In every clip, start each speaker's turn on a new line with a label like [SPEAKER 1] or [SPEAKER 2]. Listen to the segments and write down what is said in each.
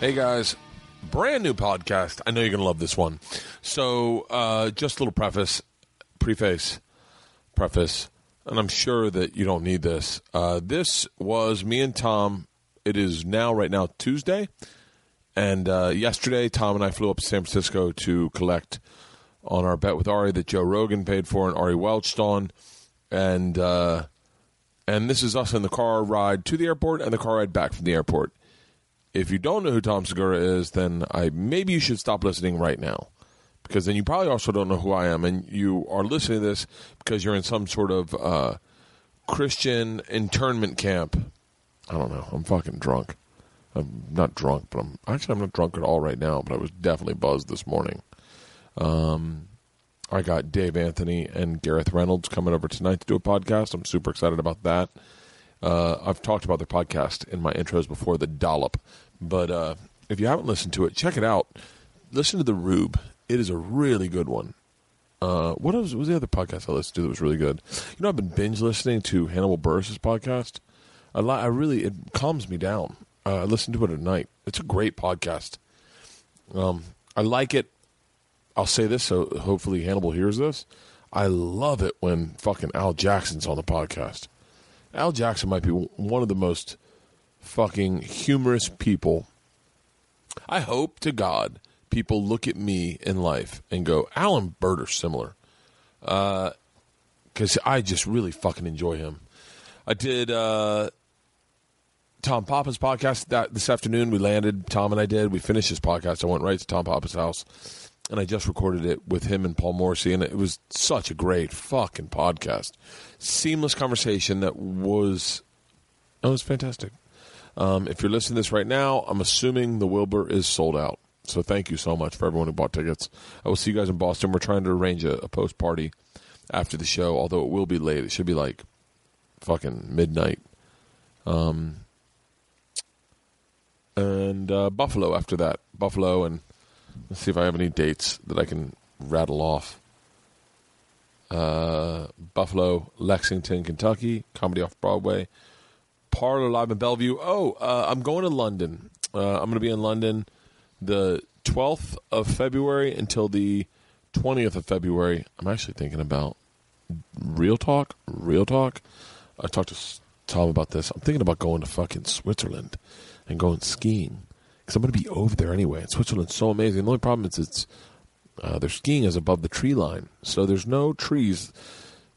[SPEAKER 1] Hey guys, brand new podcast. I know you're going to love this one. So, uh, just a little preface, preface, preface, and I'm sure that you don't need this. Uh, this was me and Tom. It is now, right now, Tuesday. And uh, yesterday, Tom and I flew up to San Francisco to collect on our bet with Ari that Joe Rogan paid for and Ari welched on. And, uh, and this is us in the car ride to the airport and the car ride back from the airport. If you don't know who Tom Segura is, then I maybe you should stop listening right now. Because then you probably also don't know who I am, and you are listening to this because you're in some sort of uh, Christian internment camp. I don't know. I'm fucking drunk. I'm not drunk, but I'm actually I'm not drunk at all right now. But I was definitely buzzed this morning. Um, I got Dave Anthony and Gareth Reynolds coming over tonight to do a podcast. I'm super excited about that. Uh, I've talked about their podcast in my intros before, The Dollop. But uh, if you haven't listened to it, check it out. Listen to The Rube. It is a really good one. Uh, what was, what was the other podcast I listened to that was really good? You know, I've been binge listening to Hannibal Burris' podcast. I, li- I really, it calms me down. Uh, I listen to it at night. It's a great podcast. Um, I like it I'll say this so hopefully Hannibal hears this. I love it when fucking Al Jackson's on the podcast. Al Jackson might be one of the most fucking humorous people. I hope to God people look at me in life and go, Al and Bert are similar. Because I just really fucking enjoy him. I did. Uh, Tom Papa's podcast that this afternoon. We landed. Tom and I did. We finished his podcast. I went right to Tom Papa's house, and I just recorded it with him and Paul Morrissey, and it was such a great fucking podcast. Seamless conversation that was, that was fantastic. Um, if you're listening to this right now, I'm assuming the Wilbur is sold out. So thank you so much for everyone who bought tickets. I will see you guys in Boston. We're trying to arrange a, a post party after the show, although it will be late. It should be like fucking midnight. and uh, Buffalo after that. Buffalo and let's see if I have any dates that I can rattle off. Uh, Buffalo, Lexington, Kentucky, Comedy Off Broadway, Parlor Live in Bellevue. Oh, uh, I'm going to London. Uh, I'm going to be in London the 12th of February until the 20th of February. I'm actually thinking about real talk, real talk. I talked to S- Tom about this. I'm thinking about going to fucking Switzerland and going skiing because I'm going to be over there anyway. And Switzerland's so amazing. The only problem is it's uh, their skiing is above the tree line, so there's no trees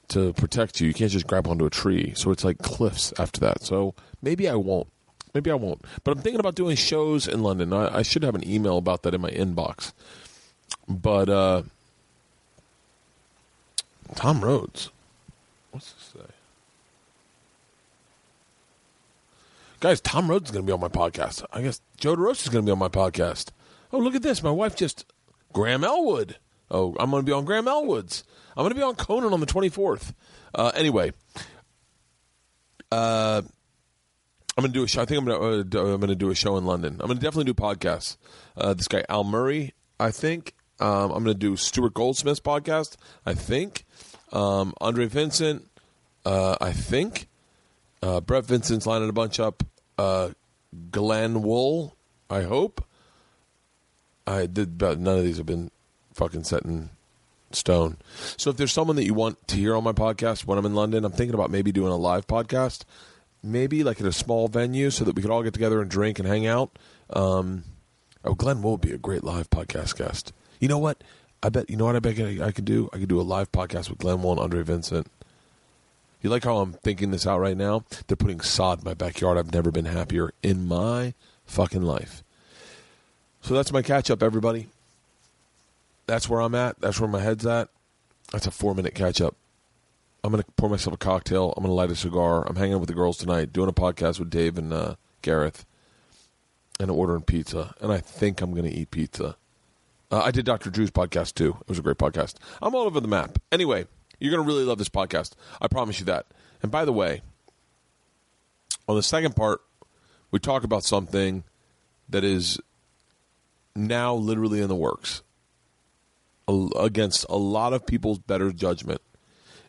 [SPEAKER 1] to protect you. You can't just grab onto a tree, so it's like cliffs after that. So maybe I won't. Maybe I won't. But I'm thinking about doing shows in London. I, I should have an email about that in my inbox. But uh, Tom Rhodes, what's this say? guys, Tom Rhodes is going to be on my podcast. I guess Joe DeRosa is going to be on my podcast. Oh, look at this. My wife just Graham Elwood. Oh, I'm going to be on Graham Elwood's. I'm going to be on Conan on the 24th. Uh, anyway, uh, I'm going to do a show. I think I'm going to uh, do- I'm going to do a show in London. I'm going to definitely do podcasts. Uh, this guy Al Murray, I think. Um, I'm going to do Stuart Goldsmith's podcast. I think. Um, Andre Vincent, uh, I think. Uh, Brett Vincent's lining a bunch up. Uh, Glenn Wool, I hope. I did, but none of these have been fucking set in stone. So if there's someone that you want to hear on my podcast when I'm in London, I'm thinking about maybe doing a live podcast, maybe like at a small venue so that we could all get together and drink and hang out. Um, oh, Glenn Wool would be a great live podcast guest. You know what? I bet you know what I bet I, I could do. I could do a live podcast with Glenn Wool and Andre Vincent. You like how I'm thinking this out right now? They're putting sod in my backyard. I've never been happier in my fucking life. So that's my catch up, everybody. That's where I'm at. That's where my head's at. That's a four minute catch up. I'm going to pour myself a cocktail. I'm going to light a cigar. I'm hanging out with the girls tonight, doing a podcast with Dave and uh, Gareth, and ordering pizza. And I think I'm going to eat pizza. Uh, I did Dr. Drew's podcast too. It was a great podcast. I'm all over the map. Anyway, you're going to really love this podcast. I promise you that. And by the way, on the second part, we talk about something that is now literally in the works a- against a lot of people's better judgment.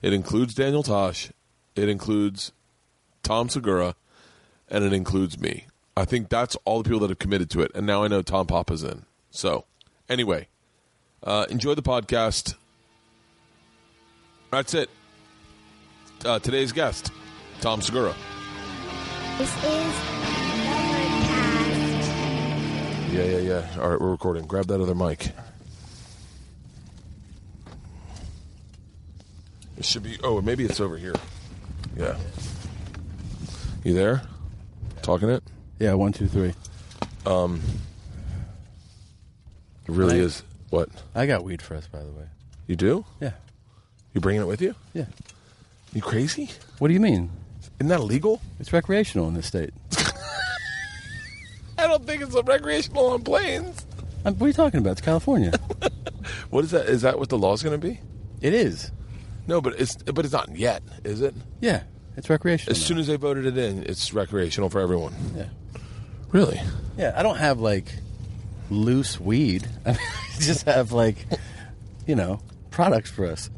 [SPEAKER 1] It includes Daniel Tosh, it includes Tom Segura, and it includes me. I think that's all the people that have committed to it. And now I know Tom Papa's in. So, anyway, uh, enjoy the podcast. That's it. Uh, today's guest, Tom Segura.
[SPEAKER 2] This is Overcast.
[SPEAKER 1] Yeah, yeah, yeah. All right, we're recording. Grab that other mic. It should be. Oh, maybe it's over here. Yeah. You there? Talking it?
[SPEAKER 3] Yeah, one, two, three.
[SPEAKER 1] It really
[SPEAKER 3] Right.
[SPEAKER 1] is. What?
[SPEAKER 3] I got weed for us, by the way.
[SPEAKER 1] You do?
[SPEAKER 3] Yeah,
[SPEAKER 1] You bringing it with you?
[SPEAKER 3] yeah.
[SPEAKER 1] You crazy?
[SPEAKER 3] What do you mean?
[SPEAKER 1] Isn't that illegal?
[SPEAKER 3] It's recreational in this state.
[SPEAKER 1] I don't think it's recreational on planes.
[SPEAKER 3] Um, what are you talking about? It's California.
[SPEAKER 1] What is that? Is that what the law's going to be?
[SPEAKER 3] it is.
[SPEAKER 1] No, but it's but it's not yet, is it?
[SPEAKER 3] Yeah, it's recreational.
[SPEAKER 1] As soon as they voted it in, it's recreational for everyone.
[SPEAKER 3] yeah,
[SPEAKER 1] Really?
[SPEAKER 3] yeah. I don't have like loose weed. I, mean, I just have like, you know, products for us.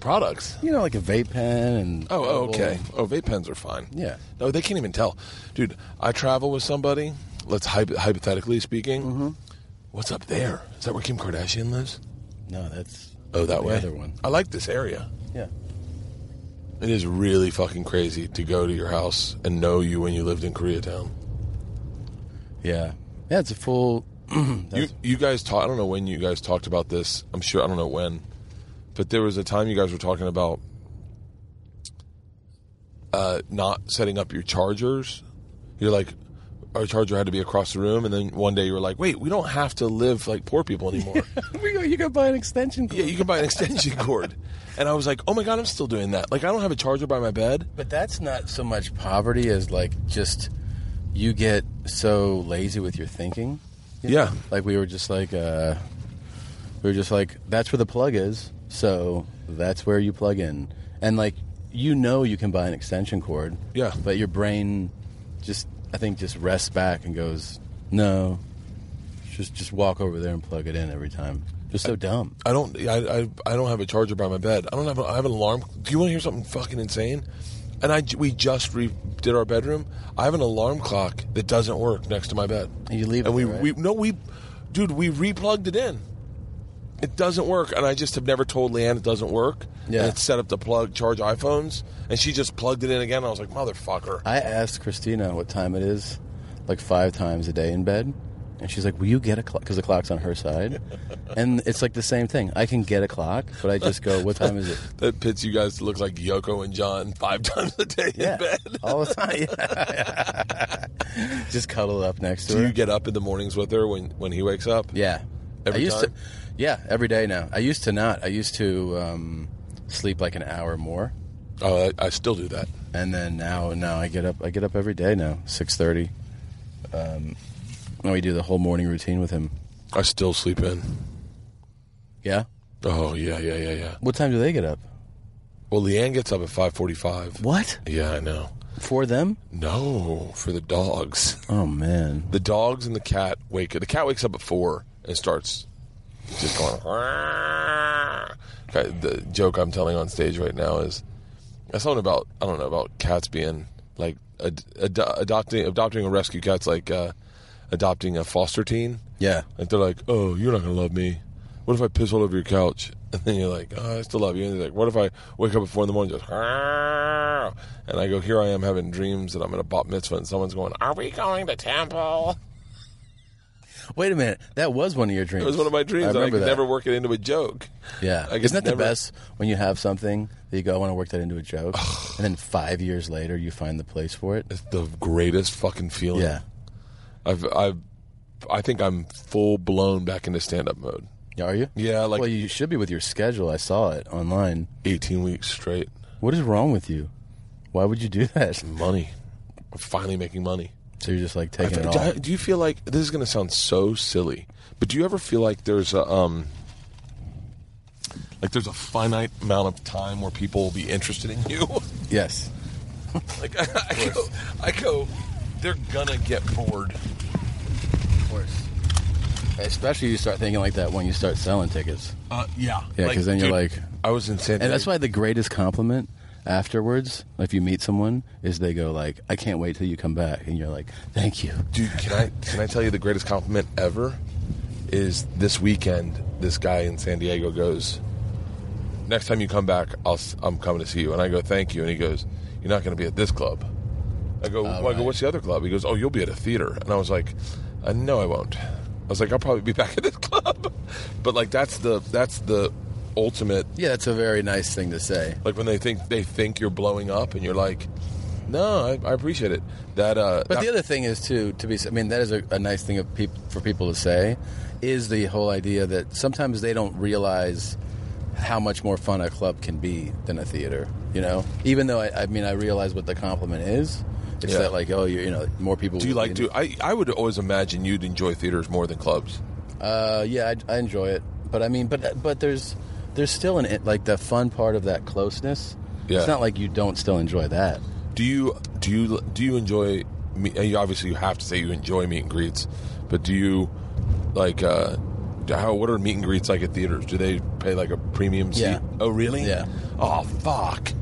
[SPEAKER 1] Products.
[SPEAKER 3] You know, like a vape pen and.
[SPEAKER 1] Oh, oh, okay. Oh, vape pens are fine.
[SPEAKER 3] Yeah.
[SPEAKER 1] No, they can't even tell. Dude, I travel with somebody. Let's hypo- hypothetically speaking.
[SPEAKER 3] Mm-hmm.
[SPEAKER 1] What's up there? Is that where Kim Kardashian lives?
[SPEAKER 3] No, that's.
[SPEAKER 1] Oh, that
[SPEAKER 3] the
[SPEAKER 1] way.
[SPEAKER 3] Other one.
[SPEAKER 1] I like this area.
[SPEAKER 3] Yeah.
[SPEAKER 1] It is really fucking crazy to go to your house and know you when you lived in Koreatown.
[SPEAKER 3] Yeah. Yeah, it's a full.
[SPEAKER 1] You
[SPEAKER 3] That's-
[SPEAKER 1] you guys talk. I don't know when you guys talked about this. I'm sure I don't know when, but there was a time you guys were talking about uh, not setting up your chargers. You're like, our charger had to be across the room, and then one day you were like, wait, we don't have to live like poor people anymore.
[SPEAKER 3] We go- you go buy an extension cord.
[SPEAKER 1] yeah, you can buy an extension cord. And I was like, oh my god, I'm still doing that. Like I don't have a charger by my bed.
[SPEAKER 3] But that's not so much poverty as like just you get so lazy with your thinking. you
[SPEAKER 1] Yeah.
[SPEAKER 3] know? Like we were just like uh we were just like that's where the plug is, so that's where you plug in. And like you know you can buy an extension cord.
[SPEAKER 1] Yeah.
[SPEAKER 3] But your brain just I think just rests back and goes, "No. Just just walk over there and plug it in every time." Just so dumb.
[SPEAKER 1] I don't. I, I I don't have a charger by my bed. I don't have. A, I have an alarm. Do you want to hear something fucking insane? And I j- we just re- did our bedroom. I have an alarm clock that doesn't work next to my bed.
[SPEAKER 3] And you leave
[SPEAKER 1] And
[SPEAKER 3] it
[SPEAKER 1] we
[SPEAKER 3] there, right?
[SPEAKER 1] we no we, dude, we replugged it in. It doesn't work, and I just have never told Leanne it doesn't work.
[SPEAKER 3] Yeah.
[SPEAKER 1] And it's set up to plug charge iPhones, and she just plugged it in again. I was like, motherfucker.
[SPEAKER 3] I asked Christina what time it is, like five times a day in bed, and she's like, "Will you get a clock?" Because the clock's on her side, and it's like the same thing. I can get a clock, but I just go, "What time is it?"
[SPEAKER 1] That pits you guys to look like Yoko and John five times a day
[SPEAKER 3] Yeah,
[SPEAKER 1] in bed.
[SPEAKER 3] all the time. Yeah. just cuddle up next to
[SPEAKER 1] Do
[SPEAKER 3] her.
[SPEAKER 1] you get up in the mornings with her when when he wakes up?
[SPEAKER 3] yeah,
[SPEAKER 1] Every
[SPEAKER 3] I used
[SPEAKER 1] time?
[SPEAKER 3] to. Yeah, every day now. I used to not. I used to um, sleep like an hour more,
[SPEAKER 1] Oh, I, I still do that.
[SPEAKER 3] and then now, now I get up. I get up every day now, six thirty. Um, and we do the whole morning routine with him.
[SPEAKER 1] I still sleep in.
[SPEAKER 3] Yeah.
[SPEAKER 1] Oh yeah, yeah, yeah, yeah.
[SPEAKER 3] What time do they get up?
[SPEAKER 1] Well, Leanne gets up at five forty-five.
[SPEAKER 3] What?
[SPEAKER 1] Yeah, I know.
[SPEAKER 3] For them?
[SPEAKER 1] No, for the dogs.
[SPEAKER 3] Oh man.
[SPEAKER 1] The dogs and the cat wake. The cat wakes up at four and starts just going. "Rrrr." Okay, The joke I'm telling on stage right now is that's something about I don't know about cats being like ad- ad- adopting adopting a rescue cat's like uh, adopting a foster teen.
[SPEAKER 3] Yeah.
[SPEAKER 1] Like they're like, "Oh, you're not gonna love me. What if I piss all over your couch?" And then you're like, "Oh, I still love you." And they're like, "What if I wake up at four in the morning and just?" "Argh," And I go, "Here I am having dreams that I'm at a bat mitzvah, and someone's going, "Are we going to temple?"
[SPEAKER 3] Wait a minute. That was one of your dreams.
[SPEAKER 1] It was one of my dreams.
[SPEAKER 3] I
[SPEAKER 1] and I
[SPEAKER 3] remember
[SPEAKER 1] could
[SPEAKER 3] that.
[SPEAKER 1] never work it into a joke.
[SPEAKER 3] yeah.
[SPEAKER 1] I could
[SPEAKER 3] Isn't that
[SPEAKER 1] never-
[SPEAKER 3] the best when you have something that you go, I want to work that into a joke, and then five years later you find the place for it.
[SPEAKER 1] It's the greatest fucking feeling.
[SPEAKER 3] Yeah.
[SPEAKER 1] I've, I've, I think I'm full blown back into stand up mode.
[SPEAKER 3] Are you?
[SPEAKER 1] Yeah, like-
[SPEAKER 3] well, you should be with your schedule. I saw it online.
[SPEAKER 1] 18 weeks straight,
[SPEAKER 3] What is wrong with you? Why would you do that?
[SPEAKER 1] money. I'm finally making money.
[SPEAKER 3] So you're just like taking it
[SPEAKER 1] Do-
[SPEAKER 3] off.
[SPEAKER 1] Do you feel like this is going to sound so silly, but do you ever feel like there's a um, like there's a finite amount of time where people will be interested in you?
[SPEAKER 3] Yes.
[SPEAKER 1] like I, I go, I go, they're gonna get bored.
[SPEAKER 3] Of course. Especially you start thinking like that when you start selling tickets.
[SPEAKER 1] Uh, yeah,
[SPEAKER 3] Yeah, 'cause then you're like-
[SPEAKER 1] I was in San.
[SPEAKER 3] And that's why the greatest compliment afterwards, if you meet someone, is they go like, "I can't wait till you come back," and you're like, "Thank you."
[SPEAKER 1] Dude, can I can I tell you the greatest compliment ever? Is this weekend this guy in San Diego goes, next time you come back, I'll s- I'm coming to see you, and I go thank you, and he goes, you're not going to be at this club. I go, well, I go,
[SPEAKER 3] right.
[SPEAKER 1] what's the other club? He goes, oh, you'll be at a theater, and I was like, uh, no, I won't. I was like, I'll probably be back at this club, but like that's the that's the ultimate
[SPEAKER 3] Yeah, that's a very nice thing to say.
[SPEAKER 1] like when they think they think you're blowing up, and you're like, no, I, I appreciate it. That uh,
[SPEAKER 3] But
[SPEAKER 1] that-
[SPEAKER 3] the other thing is too to be. I mean, that is a, a nice thing of peop, for people to say, is the whole idea that sometimes they don't realize how much more fun a club can be than a theater. You know, even though I, I mean, I realize what the compliment is. It's
[SPEAKER 1] Yeah.
[SPEAKER 3] that like, oh, you you know, more people.
[SPEAKER 1] Do you
[SPEAKER 3] will
[SPEAKER 1] like
[SPEAKER 3] be-
[SPEAKER 1] to? I I would always imagine you'd enjoy theaters more than clubs.
[SPEAKER 3] Uh, yeah, I, I enjoy it, but I mean, but but there's there's still an like the fun part of that closeness.
[SPEAKER 1] Yeah.
[SPEAKER 3] It's not like you don't still enjoy that.
[SPEAKER 1] Do you do you do you enjoy? me- and You obviously you have to say you enjoy meet and greets, but do you like uh, how? What are meet and greets like at theaters? Do they pay like a premium seat?
[SPEAKER 3] Yeah.
[SPEAKER 1] Oh really?
[SPEAKER 3] Yeah.
[SPEAKER 1] Oh fuck.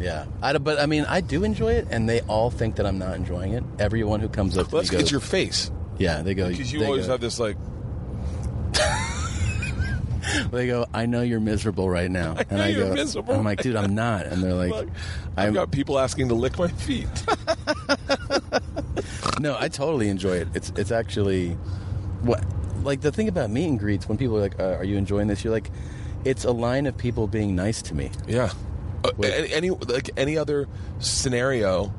[SPEAKER 3] Yeah, I, don't- but I mean, I do enjoy it, and they all think that I'm not enjoying it. Everyone who comes up, to
[SPEAKER 1] Let's
[SPEAKER 3] me
[SPEAKER 1] get
[SPEAKER 3] goes,
[SPEAKER 1] your face
[SPEAKER 3] yeah. They go
[SPEAKER 1] because you
[SPEAKER 3] they
[SPEAKER 1] always
[SPEAKER 3] go,
[SPEAKER 1] have this like.
[SPEAKER 3] They go. I know you're miserable right now, and
[SPEAKER 1] know
[SPEAKER 3] I
[SPEAKER 1] you're
[SPEAKER 3] go.
[SPEAKER 1] miserable."
[SPEAKER 3] I'm like, dude, I'm not. And they're like,
[SPEAKER 1] Look, I've
[SPEAKER 3] I'm
[SPEAKER 1] got people asking to lick my feet.
[SPEAKER 3] no. I totally enjoy it. It's it's actually what like the thing about meet and greets when people are like, uh, are you enjoying this? You're like, it's a line of people being nice to me.
[SPEAKER 1] yeah. Uh,
[SPEAKER 3] Wait.
[SPEAKER 1] any any- like any other scenario,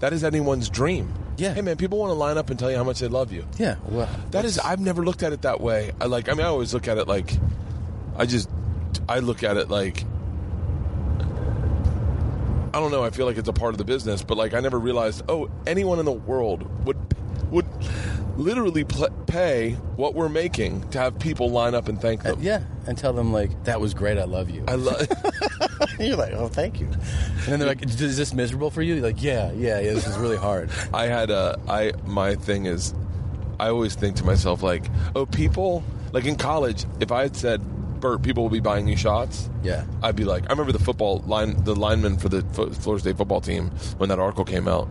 [SPEAKER 1] that is anyone's dream.
[SPEAKER 3] Yeah.
[SPEAKER 1] Hey man, people want to line up and tell you how much they love you.
[SPEAKER 3] Yeah. Well,
[SPEAKER 1] That is, I've never looked at it that way. I like, I mean, I always look at it like, I just, I look at it like, I don't know. I feel like it's a part of the business, but like, I never realized. Oh, anyone in the world would would literally pl- pay what we're making to have people line up and thank them.
[SPEAKER 3] yeah, and tell them like that was great. I love you.
[SPEAKER 1] I love.
[SPEAKER 3] You're like, oh, thank you. And then they're like, is this miserable for you? You're like, yeah, yeah, yeah. This is really hard.
[SPEAKER 1] I had a I my thing is I always think to myself like, oh, people like in college, if I had said, Bert, people will be buying you shots.
[SPEAKER 3] Yeah.
[SPEAKER 1] I'd be like, I remember the football line, the lineman for the Fo- Florida State football team when that article came out,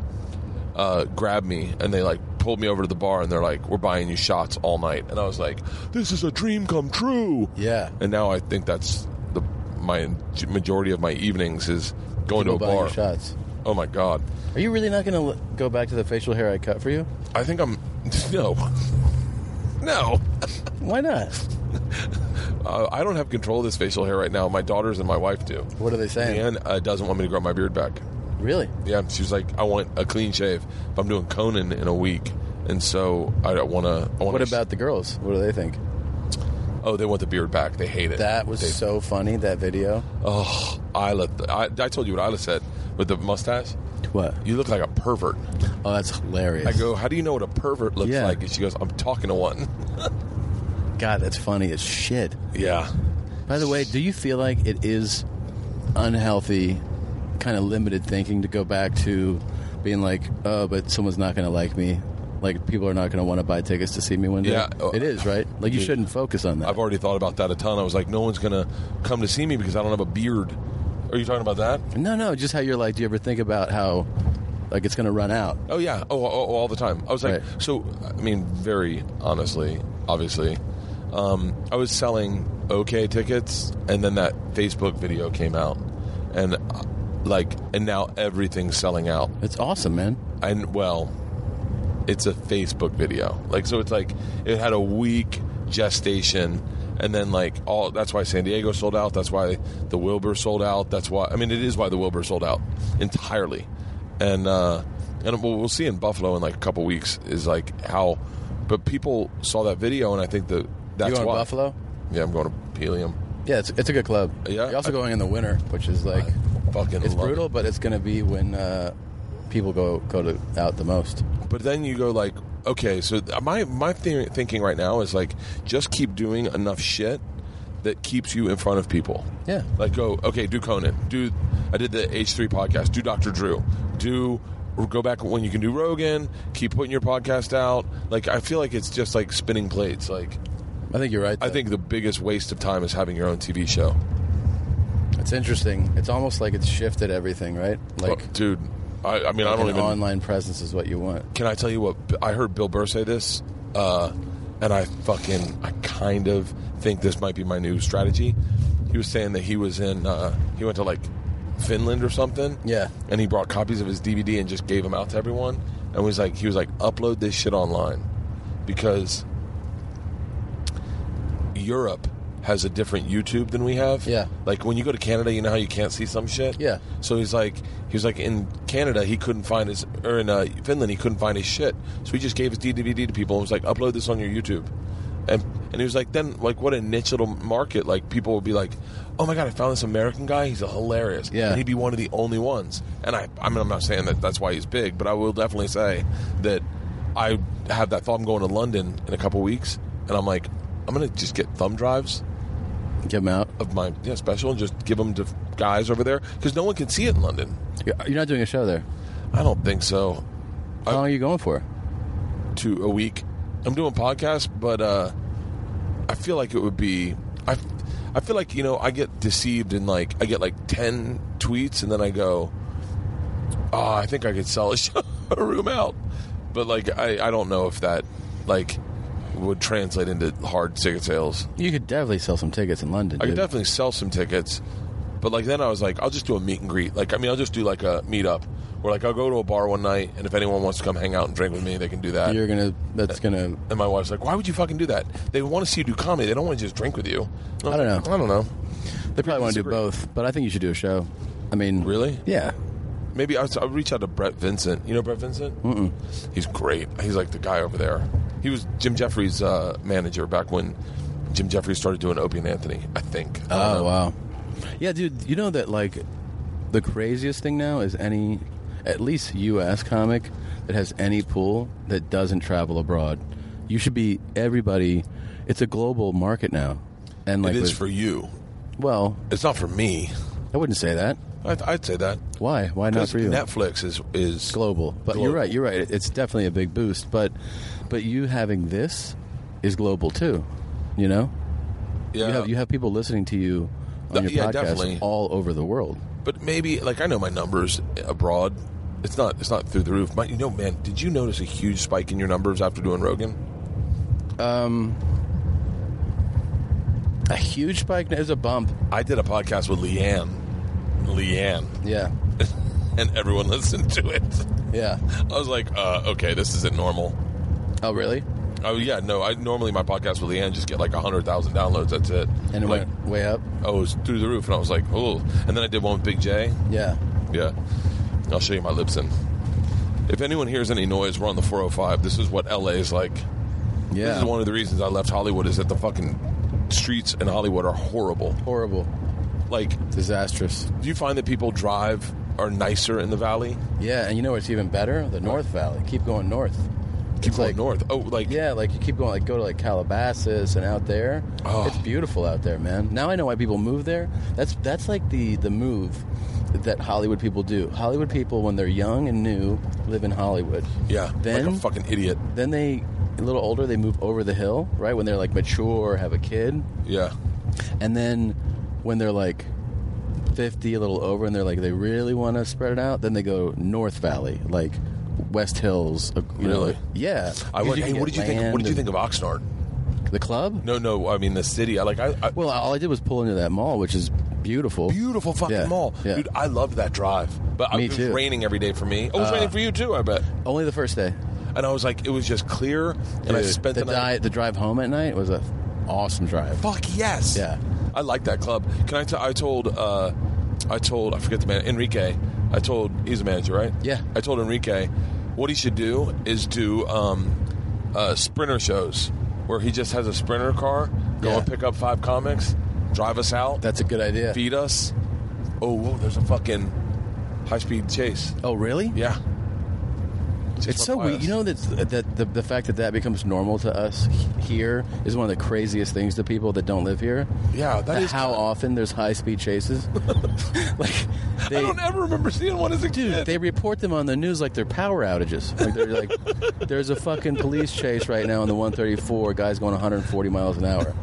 [SPEAKER 1] uh, grabbed me and they like pulled me over to the bar and they're like, we're buying you shots all night, and I was like, this is a dream come true.
[SPEAKER 3] Yeah.
[SPEAKER 1] And now I think that's the my majority of my evenings is going
[SPEAKER 3] People
[SPEAKER 1] to a
[SPEAKER 3] buying you
[SPEAKER 1] bar.
[SPEAKER 3] Shots.
[SPEAKER 1] Oh my god.
[SPEAKER 3] Are you really not going to l- go back to the facial hair I cut for you?
[SPEAKER 1] I think I'm no, no.
[SPEAKER 3] Why not?
[SPEAKER 1] Uh, I don't have control of this facial hair right now. My daughters and my wife do.
[SPEAKER 3] What are they saying?
[SPEAKER 1] Leanne uh, doesn't want me to grow my beard back.
[SPEAKER 3] Really?
[SPEAKER 1] Yeah, she was like, I want a clean shave. But I'm doing Conan in a week, and so I don't want to. I want.
[SPEAKER 3] What about the girls? What do they think?
[SPEAKER 1] Oh, they want the beard back. They hate it.
[SPEAKER 3] That was so funny. That video.
[SPEAKER 1] Oh, Isla. th- I, I told you what Isla said with the mustache.
[SPEAKER 3] What?
[SPEAKER 1] You look like a pervert.
[SPEAKER 3] Oh, that's hilarious.
[SPEAKER 1] I go, how do you know what a pervert looks
[SPEAKER 3] Yeah.
[SPEAKER 1] like? And she goes, I'm talking to one.
[SPEAKER 3] God, that's funny as shit.
[SPEAKER 1] yeah.
[SPEAKER 3] By the way, do you feel like it is unhealthy, kind of limited thinking to go back to being like, oh, but someone's not going to like me? Like, people are not going to want to buy tickets to see me one day?
[SPEAKER 1] Yeah. Oh,
[SPEAKER 3] It is, right? Like, you shouldn't focus on that.
[SPEAKER 1] I've already thought about that a ton. I was like, no one's gonna come to see me because I don't have a beard. Are you talking about that?
[SPEAKER 3] No, no, just how you're like, do you ever think about how, like, it's going to run out?
[SPEAKER 1] Oh yeah, oh, oh, oh, all the time. I was like,
[SPEAKER 3] Right.
[SPEAKER 1] so I mean, very honestly, obviously, um, I was selling OK tickets, and then that Facebook video came out, and uh, like, and now everything's selling out.
[SPEAKER 3] It's awesome, man.
[SPEAKER 1] And well, it's a Facebook video, like so. It's like it had a week gestation, and then like all that's why San Diego sold out. That's why the Wilbur sold out. That's why I mean it is why the Wilbur sold out entirely, and uh, and we'll, we'll see in Buffalo in like a couple weeks is like how, but people saw that video, and I think that that's
[SPEAKER 3] you going
[SPEAKER 1] why
[SPEAKER 3] to Buffalo?
[SPEAKER 1] Yeah, I'm going to Helium.
[SPEAKER 3] Yeah, it's, it's a good club.
[SPEAKER 1] Yeah?
[SPEAKER 3] You're also going in the winter, which is like,
[SPEAKER 1] Fucking
[SPEAKER 3] it's
[SPEAKER 1] love it.
[SPEAKER 3] brutal, but it's going to be when uh, people go go to out the most.
[SPEAKER 1] But then you go like, okay, so th- my my theory, thinking right now is like, just keep doing enough shit that keeps you in front of people.
[SPEAKER 3] Yeah.
[SPEAKER 1] Like go, okay, do Conan, do I did the H three podcast, do Doctor Drew, do go back when you can do Rogan, keep putting your podcast out. Like I feel like it's just like spinning plates. Like
[SPEAKER 3] I think you're right.
[SPEAKER 1] I
[SPEAKER 3] though.
[SPEAKER 1] think the biggest waste of time is having your own TV show.
[SPEAKER 3] That's It's interesting. It's almost like it's shifted everything, right? Like,
[SPEAKER 1] Well, dude, I, I mean, I
[SPEAKER 3] like
[SPEAKER 1] don't
[SPEAKER 3] an
[SPEAKER 1] even.
[SPEAKER 3] online presence is what you want.
[SPEAKER 1] Can I tell you what? I heard Bill Burr say this, uh, and I fucking, I kind of think this might be my new strategy. He was saying that he was in, uh, he went to like Finland or something.
[SPEAKER 3] Yeah.
[SPEAKER 1] And he brought copies of his DVD and just gave them out to everyone. And was like, he was like, upload this shit online because Europe has a different YouTube than we have.
[SPEAKER 3] Yeah.
[SPEAKER 1] Like when you go to Canada, you know how you can't see some shit.
[SPEAKER 3] Yeah.
[SPEAKER 1] So he's like, he was like in Canada, he couldn't find his, or in uh, Finland, he couldn't find his shit. So he just gave his DVD to people and was like, upload this on your YouTube. And and he was like, then like what a niche little market. Like people would be like, oh my god, I found this American guy. He's hilarious.
[SPEAKER 3] Yeah.
[SPEAKER 1] And he'd be one of the only ones. And I, I mean, I'm not saying that that's why he's big, but I will definitely say that I have that thought. I'm going to London in a couple weeks, and I'm like, I'm gonna just get thumb drives
[SPEAKER 3] Give them out.
[SPEAKER 1] of my yeah, special and just give them to guys over there because no one can see it in London.
[SPEAKER 3] You're you're not doing a show there.
[SPEAKER 1] I don't think so.
[SPEAKER 3] How long are you going for?
[SPEAKER 1] To a week, I'm doing podcasts, but uh, I feel like it would be I. I feel like you know I get deceived in like I get like ten tweets and then I go, oh, I think I could sell a, show, a room out, but like I I don't know if that like would translate into hard ticket sales.
[SPEAKER 3] You could definitely sell some tickets in London.
[SPEAKER 1] I could
[SPEAKER 3] dude.
[SPEAKER 1] definitely sell some tickets, but like then I was like, I'll just do a meet and greet. Like I mean, I'll just do like a meetup where like I'll go to a bar one night, and if anyone wants to come hang out and drink with me, they can do that.
[SPEAKER 3] You're gonna. That's gonna.
[SPEAKER 1] and my wife's like, Why would you fucking do that? They want to see you do comedy. They don't want to just drink with you. And was
[SPEAKER 3] I don't
[SPEAKER 1] like,
[SPEAKER 3] know.
[SPEAKER 1] I don't know.
[SPEAKER 3] They probably want to do
[SPEAKER 1] disagree.
[SPEAKER 3] both, but I think you should do a show. I mean,
[SPEAKER 1] Really?
[SPEAKER 3] Yeah.
[SPEAKER 1] Maybe I'll, I'll reach out to Brett Vincent. You know Brett Vincent? Mm-mm. He's great. He's like the guy over there. He was Jim Jeffries' uh, manager back when Jim Jeffries started doing Opie and Anthony. I think. I don't
[SPEAKER 3] Oh
[SPEAKER 1] know.
[SPEAKER 3] wow. Yeah, dude. You know that like the craziest thing now is any, at least U.S. comic that has any pool that doesn't travel abroad. You should be everybody. It's a global market now, and like
[SPEAKER 1] It is
[SPEAKER 3] with-
[SPEAKER 1] for you.
[SPEAKER 3] well,
[SPEAKER 1] It's not for me.
[SPEAKER 3] I wouldn't say that.
[SPEAKER 1] I'd, I'd say that.
[SPEAKER 3] Why? Why not
[SPEAKER 1] Because
[SPEAKER 3] for you?
[SPEAKER 1] Netflix is is
[SPEAKER 3] global. But
[SPEAKER 1] Global.
[SPEAKER 3] you're right. You're right. It's definitely a big boost. But but you having this is global too. You know,
[SPEAKER 1] Yeah,
[SPEAKER 3] you have you have people listening to you on
[SPEAKER 1] Uh, Th-
[SPEAKER 3] your
[SPEAKER 1] yeah,
[SPEAKER 3] podcast
[SPEAKER 1] definitely.
[SPEAKER 3] all over the world.
[SPEAKER 1] but maybe like I know my numbers abroad. It's not it's not through the roof. My, you know, man, did you notice a huge spike in your numbers after doing Rogan?
[SPEAKER 3] Um, A huge spike is a bump.
[SPEAKER 1] I did a podcast with Leanne, Leanne,
[SPEAKER 3] Yeah,
[SPEAKER 1] and everyone listened to it.
[SPEAKER 3] yeah.
[SPEAKER 1] I was like, uh, okay, this isn't normal.
[SPEAKER 3] Oh, really?
[SPEAKER 1] Oh yeah, no. I normally my podcast with Leanne just get like hundred thousand downloads. That's it.
[SPEAKER 3] And it
[SPEAKER 1] like,
[SPEAKER 3] went way up.
[SPEAKER 1] oh, it was through the roof, and I was like, oh. And then I did one with Big J.
[SPEAKER 3] Yeah.
[SPEAKER 1] Yeah. I'll show you my Libsyn. If anyone hears any noise, we're on the 405. This is what LA is like. This
[SPEAKER 3] Yeah.
[SPEAKER 1] is one of the reasons I left Hollywood is that the fucking streets in Hollywood are horrible.
[SPEAKER 3] Horrible.
[SPEAKER 1] Like,
[SPEAKER 3] Disastrous.
[SPEAKER 1] do you find that people drive are nicer in the valley?
[SPEAKER 3] Yeah, and you know what's even better? The North Valley. Keep going north.
[SPEAKER 1] Keep
[SPEAKER 3] It's
[SPEAKER 1] going
[SPEAKER 3] like-
[SPEAKER 1] north. Oh, like
[SPEAKER 3] Yeah, like you keep going, like go to like Calabasas and out there.
[SPEAKER 1] Oh.
[SPEAKER 3] It's beautiful out there, man. Now I know why people move there. That's that's like the the move that Hollywood people do. Hollywood people, when they're young and new, live in Hollywood.
[SPEAKER 1] yeah,
[SPEAKER 3] Then
[SPEAKER 1] like a fucking idiot.
[SPEAKER 3] then they a little older, they move over the hill, right? When they're like mature, have a kid,
[SPEAKER 1] Yeah,
[SPEAKER 3] and then when they're like. 50 a little over and they're like they really want to spread it out then they go north valley like west hills uh, you know,
[SPEAKER 1] Really?
[SPEAKER 3] like- yeah
[SPEAKER 1] I went.
[SPEAKER 3] Because
[SPEAKER 1] Hey,
[SPEAKER 3] can
[SPEAKER 1] what did
[SPEAKER 3] get
[SPEAKER 1] you think?
[SPEAKER 3] land
[SPEAKER 1] What did you
[SPEAKER 3] and-
[SPEAKER 1] think of Oxnard?
[SPEAKER 3] the club
[SPEAKER 1] No, no. I mean the city. I like. I, I
[SPEAKER 3] Well, all I did was pull into that mall, which is beautiful.
[SPEAKER 1] beautiful fucking
[SPEAKER 3] Yeah,
[SPEAKER 1] mall,
[SPEAKER 3] yeah.
[SPEAKER 1] dude. I loved that drive, but
[SPEAKER 3] Me
[SPEAKER 1] it was
[SPEAKER 3] too. Uh,
[SPEAKER 1] raining every day for me. Oh, it was raining for you too. I bet.
[SPEAKER 3] Only the first day.
[SPEAKER 1] and I was like, it was just clear, and I
[SPEAKER 3] Dude,
[SPEAKER 1] spent
[SPEAKER 3] the,
[SPEAKER 1] the, night.
[SPEAKER 3] di- the drive home at night was a awesome drive.
[SPEAKER 1] Fuck yes,
[SPEAKER 3] Yeah.
[SPEAKER 1] I like that club. Can I? T- I told, uh, I told, I forget the man, Enrique. I told he's a manager, right?
[SPEAKER 3] Yeah.
[SPEAKER 1] I told Enrique what he should do is do um, uh, sprinter shows where he just has a sprinter car, go
[SPEAKER 3] Yeah.
[SPEAKER 1] and pick up five comics, drive us out,
[SPEAKER 3] That's a good idea.
[SPEAKER 1] feed us. Oh, whoa, there's a fucking high speed chase.
[SPEAKER 3] Oh, really?
[SPEAKER 1] Yeah.
[SPEAKER 3] It's so weird. You know that that the, the fact that that becomes normal to us he- here is one of the craziest things to people that don't live here.
[SPEAKER 1] Yeah, that
[SPEAKER 3] That
[SPEAKER 1] is
[SPEAKER 3] how often there's high speed chases. like they,
[SPEAKER 1] I don't ever remember seeing one as a
[SPEAKER 3] Dude,
[SPEAKER 1] kid.
[SPEAKER 3] they report them on the news like they're power outages. Like they're like, there's a fucking police chase right now on the 134. Guy's going 140 miles an hour.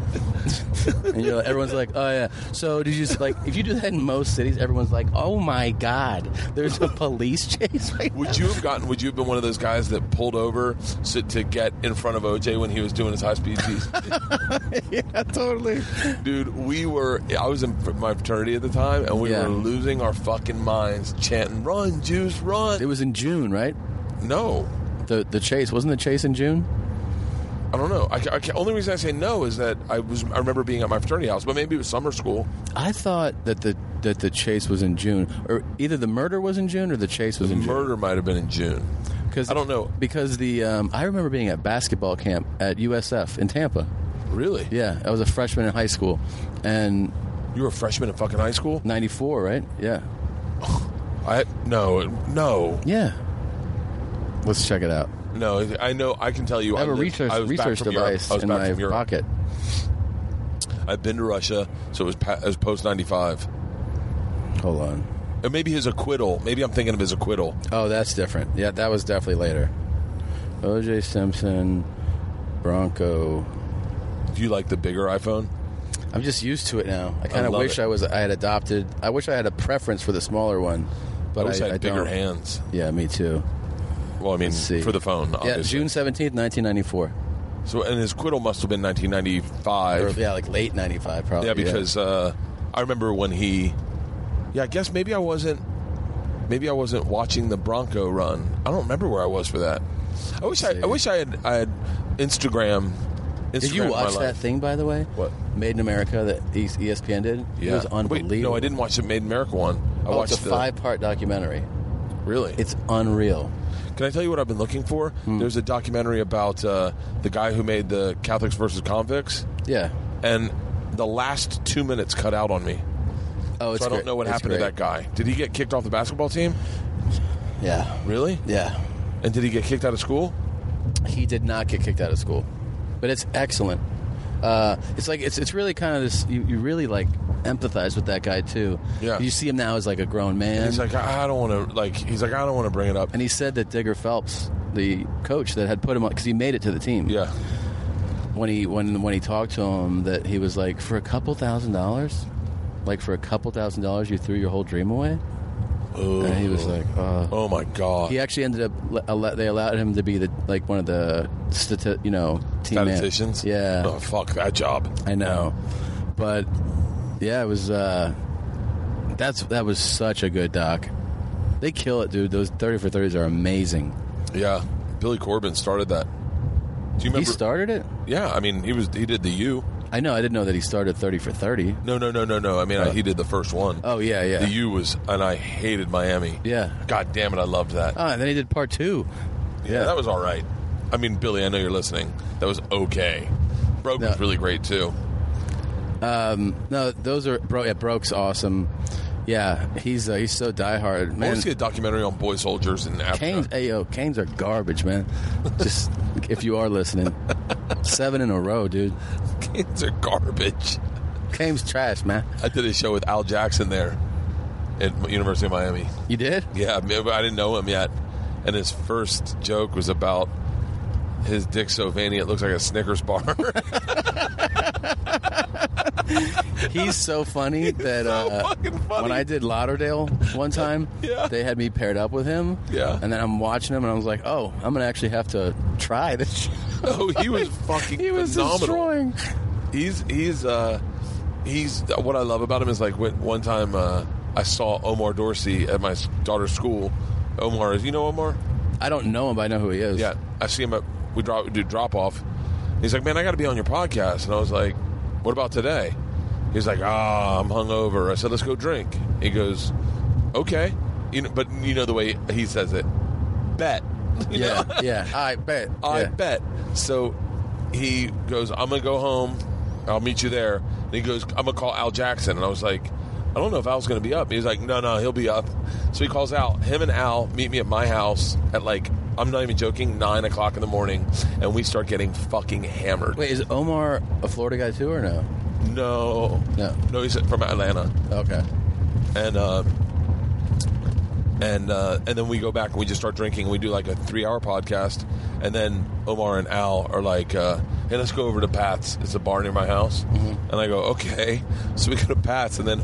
[SPEAKER 3] and you're like, everyone's like, oh yeah. So did you s- like if you do that in most cities, everyone's like, oh my god, there's a police chase. Right now.
[SPEAKER 1] Would you have gotten? Would you have been one of those guys that pulled over so, to get in front of OJ when he was doing his high speed chase?
[SPEAKER 3] yeah, totally.
[SPEAKER 1] Dude, we were. I was in my fraternity at the time, and we
[SPEAKER 3] Yeah.
[SPEAKER 1] were losing our fucking minds, chanting "Run, Juice, run!"
[SPEAKER 3] It was in June, right?
[SPEAKER 1] no,
[SPEAKER 3] The the chase wasn't the chase in June.
[SPEAKER 1] I don't know. I, ca- I, ca- only reason I say no is that I was. I remember being at my fraternity house, but maybe it was summer school.
[SPEAKER 3] I thought that the that the chase was in June, or either the murder was in June or the chase was in June.
[SPEAKER 1] Murder might have been in June.
[SPEAKER 3] Because
[SPEAKER 1] I don't know.
[SPEAKER 3] Because the um, I remember being at basketball camp at USF in Tampa.
[SPEAKER 1] Really?
[SPEAKER 3] Yeah, I was a freshman in high school, and
[SPEAKER 1] You were a freshman in fucking high school?
[SPEAKER 3] '94, right? Yeah,
[SPEAKER 1] I no, no,
[SPEAKER 3] yeah. Let's check it out.
[SPEAKER 1] no. I know. I can tell you.
[SPEAKER 3] I have a
[SPEAKER 1] lived-
[SPEAKER 3] research
[SPEAKER 1] I was back
[SPEAKER 3] research
[SPEAKER 1] from Europe.
[SPEAKER 3] device
[SPEAKER 1] I was
[SPEAKER 3] in
[SPEAKER 1] back
[SPEAKER 3] my
[SPEAKER 1] from Europe.
[SPEAKER 3] pocket.
[SPEAKER 1] I've been to Russia, so it was, pa- it was post ninety five.
[SPEAKER 3] Hold on.
[SPEAKER 1] Or maybe his acquittal. Maybe I'm thinking of his acquittal.
[SPEAKER 3] Oh, that's different. Yeah, that was definitely later. O.J. Simpson, Bronco.
[SPEAKER 1] Do you like the bigger iPhone?
[SPEAKER 3] I'm just used to it now. I kind of
[SPEAKER 1] love
[SPEAKER 3] wish
[SPEAKER 1] it.
[SPEAKER 3] I was. I had adopted. I wish I had a preference for the smaller one. But
[SPEAKER 1] I wish I, had bigger
[SPEAKER 3] don't.
[SPEAKER 1] hands.
[SPEAKER 3] Yeah, me too.
[SPEAKER 1] Well, I mean,
[SPEAKER 3] Let's see.
[SPEAKER 1] for the phone.
[SPEAKER 3] Yeah,
[SPEAKER 1] Obviously.
[SPEAKER 3] June seventeenth, nineteen ninety four.
[SPEAKER 1] So, and his acquittal must have been 1995.
[SPEAKER 3] Yeah, like late ninety five, probably.
[SPEAKER 1] Yeah, because Uh, I remember when he. Yeah, I guess maybe I wasn't. Maybe I wasn't watching the Bronco run. I don't remember where I was for that. I wish I,
[SPEAKER 3] see.
[SPEAKER 1] I wish I had I had Instagram. Instagram
[SPEAKER 3] Did you
[SPEAKER 1] my
[SPEAKER 3] watch
[SPEAKER 1] life.
[SPEAKER 3] that thing, by the way?
[SPEAKER 1] What?
[SPEAKER 3] Made in America that E- ESPN did?
[SPEAKER 1] Yeah.
[SPEAKER 3] It was
[SPEAKER 1] Wait,
[SPEAKER 3] unbelievable.
[SPEAKER 1] no, I didn't watch the Made in America one. I
[SPEAKER 3] oh,
[SPEAKER 1] watched
[SPEAKER 3] it's a
[SPEAKER 1] the
[SPEAKER 3] five part documentary.
[SPEAKER 1] Really?
[SPEAKER 3] It's unreal.
[SPEAKER 1] Can I tell you what I've been looking for?
[SPEAKER 3] Hmm.
[SPEAKER 1] There's a documentary about uh, the guy who made the Catholics versus convicts,
[SPEAKER 3] Yeah.
[SPEAKER 1] and the last two minutes cut out on me.
[SPEAKER 3] Oh, it's
[SPEAKER 1] so I don't
[SPEAKER 3] great.
[SPEAKER 1] know what
[SPEAKER 3] It's
[SPEAKER 1] happened to
[SPEAKER 3] great.
[SPEAKER 1] that guy. Did he get kicked off the basketball team?
[SPEAKER 3] Yeah.
[SPEAKER 1] Really?
[SPEAKER 3] Yeah.
[SPEAKER 1] And did he get kicked out of school?
[SPEAKER 3] He did not get kicked out of school, but it's excellent. Uh, it's like it's it's really kind of this. You, you really like empathize with that guy too.
[SPEAKER 1] Yeah.
[SPEAKER 3] You see him now as like a grown man.
[SPEAKER 1] He's like, I I don't want to. Like, he's like, I don't want to bring it up.
[SPEAKER 3] and he said that Digger Phelps, the coach that had put him on, because he made it to the team.
[SPEAKER 1] Yeah,
[SPEAKER 3] when he when when he talked to him that he was like for a couple thousand dollars like for a couple thousand dollars you threw your whole dream away and he was like uh
[SPEAKER 1] oh my god.
[SPEAKER 3] he actually ended up le- alle- they allowed him to be the like one of the stati- you know team man-
[SPEAKER 1] Statisticians.
[SPEAKER 3] yeah
[SPEAKER 1] Oh fuck that job.
[SPEAKER 3] i know but yeah it was uh that's that was such a good doc they kill it dude those 30 for 30s are amazing
[SPEAKER 1] Yeah, Billy Corbin started that. Do you remember?
[SPEAKER 3] he started it
[SPEAKER 1] yeah, I mean, he was he did the U.
[SPEAKER 3] i know i didn't know that he started 30 for 30
[SPEAKER 1] No, no, no, no, no. I mean,
[SPEAKER 3] Uh,
[SPEAKER 1] I, he did the first one.
[SPEAKER 3] oh yeah yeah
[SPEAKER 1] The U was, and I hated Miami.
[SPEAKER 3] yeah
[SPEAKER 1] God damn it, I loved that.
[SPEAKER 3] Oh, and then he did part two.
[SPEAKER 1] yeah, that was all right. I mean, Billy, I know you're listening. That was okay. Broke
[SPEAKER 3] No.
[SPEAKER 1] was really great too.
[SPEAKER 3] Um, No, those are bro. Yeah, Broke's awesome. Yeah, he's uh, he's so diehard,
[SPEAKER 1] I want
[SPEAKER 3] man.
[SPEAKER 1] to see a documentary on boy soldiers in Africa.
[SPEAKER 3] Canes, ayo, Canes are garbage, man. Just if you are listening, seven in a row, dude.
[SPEAKER 1] Canes are garbage.
[SPEAKER 3] Canes trash, man.
[SPEAKER 1] I did a show with Al Jackson there at University of Miami.
[SPEAKER 3] You did?
[SPEAKER 1] Yeah, I mean, I didn't know him yet, and his first joke was about his dick so veiny it looks like a Snickers bar.
[SPEAKER 3] He's so funny that uh,
[SPEAKER 1] fucking funny.
[SPEAKER 3] when I did Lauderdale one time,
[SPEAKER 1] Yeah.
[SPEAKER 3] they had me paired up with him.
[SPEAKER 1] Yeah.
[SPEAKER 3] and then I'm watching him, and I was like, oh, I'm gonna actually have to try this.
[SPEAKER 1] oh, he was fucking
[SPEAKER 3] he was
[SPEAKER 1] phenomenal.
[SPEAKER 3] destroying.
[SPEAKER 1] he's he's uh he's what I love about him is like when, one time uh, I saw Omar Dorsey at my s- daughter's school. Omar is you know Omar?
[SPEAKER 3] I don't know him, but I know who he is.
[SPEAKER 1] Yeah, I see him at we drop we do drop off. He's like, man, I got to be on your podcast, and I was like, what about today? He's like, ah, I'm hungover. I said, let's go drink. He goes, okay, you know, but you know the way he says it, bet. You
[SPEAKER 3] yeah,
[SPEAKER 1] know?
[SPEAKER 3] yeah. I bet.
[SPEAKER 1] I
[SPEAKER 3] yeah.
[SPEAKER 1] bet. So he goes, I'm going to go home. I'll meet you there. And he goes, I'm going to call Al Jackson. And I was like, I don't know if Al's going to be up. He's like, no, no, he'll be up. So he calls Al. Him and Al meet me at my house at like, I'm not even joking, 9 o'clock in the morning. And we start getting fucking hammered.
[SPEAKER 3] Wait, is Omar a Florida guy too, or no?
[SPEAKER 1] No.
[SPEAKER 3] No.
[SPEAKER 1] No, he's from Atlanta.
[SPEAKER 3] Okay.
[SPEAKER 1] and uh, and uh, and then we go back and we just start drinking. and We do like a three hour podcast, and then Omar and Al are like, uh, "Hey, let's go over to Pat's. It's a bar near my house." And I go, "Okay." So we go to Pat's, and then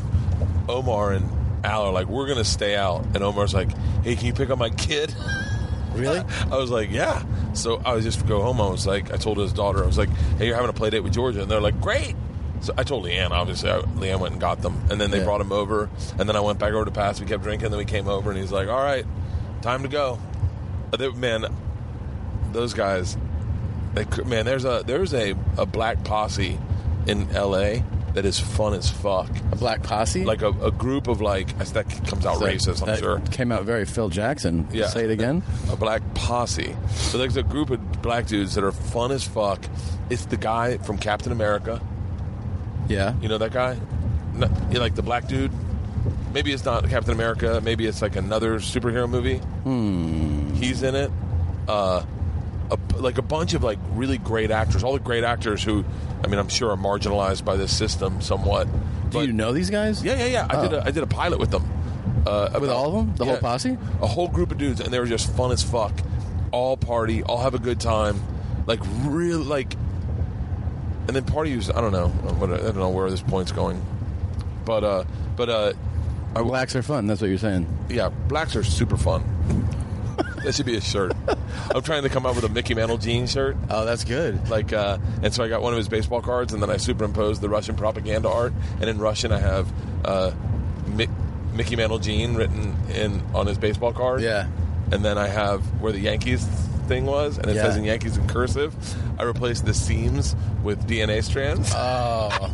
[SPEAKER 1] Omar and Al are like, "We're gonna stay out," and Omar's like, "Hey, can you pick up my kid?"
[SPEAKER 3] Really?
[SPEAKER 1] I was like, yeah. So I was just go home. I was like, I told his daughter, I was like, hey, you're having a play date with Georgia, and they're like, great. So I told Leanne, obviously. I, Leanne went and got them, and then they
[SPEAKER 3] Yeah.
[SPEAKER 1] brought him over, and then I went back over to pass. We kept drinking, then we came over, and he's like, all right, time to go. Uh, they- man, those guys, they cou- man, there's a there's a, a black posse in L.A. that is fun as fuck.
[SPEAKER 3] A black posse?
[SPEAKER 1] Like a, a group of like I- that comes out
[SPEAKER 3] So
[SPEAKER 1] racist, I'm
[SPEAKER 3] that
[SPEAKER 1] sure.
[SPEAKER 3] Came out very Phil Jackson.
[SPEAKER 1] Yeah.
[SPEAKER 3] Say it again.
[SPEAKER 1] a black posse. So there's a group of black dudes that are fun as fuck. It's the guy from Captain America.
[SPEAKER 3] Yeah.
[SPEAKER 1] You know that guy? No, you like the black dude? Maybe it's not Captain America. Maybe it's like another superhero movie. Hmm. He's in it. Uh, a, like a bunch of like really great actors. All the great actors who, I mean, I'm sure are marginalized by this system somewhat.
[SPEAKER 3] Do you know these guys?
[SPEAKER 1] Yeah, yeah, yeah. I did a, I did a pilot with them. Uh,
[SPEAKER 3] With all of them? The whole posse?
[SPEAKER 1] A whole group of dudes, and they were just fun as fuck. All party, all have a good time. Like real, like. And then party was I don't know what I don't know where this point's going, but uh, but uh, I,
[SPEAKER 3] Blacks are fun. That's what you're saying.
[SPEAKER 1] yeah, blacks are super fun. that should be a shirt. I'm trying to come up with a Mickey Mantle jean shirt.
[SPEAKER 3] Oh, that's good.
[SPEAKER 1] Like, uh, and so I got one of his baseball cards, and then I superimposed the Russian propaganda art. And in Russian, I have uh, Mi- Mickey Mantle Gene written in on his baseball card.
[SPEAKER 3] Yeah.
[SPEAKER 1] And then I have where the Yankees thing was, and it
[SPEAKER 3] Yeah.
[SPEAKER 1] says in Yankees in cursive. I replaced the seams with DNA strands.
[SPEAKER 3] Oh.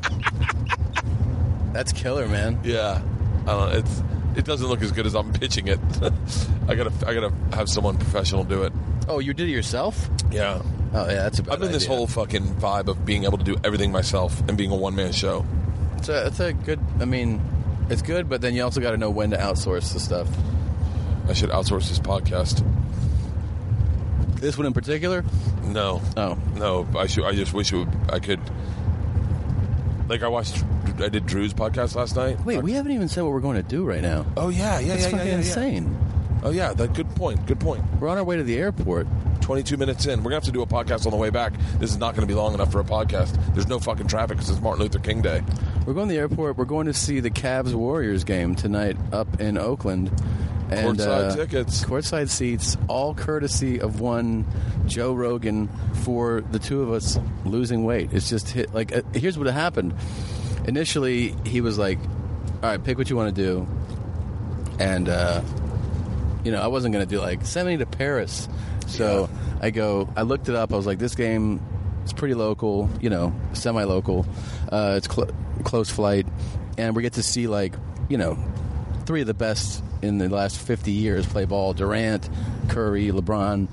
[SPEAKER 3] that's killer, man.
[SPEAKER 1] yeah, I don't. Know, it's it doesn't look as good as I'm pitching it. I gotta I gotta have someone professional do it.
[SPEAKER 3] Oh, you did it yourself?
[SPEAKER 1] Yeah.
[SPEAKER 3] Oh, yeah, that's a bad
[SPEAKER 1] I'm in this
[SPEAKER 3] idea.
[SPEAKER 1] whole fucking vibe of being able to do everything myself and being a one man show.
[SPEAKER 3] It's a, it's a good, I mean, it's good, but then you also got to know when to outsource the stuff.
[SPEAKER 1] I should outsource this podcast.
[SPEAKER 3] This one in particular?
[SPEAKER 1] No,
[SPEAKER 3] Oh.
[SPEAKER 1] no. I should. I just wish it would, I could. Like I watched. I did Drew's podcast last night.
[SPEAKER 3] Wait, we haven't even said what we're going to do right now.
[SPEAKER 1] Oh yeah, yeah,
[SPEAKER 3] That's
[SPEAKER 1] yeah, yeah,
[SPEAKER 3] fucking
[SPEAKER 1] yeah, yeah.
[SPEAKER 3] insane.
[SPEAKER 1] Oh yeah, that good point. Good point.
[SPEAKER 3] We're on our way to the airport.
[SPEAKER 1] Twenty-two minutes in, we're gonna have to do a podcast on the way back. This is not gonna be long enough for a podcast. There's no fucking traffic because it's Martin Luther King Day.
[SPEAKER 3] We're going to the airport. We're going to see the Cavs Warriors game tonight up in Oakland. And, uh,
[SPEAKER 1] Courtside tickets.
[SPEAKER 3] Courtside seats, all courtesy of one Joe Rogan for the two of us losing weight. It's just hit. Like, uh, here's what happened. Initially, he was like, all right, pick what you want to do. And, uh, you know, I wasn't going to do like, send me to Paris. So I go, I looked it up. I was like, this game is pretty local, you know, semi local. Uh, it's cl- close flight. And we get to see like, you know, three of the best in the last 50 years play ball Durant, Curry, LeBron.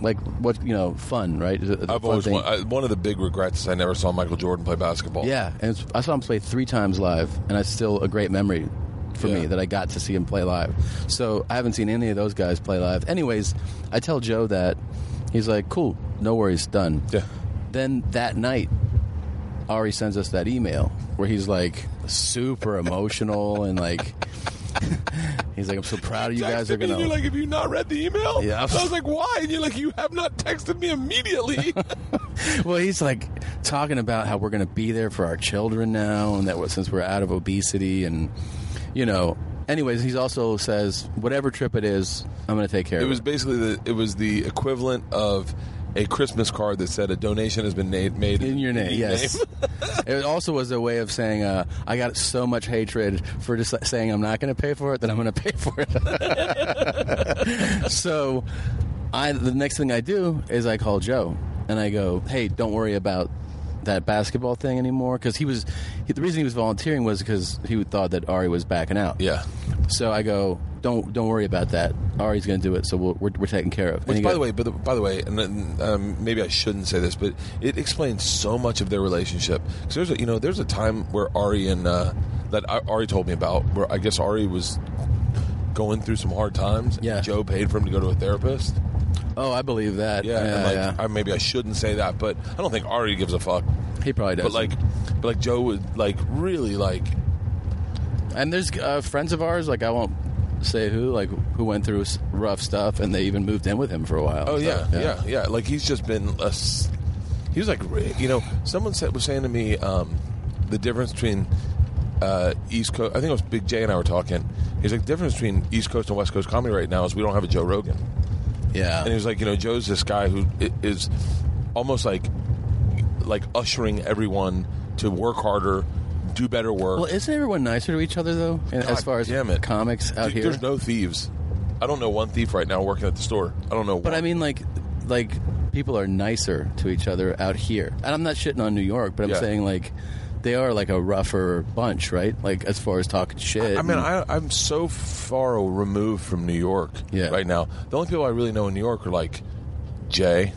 [SPEAKER 3] Like, what, you know, fun, right? It's a- it's a
[SPEAKER 1] I've
[SPEAKER 3] fun
[SPEAKER 1] always
[SPEAKER 3] thing.
[SPEAKER 1] one, I, one of the big regrets is I never saw Michael Jordan play basketball.
[SPEAKER 3] Yeah, and it's, I saw him play three times live, and it's still a great memory for me
[SPEAKER 1] Yeah.
[SPEAKER 3] that I got to see him play live. So I haven't seen any of those guys play live. Anyways, I tell Joe that he's like, "Cool, no worries, done."
[SPEAKER 1] Yeah.
[SPEAKER 3] Then that night, Ari sends us that email where he's like super emotional and like. He's like, I'm so proud of you guys. Are
[SPEAKER 1] Texted me,
[SPEAKER 3] gonna
[SPEAKER 1] You're like, have you not read the email?
[SPEAKER 3] Yeah.
[SPEAKER 1] I was like, why? And you're like, you have not texted me immediately.
[SPEAKER 3] Well, he's like talking about how we're going to be there for our children now, and that we're- since we're out of obesity, and you know. Anyways, he's also says whatever trip it is, I'm going to take care
[SPEAKER 1] It
[SPEAKER 3] of
[SPEAKER 1] was
[SPEAKER 3] it.
[SPEAKER 1] basically the it was the equivalent of a Christmas card that said a donation has been made, made
[SPEAKER 3] In your name,
[SPEAKER 1] your
[SPEAKER 3] yes.
[SPEAKER 1] name.
[SPEAKER 3] it also was a way of saying uh, I got so much hatred for just like, saying I'm not going to pay for it that I'm going to pay for it. so, I the next thing I do is I call Joe and I go, "Hey, don't worry about that basketball thing anymore." Because he was he, the reason he was volunteering was because he thought that Ari was backing out.
[SPEAKER 1] yeah.
[SPEAKER 3] So I go, "Don't don't worry about that. Ari's going to do it. So we'll, we're we're taken care of." And
[SPEAKER 1] Which,
[SPEAKER 3] he
[SPEAKER 1] by
[SPEAKER 3] go-
[SPEAKER 1] the way, by the, by the way, and then, um, maybe I shouldn't say this, but it explains so much of their relationship. Because there's a you know there's a time where Ari and uh, that I, Ari told me about where I guess Ari was going through some hard times. and
[SPEAKER 3] Yeah.
[SPEAKER 1] Joe paid for him to go to a therapist.
[SPEAKER 3] oh, I believe that.
[SPEAKER 1] Yeah, and
[SPEAKER 3] yeah,
[SPEAKER 1] like
[SPEAKER 3] yeah.
[SPEAKER 1] I, maybe I shouldn't say that, but I don't think Ari gives a fuck.
[SPEAKER 3] he probably does.
[SPEAKER 1] But like, but like Joe would like really like
[SPEAKER 3] And there's uh, friends of ours, like I won't say who like who went through s- rough stuff, and they even moved in with him for a while.
[SPEAKER 1] Oh
[SPEAKER 3] So,
[SPEAKER 1] yeah, yeah, yeah, Like he's just been a s He was like, re- you know, someone said was saying to me um, the difference between uh, East Coast. I think it was Big J and I were talking. He's like, the difference between East Coast and West Coast comedy right now is we don't have a Joe Rogan.
[SPEAKER 3] yeah.
[SPEAKER 1] And he was like, you know, Joe's this guy who i- is almost like like ushering everyone to work harder, do better work.
[SPEAKER 3] well, isn't everyone nicer to each other though? And as
[SPEAKER 1] God
[SPEAKER 3] far as
[SPEAKER 1] damn it.
[SPEAKER 3] comics out
[SPEAKER 1] Dude,
[SPEAKER 3] here,
[SPEAKER 1] There's no thieves. I don't know one thief right now working at the store. I don't know.
[SPEAKER 3] But
[SPEAKER 1] one.
[SPEAKER 3] I mean, like, like people are nicer to each other out here, and I'm not shitting on New York, but I'm
[SPEAKER 1] Yeah.
[SPEAKER 3] saying like they are like a rougher bunch, right? Like as far as talking shit.
[SPEAKER 1] I mean,
[SPEAKER 3] and-
[SPEAKER 1] I, I'm so far removed from New York
[SPEAKER 3] Yeah.
[SPEAKER 1] right now. The only people I really know in New York are like Jay,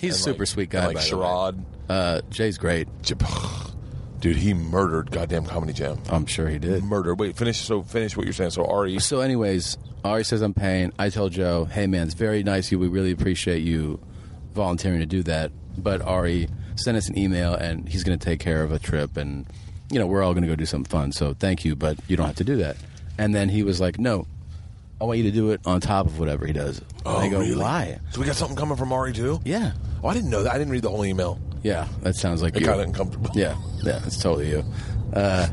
[SPEAKER 3] he's a
[SPEAKER 1] and,
[SPEAKER 3] super
[SPEAKER 1] like-
[SPEAKER 3] sweet guy.
[SPEAKER 1] and, like
[SPEAKER 3] by the way.
[SPEAKER 1] Sherrod.
[SPEAKER 3] Uh, Jay's great.
[SPEAKER 1] J- Dude, he murdered goddamn Comedy Jam.
[SPEAKER 3] I'm sure he did.
[SPEAKER 1] Murdered. Wait, finish. So finish what you're saying. So E Ari,
[SPEAKER 3] So, anyways, Ari says I'm paying. I tell Joe, hey man, it's very nice of you. We really appreciate you volunteering to do that. But Ari sent us an email, and he's going to take care of a trip, and you know we're all going to go do something fun. So thank you, but you don't have to do that. And then he was like, no, I want you to do it on top of whatever he does. and I go,
[SPEAKER 1] Oh, really?
[SPEAKER 3] why?
[SPEAKER 1] So we got something coming from Ari too.
[SPEAKER 3] Yeah,
[SPEAKER 1] Oh, I didn't know that. I didn't read the whole email.
[SPEAKER 3] yeah. That sounds like
[SPEAKER 1] It
[SPEAKER 3] you.
[SPEAKER 1] got uncomfortable.
[SPEAKER 3] Yeah, yeah, it's totally you. Uh,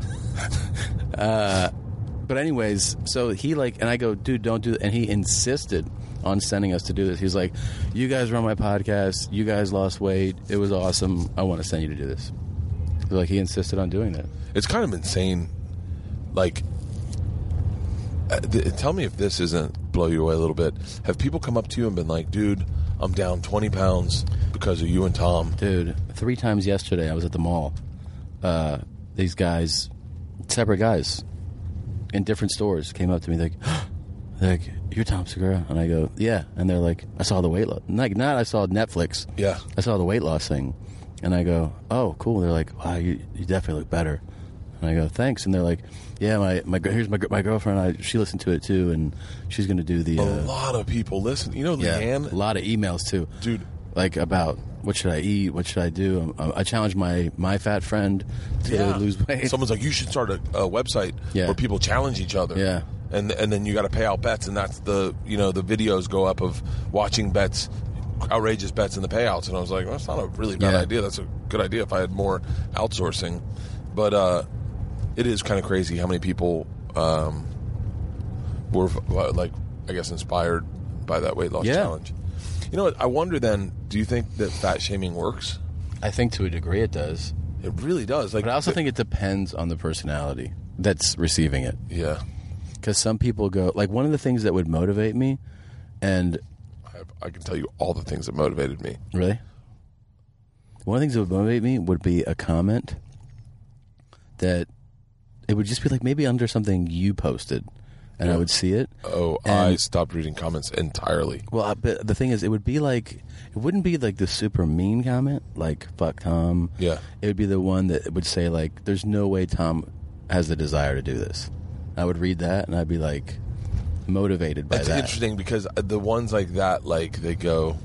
[SPEAKER 3] uh, but anyways, so he like, and I go, dude, don't do that. And he insisted on sending us to do this. He's like, you guys run my podcast. You guys lost weight. It was awesome. I want to send you to do this. Like he insisted on doing that.
[SPEAKER 1] It's kind of insane. Like, uh, th- tell me if this isn't blow you away a little bit. Have people come up to you and been like, "Dude, I'm down 20 pounds because of you and Tom"?
[SPEAKER 3] Dude, three times yesterday, I was at the mall. Uh, these guys, separate guys, in different stores, came up to me like, they're like you're Tom Segura, and I go, yeah, and they're like, I saw the weight loss, like not I saw Netflix,
[SPEAKER 1] Yeah.
[SPEAKER 3] I saw the weight loss thing, and I go, oh, cool. They're like, wow, you, you definitely look better, and I go, thanks, and they're like, yeah, my my gir- here's my gir- my girlfriend, I, she listened to it too, and she's gonna do the
[SPEAKER 1] A
[SPEAKER 3] uh,
[SPEAKER 1] lot of people listen. You know,
[SPEAKER 3] yeah,
[SPEAKER 1] Leanne,
[SPEAKER 3] a lot of emails too,
[SPEAKER 1] dude.
[SPEAKER 3] like about what should I eat, what should I do. Um, I challenge my my fat friend to
[SPEAKER 1] Yeah.
[SPEAKER 3] lose weight.
[SPEAKER 1] Someone's like, "You should start a, a website
[SPEAKER 3] Yeah.
[SPEAKER 1] where people challenge each other."
[SPEAKER 3] Yeah.
[SPEAKER 1] and and then you got to pay out bets, and that's the you know the videos go up of watching bets, outrageous bets, and the payouts. And I was like, well, "That's not a really bad
[SPEAKER 3] Yeah.
[SPEAKER 1] idea. That's a good idea if I had more outsourcing." But uh, it is kind of crazy how many people um, were uh, like, I guess, inspired by that weight loss
[SPEAKER 3] Yeah.
[SPEAKER 1] challenge. You know, what? I wonder then, do you think that fat shaming works?
[SPEAKER 3] I think to a degree it does,
[SPEAKER 1] It really does. Like,
[SPEAKER 3] but I also think it depends on the personality that's receiving it.
[SPEAKER 1] yeah.
[SPEAKER 3] Because some people go like one of the things that would motivate me, and
[SPEAKER 1] I've, I can tell you all the things that motivated me.
[SPEAKER 3] Really? One of the things that would motivate me would be a comment that it would just be like maybe under something you posted, and I would see it.
[SPEAKER 1] Oh, I
[SPEAKER 3] And-
[SPEAKER 1] stopped reading comments entirely.
[SPEAKER 3] Well, I- but the thing is, it would be like it wouldn't be like the super mean comment, like "fuck Tom."
[SPEAKER 1] Yeah.
[SPEAKER 3] it would be the one that would say like, "There's no way Tom has the desire to do this." I would read that, and I'd be like motivated by
[SPEAKER 1] It's
[SPEAKER 3] that.
[SPEAKER 1] interesting because uh, the ones like that, like they go,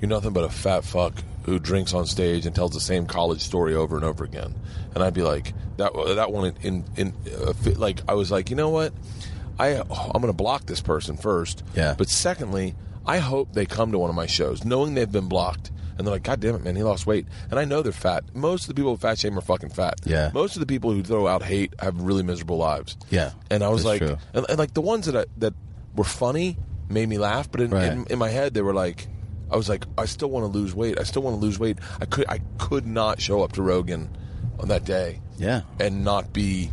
[SPEAKER 1] "You're nothing but a fat fuck who drinks on stage and tells the same college story over and over again." And I'd be like, "That uh, that one in in, uh, fi- like I was like, you know what? I I'm gonna block this person first.
[SPEAKER 3] Yeah.
[SPEAKER 1] But secondly, I hope they come to one of my shows knowing they've been blocked." And they're like, God damn it, man, he lost weight. And I know they're fat. Most of the people with fat shame are fucking fat.
[SPEAKER 3] Yeah.
[SPEAKER 1] Most of the people who throw out hate have really miserable lives.
[SPEAKER 3] Yeah,
[SPEAKER 1] And I was
[SPEAKER 3] that's
[SPEAKER 1] like,
[SPEAKER 3] true.
[SPEAKER 1] and, and, like the ones that I, that were funny made me laugh, but in,
[SPEAKER 3] Right.
[SPEAKER 1] in, in my head they were like, I was like, I still want to lose weight. I still want to lose weight. I could I could not show up to Rogan on that day
[SPEAKER 3] Yeah,
[SPEAKER 1] and not be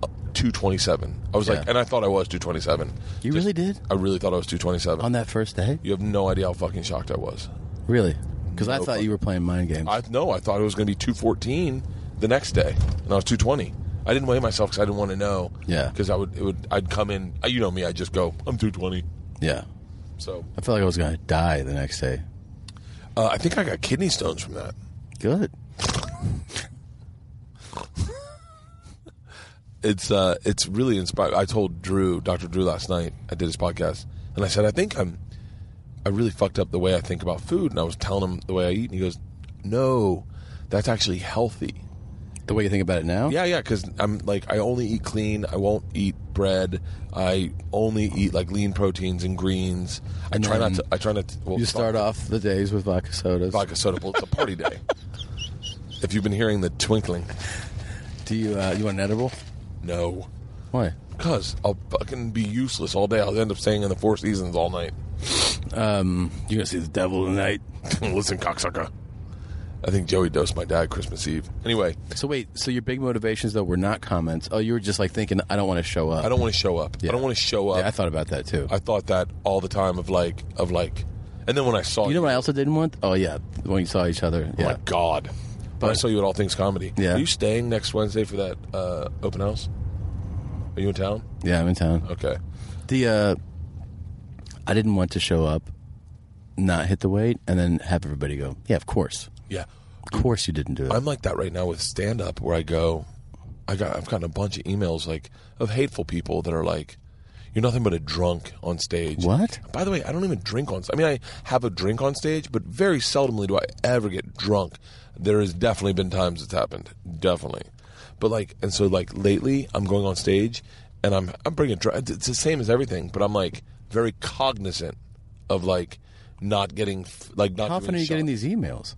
[SPEAKER 1] uh, 227. I was like,
[SPEAKER 3] Yeah.
[SPEAKER 1] and I thought I was 227.
[SPEAKER 3] you really did
[SPEAKER 1] I really thought I was 227.
[SPEAKER 3] on that first day.
[SPEAKER 1] you have no idea how fucking shocked I was.
[SPEAKER 3] Really? Because I
[SPEAKER 1] No
[SPEAKER 3] thought
[SPEAKER 1] fucking-
[SPEAKER 3] you were playing mind games.
[SPEAKER 1] I no, I thought it was going to be 214 the next day, and I was 220. I didn't weigh myself because I didn't want to know.
[SPEAKER 3] Yeah.
[SPEAKER 1] because I would it would I'd come in. You know me, I just go I'm 220.
[SPEAKER 3] yeah.
[SPEAKER 1] So
[SPEAKER 3] I felt like I was going to die the next day.
[SPEAKER 1] uh, I think I got kidney stones from that.
[SPEAKER 3] Good.
[SPEAKER 1] It's uh, it's really inspired. I told Drew, Dr. Drew, last night. I did his podcast, and I said I think I'm. I really fucked up the way I think about food, and I was telling him the way I eat, and he goes, "No, that's actually healthy."
[SPEAKER 3] The way you think about it now?
[SPEAKER 1] Yeah, yeah, because I'm like I only eat clean. I won't eat bread. I only eat like lean proteins and greens. I
[SPEAKER 3] And
[SPEAKER 1] try
[SPEAKER 3] then
[SPEAKER 1] not to. I try not. To, well,
[SPEAKER 3] You start off the days with vodka sodas.
[SPEAKER 1] vodka soda. Bowl. It's a party day. if you've been hearing the twinkling,
[SPEAKER 3] Do you uh, you want an edible?
[SPEAKER 1] no,
[SPEAKER 3] Why?
[SPEAKER 1] because I'll fucking be useless all day. I'll end up staying in the Four Seasons all night.
[SPEAKER 3] Um, you're gonna see the devil tonight.
[SPEAKER 1] Listen, cocksucker. I think Joey dosed my dad Christmas Eve. Anyway,
[SPEAKER 3] So wait, so your big motivations though were not comments. Oh, you were just like thinking, I don't want to show up.
[SPEAKER 1] I don't want to show up.
[SPEAKER 3] Yeah.
[SPEAKER 1] I don't want to show up.
[SPEAKER 3] Yeah, I thought about that too.
[SPEAKER 1] I thought that all the time of like of like, and then when I saw
[SPEAKER 3] you know what I also didn't want? Oh yeah, when you saw each other.
[SPEAKER 1] Oh
[SPEAKER 3] Yeah.
[SPEAKER 1] my god! But I saw you at All Things Comedy.
[SPEAKER 3] Yeah.
[SPEAKER 1] Are you staying next Wednesday for that uh, open house? Are you in town?
[SPEAKER 3] Yeah, I'm in town.
[SPEAKER 1] Okay.
[SPEAKER 3] The uh, I didn't want to show up, not hit the weight, and then have everybody go, yeah, of course,
[SPEAKER 1] Yeah.
[SPEAKER 3] of course you didn't do it.
[SPEAKER 1] I'm like that right now with stand up where I go I got I've gotten a bunch of emails like of hateful people that are like you're nothing but a drunk on stage.
[SPEAKER 3] What?
[SPEAKER 1] By the way, I don't even drink on. I mean, I have a drink on stage, but very seldomly do I ever get drunk. There has definitely been times it's happened, definitely. But like, and so like lately, I'm going on stage, and I'm I'm bringing. dr- It's the same as everything, but I'm like very cognizant of like not getting f- like not.
[SPEAKER 3] How often
[SPEAKER 1] doing
[SPEAKER 3] are you
[SPEAKER 1] shots.
[SPEAKER 3] getting these emails?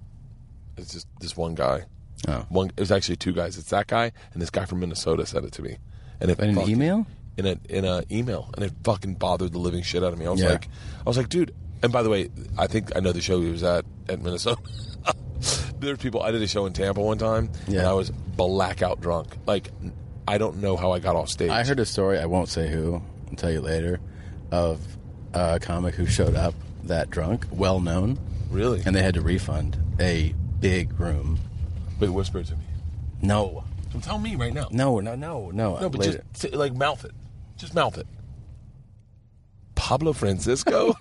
[SPEAKER 1] It's just this one guy.
[SPEAKER 3] Oh.
[SPEAKER 1] One. It was actually two guys. It's that guy and this guy from Minnesota said it to me. And it
[SPEAKER 3] In an
[SPEAKER 1] fucking-
[SPEAKER 3] email?
[SPEAKER 1] In a in a email, and it fucking bothered the living shit out of me. I was
[SPEAKER 3] Yeah.
[SPEAKER 1] like, I was like, dude. And by the way, I think I know the show he was at at Minnesota. There's people. I did a show in Tampa one time, and
[SPEAKER 3] Yeah.
[SPEAKER 1] I was blackout drunk. Like, I don't know how I got off stage.
[SPEAKER 3] I heard a story. I won't say who. I'll tell you later. Of a comic who showed up that drunk, well known,
[SPEAKER 1] really.
[SPEAKER 3] and they had to refund a big room.
[SPEAKER 1] Wait, whisper it to me.
[SPEAKER 3] No,
[SPEAKER 1] So tell me right now.
[SPEAKER 3] no, no, no, no.
[SPEAKER 1] No, but
[SPEAKER 3] later.
[SPEAKER 1] just say- like mouth it. Just mouth it. Pablo Francisco.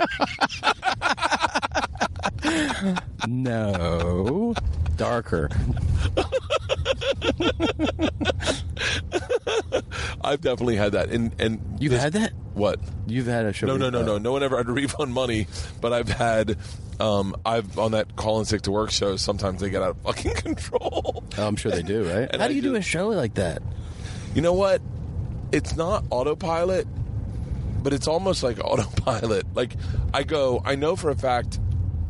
[SPEAKER 3] no, darker.
[SPEAKER 1] I've definitely had that. And and
[SPEAKER 3] You've
[SPEAKER 1] this-
[SPEAKER 3] had that?
[SPEAKER 1] What?
[SPEAKER 3] You've had a show.
[SPEAKER 1] No, no, no,
[SPEAKER 3] refund.
[SPEAKER 1] no. No one ever had to refund money, but I've had. Um, I've on that call and sick to work show. Sometimes they get out of fucking control.
[SPEAKER 3] Oh, I'm sure they do, right?
[SPEAKER 1] And
[SPEAKER 3] How
[SPEAKER 1] I
[SPEAKER 3] do you do a
[SPEAKER 1] just-
[SPEAKER 3] show like that?
[SPEAKER 1] You know what? It's not autopilot, but it's almost like autopilot. Like I go, I know for a fact.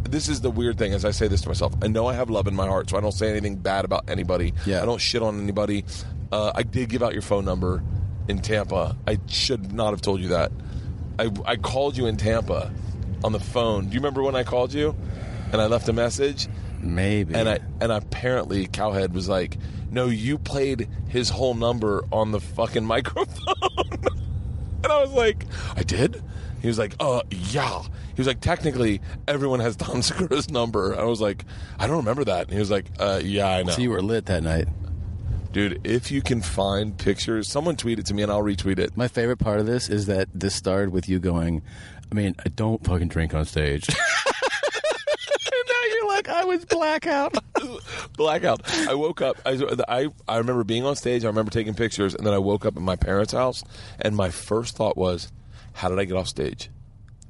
[SPEAKER 1] This is the weird thing as I say this to myself. I know I have love in my heart, so I don't say anything bad about anybody.
[SPEAKER 3] Yeah.
[SPEAKER 1] I don't shit on anybody. Uh, I did give out your phone number in Tampa. I should not have told you that. I, I called you in Tampa on the phone. Do you remember when I called you? And I left a message
[SPEAKER 3] Maybe.
[SPEAKER 1] and I and apparently Cowhead was like, "No, you played his whole number on the fucking microphone." and I was like, "I did." He was like, "Uh, yeah." He was like, "Technically, everyone has Don Segura's number." I was like, "I don't remember that." And he was like, "Uh, yeah, I know."
[SPEAKER 3] so you were lit that night.
[SPEAKER 1] Dude, if you can find pictures, someone tweet it to me and I'll retweet it.
[SPEAKER 3] My favorite part of this is that this started with you going, I mean, I don't fucking drink on stage. and now you're like, I was blackout.
[SPEAKER 1] blackout. I woke up. I, I I remember being on stage. I remember taking pictures, and then I woke up at my parents' house, and my first thought was, "How did I get off stage?"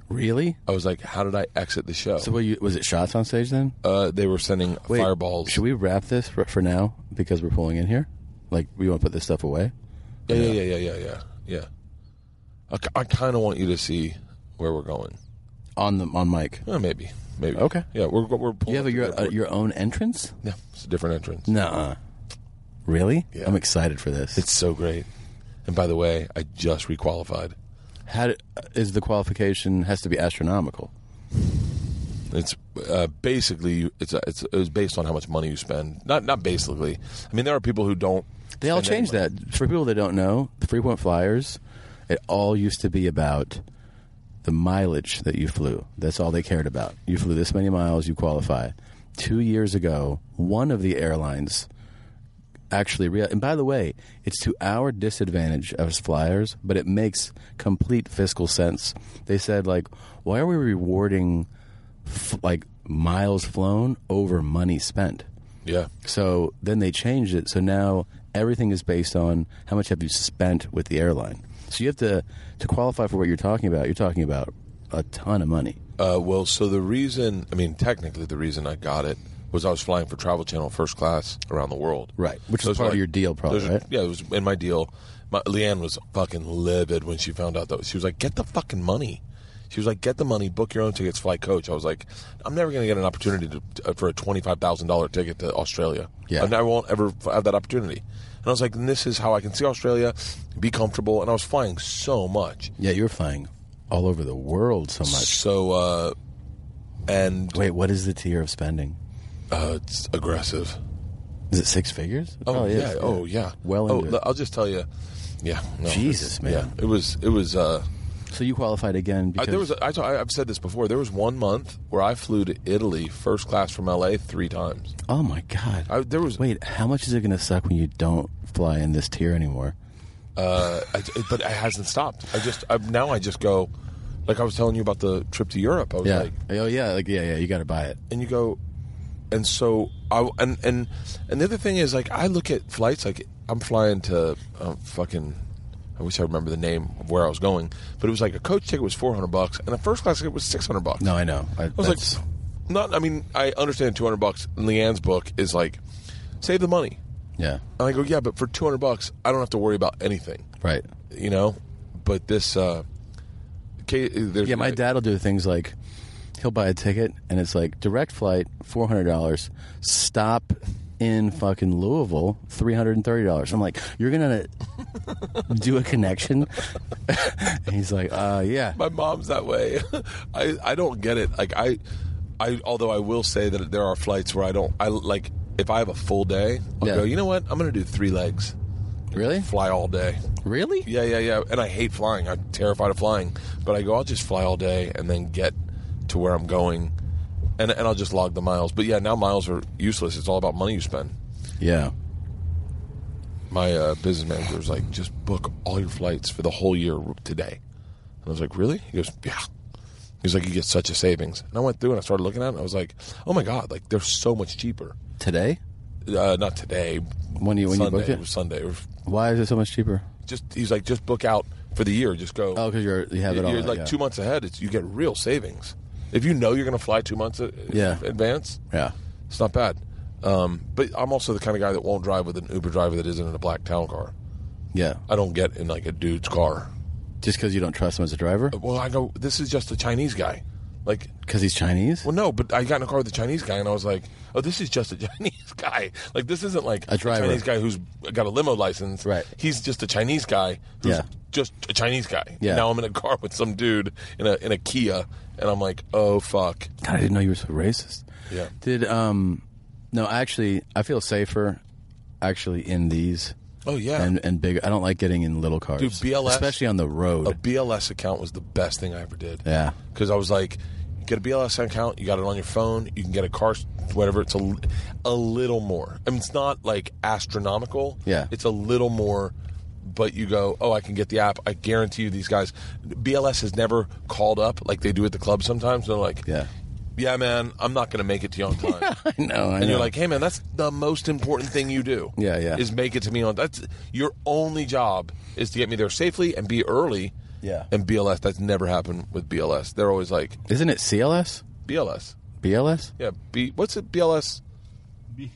[SPEAKER 3] really?
[SPEAKER 1] I was like, "How did I exit the show?"
[SPEAKER 3] So were you, was it shots on stage then?
[SPEAKER 1] uh, they were sending
[SPEAKER 3] Wait,
[SPEAKER 1] fireballs.
[SPEAKER 3] Should we wrap this for, for now because we're pulling in here? Like, we want to put this stuff away?
[SPEAKER 1] yeah, yeah, yeah, yeah, yeah, yeah. yeah. I, kind of want you to see where we're going.
[SPEAKER 3] On the on mic.
[SPEAKER 1] Uh, maybe, maybe.
[SPEAKER 3] Okay.
[SPEAKER 1] Yeah, we're we're pulling.
[SPEAKER 3] You have a,
[SPEAKER 1] up
[SPEAKER 3] your,
[SPEAKER 1] the
[SPEAKER 3] uh
[SPEAKER 1] airport.
[SPEAKER 3] your own entrance?
[SPEAKER 1] yeah, it's a different entrance.
[SPEAKER 3] Nuh-uh. Really?
[SPEAKER 1] Yeah.
[SPEAKER 3] I'm excited for this.
[SPEAKER 1] It's so great. And by the way, I just requalified.
[SPEAKER 3] How do, is the qualification has to be astronomical?
[SPEAKER 1] It's uh, basically it's a, it's it was based on how much money you spend. Not not basically. I mean, there are people who don't.
[SPEAKER 3] They all
[SPEAKER 1] spend any
[SPEAKER 3] changed
[SPEAKER 1] money.
[SPEAKER 3] that. For people that don't know, the frequent flyers, it all used to be about the mileage that you flew. That's all they cared about. You flew this many miles, you qualify. Two years ago, one of the airlines actually real and by the way it's to our disadvantage as flyers but it makes complete fiscal sense they said like why are we rewarding f- like miles flown over money spent
[SPEAKER 1] Yeah.
[SPEAKER 3] so then they changed it. So now everything is based on how much have you spent with the airline. So you have to to qualify for what you're talking about. You're talking about a ton of money.
[SPEAKER 1] Uh, well, so the reason, I mean, technically the reason I got it was I was flying for Travel Channel first class around the world.
[SPEAKER 3] Right, which is
[SPEAKER 1] Those
[SPEAKER 3] part
[SPEAKER 1] were-
[SPEAKER 3] of your deal, probably,
[SPEAKER 1] those-
[SPEAKER 3] right?
[SPEAKER 1] Yeah, it was in my deal. My, Leanne was fucking livid when she found out that she was like, "Get the fucking money." She was like, "Get the money, book your own tickets, fly coach." I was like, "I'm never going to get an opportunity to, uh, for a twenty five thousand dollar ticket to Australia.
[SPEAKER 3] Yeah.
[SPEAKER 1] I never won't ever f- have that opportunity." And I was like, and "This is how I can see Australia, be comfortable." And I was flying so much,
[SPEAKER 3] Yeah, you were flying all over the world so much.
[SPEAKER 1] so uh, and
[SPEAKER 3] Wait, what is the tier of spending?
[SPEAKER 1] uh, it's aggressive.
[SPEAKER 3] Is it six figures? It
[SPEAKER 1] Oh
[SPEAKER 3] probably
[SPEAKER 1] yeah.
[SPEAKER 3] is,
[SPEAKER 1] Oh yeah.
[SPEAKER 3] Well
[SPEAKER 1] Oh,
[SPEAKER 3] into it.
[SPEAKER 1] I'll just tell you. Yeah. no,
[SPEAKER 3] Jesus,
[SPEAKER 1] it's-
[SPEAKER 3] man.
[SPEAKER 1] Yeah. It was. It was. Uh,
[SPEAKER 3] So you qualified again
[SPEAKER 1] I,
[SPEAKER 3] because
[SPEAKER 1] there was. A, I, t- I- I've said this before. There was one month where I flew to Italy first class from LA three times.
[SPEAKER 3] oh my god.
[SPEAKER 1] I, there was.
[SPEAKER 3] Wait, how much is it going to suck when you don't fly in this tier anymore?
[SPEAKER 1] Uh, I, it- but it hasn't stopped. I just I, now I just go. Like I was telling you about the trip to Europe. I was
[SPEAKER 3] Yeah.
[SPEAKER 1] like,
[SPEAKER 3] oh yeah, like yeah, yeah. You got to buy it.
[SPEAKER 1] and you go, and so I and and and the other thing is like I look at flights like I'm flying to um, fucking I wish I remember the name of where I was going, but it was like a coach ticket was 400 bucks and a first class ticket was 600 bucks.
[SPEAKER 3] No, I know. I,
[SPEAKER 1] I was like, not. I mean, I understand 200 bucks. in Leanne's book is like save the money,
[SPEAKER 3] yeah,
[SPEAKER 1] and I go yeah, but for 200 bucks I don't have to worry about anything,
[SPEAKER 3] right.
[SPEAKER 1] you know. But this, uh, ca- there's
[SPEAKER 3] Yeah, my dad will do things like he'll buy a ticket and it's like direct flight four hundred dollars, stop in fucking Louisville three hundred and thirty dollars. I'm like, you're gonna do a connection? and he's like, uh, yeah.
[SPEAKER 1] my mom's that way. I I don't get it. Like I I although I will say that there are flights where I don't I like if I have a full day, I'll
[SPEAKER 3] Yeah.
[SPEAKER 1] go, you know what? I'm going to do three legs.
[SPEAKER 3] Really?
[SPEAKER 1] Fly all day.
[SPEAKER 3] Really?
[SPEAKER 1] Yeah, yeah, yeah. And I hate flying. I'm terrified of flying. But I go, I'll just fly all day and then get to where I'm going. And and I'll just log the miles. But yeah, now miles are useless. It's all about money you spend.
[SPEAKER 3] Yeah.
[SPEAKER 1] My uh, business manager was like, just book all your flights for the whole year today. And I was like, really? He goes, yeah. He's like, you get such a savings. And I went through and I started looking at it and I was like, oh my God, like they're so much cheaper.
[SPEAKER 3] Today?
[SPEAKER 1] Uh, not today.
[SPEAKER 3] When you when
[SPEAKER 1] Sunday.
[SPEAKER 3] you booked
[SPEAKER 1] it?
[SPEAKER 3] it?
[SPEAKER 1] was Sunday. It was
[SPEAKER 3] Why is it so much cheaper?
[SPEAKER 1] just He's like, just book out for the year. Just go.
[SPEAKER 3] Oh, because you're you have it
[SPEAKER 1] you're
[SPEAKER 3] all.
[SPEAKER 1] like
[SPEAKER 3] yeah.
[SPEAKER 1] two months ahead. It's, you get real savings. If you know you're going to fly two months a-
[SPEAKER 3] Yeah.
[SPEAKER 1] advance,
[SPEAKER 3] Yeah.
[SPEAKER 1] it's not bad. Um, but I'm also the kind of guy that won't drive with an Uber driver that isn't in a black town car.
[SPEAKER 3] Yeah.
[SPEAKER 1] I don't get in like a dude's car.
[SPEAKER 3] Just because you don't trust him as a driver?
[SPEAKER 1] Well, I go, this is just a Chinese guy. Like,
[SPEAKER 3] Because he's Chinese?
[SPEAKER 1] well, no, but I got in a car with a Chinese guy and I was like, oh, this is just a Chinese guy. Like, this isn't like
[SPEAKER 3] A driver.
[SPEAKER 1] Chinese guy who's got a limo license.
[SPEAKER 3] Right.
[SPEAKER 1] He's just a Chinese guy who's
[SPEAKER 3] Yeah.
[SPEAKER 1] just a Chinese guy.
[SPEAKER 3] Yeah.
[SPEAKER 1] Now I'm in a car with some dude in a, in a Kia and I'm like, oh, fuck.
[SPEAKER 3] God, I didn't know you were so racist.
[SPEAKER 1] Yeah.
[SPEAKER 3] Did um, no, actually, I feel safer actually in these
[SPEAKER 1] Oh, yeah.
[SPEAKER 3] and and big. I don't like getting in little cars,
[SPEAKER 1] Dude, BLS
[SPEAKER 3] especially on the road.
[SPEAKER 1] a BLS account was the best thing I ever did.
[SPEAKER 3] Yeah.
[SPEAKER 1] because I was like, you get a BLS account, you got it on your phone, you can get a car, whatever. It's a, l- a little more. I mean, it's not like astronomical.
[SPEAKER 3] Yeah.
[SPEAKER 1] it's a little more. But you go, oh, I can get the app. I guarantee you, these guys, BLS has never called up like they do at the club. Sometimes they're like,
[SPEAKER 3] Yeah.
[SPEAKER 1] yeah, man, I'm not going to make it to you on time.
[SPEAKER 3] I know, I
[SPEAKER 1] and you're
[SPEAKER 3] know.
[SPEAKER 1] like, hey man, that's the most important thing you do.
[SPEAKER 3] Yeah, yeah.
[SPEAKER 1] Is make it to me on. That's your only job is to get me there safely and be early.
[SPEAKER 3] Yeah.
[SPEAKER 1] And BLS, that's never happened with BLS. They're always like
[SPEAKER 3] isn't it CLS,
[SPEAKER 1] BLS.
[SPEAKER 3] BLS?
[SPEAKER 1] Yeah. B. What's it? BLS.
[SPEAKER 4] B,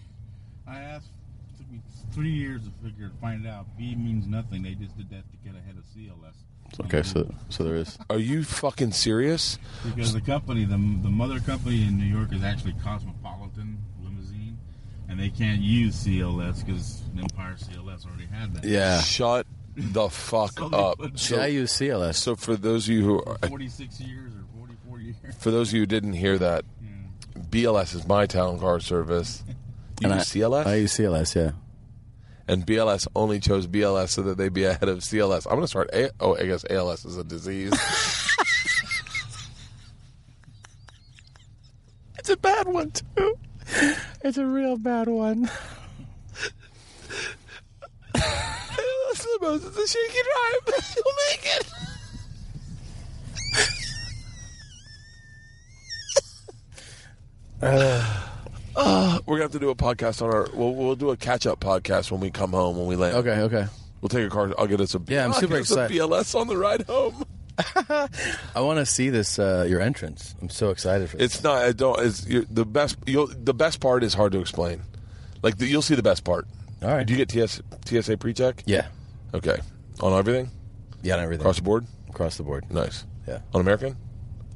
[SPEAKER 4] I asked. It took me three years to figure to find out. B means nothing. They just did that to get ahead of CLS.
[SPEAKER 3] Okay, so so there is.
[SPEAKER 1] Are you fucking serious?
[SPEAKER 4] because the company, the, the mother company in New York, is actually Cosmopolitan Limousine, and they can't use CLS because Empire CLS already had that.
[SPEAKER 3] Yeah,
[SPEAKER 1] Shut the fuck
[SPEAKER 4] So they
[SPEAKER 1] up.
[SPEAKER 4] put-
[SPEAKER 3] See, I use CLS.
[SPEAKER 1] So for those of you who are,
[SPEAKER 4] Forty-six years or forty-four years.
[SPEAKER 1] for those of you who didn't hear that,
[SPEAKER 4] Yeah.
[SPEAKER 1] BLS is my town car service. You
[SPEAKER 3] And
[SPEAKER 1] use CLS?
[SPEAKER 3] I, I use CLS. Yeah,
[SPEAKER 1] and BLS only chose BLS so that they'd be ahead of CLS. I'm going to start. A- oh, I guess ALS is a disease.
[SPEAKER 3] it's a bad one too. It's a real bad one.
[SPEAKER 1] ALS Limos is a shaky drive, but you'll make it. Uh, we're gonna have to do a podcast on our. We'll, we'll do a catch-up podcast when we come home. When we land,
[SPEAKER 3] Okay, okay.
[SPEAKER 1] we'll take a car. I'll get us a.
[SPEAKER 3] Yeah, I'm
[SPEAKER 1] I'll
[SPEAKER 3] super
[SPEAKER 1] get us a
[SPEAKER 3] excited.
[SPEAKER 1] BLS on the ride home.
[SPEAKER 3] I want to see this uh, your entrance. I'm so excited for this.
[SPEAKER 1] It's not. I don't. It's you're, the best. You'll, the best part is hard to explain. Like the, you'll see the best part.
[SPEAKER 3] All right.
[SPEAKER 1] Do you get TS, TSA pre-check?
[SPEAKER 3] yeah,
[SPEAKER 1] Okay. On everything
[SPEAKER 3] yeah, and everything
[SPEAKER 1] across the board.
[SPEAKER 3] Across the board.
[SPEAKER 1] Nice.
[SPEAKER 3] Yeah,
[SPEAKER 1] On American.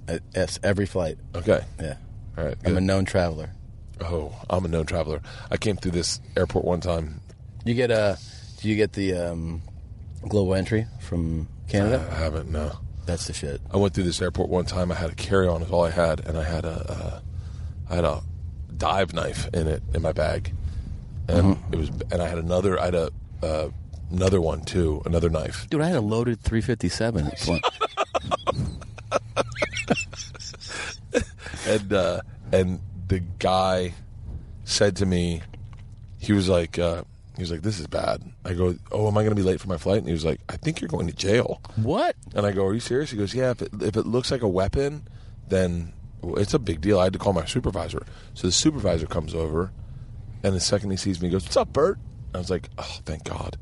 [SPEAKER 3] Uh, yes, every flight.
[SPEAKER 1] Okay.
[SPEAKER 3] Yeah,
[SPEAKER 1] All right.
[SPEAKER 3] I'm a
[SPEAKER 1] good.
[SPEAKER 3] known traveler.
[SPEAKER 1] oh, I'm a known traveler. I came through this airport one time.
[SPEAKER 3] You get uh, do you get the um, global entry from Canada?
[SPEAKER 1] I haven't. No.
[SPEAKER 3] That's the shit.
[SPEAKER 1] I went through this airport one time. I had a carry-on is all I had, and I had a, uh, I had a dive knife in it in my bag, and it was, and I had another, I had a, uh, another one too, another knife.
[SPEAKER 3] Dude, I had a loaded 357. at one-
[SPEAKER 1] and uh, and the guy said to me, he was like, uh, he was like, this is bad. I go, oh, am I going to be late for my flight? And he was like, I think you're going to jail.
[SPEAKER 3] what?
[SPEAKER 1] And I go, are you serious? He goes, yeah. If it, if it looks like a weapon, then it's a big deal. I had to call my supervisor. So the supervisor comes over, and the second he sees me, he goes, what's up, Bert? I was like, oh, thank God.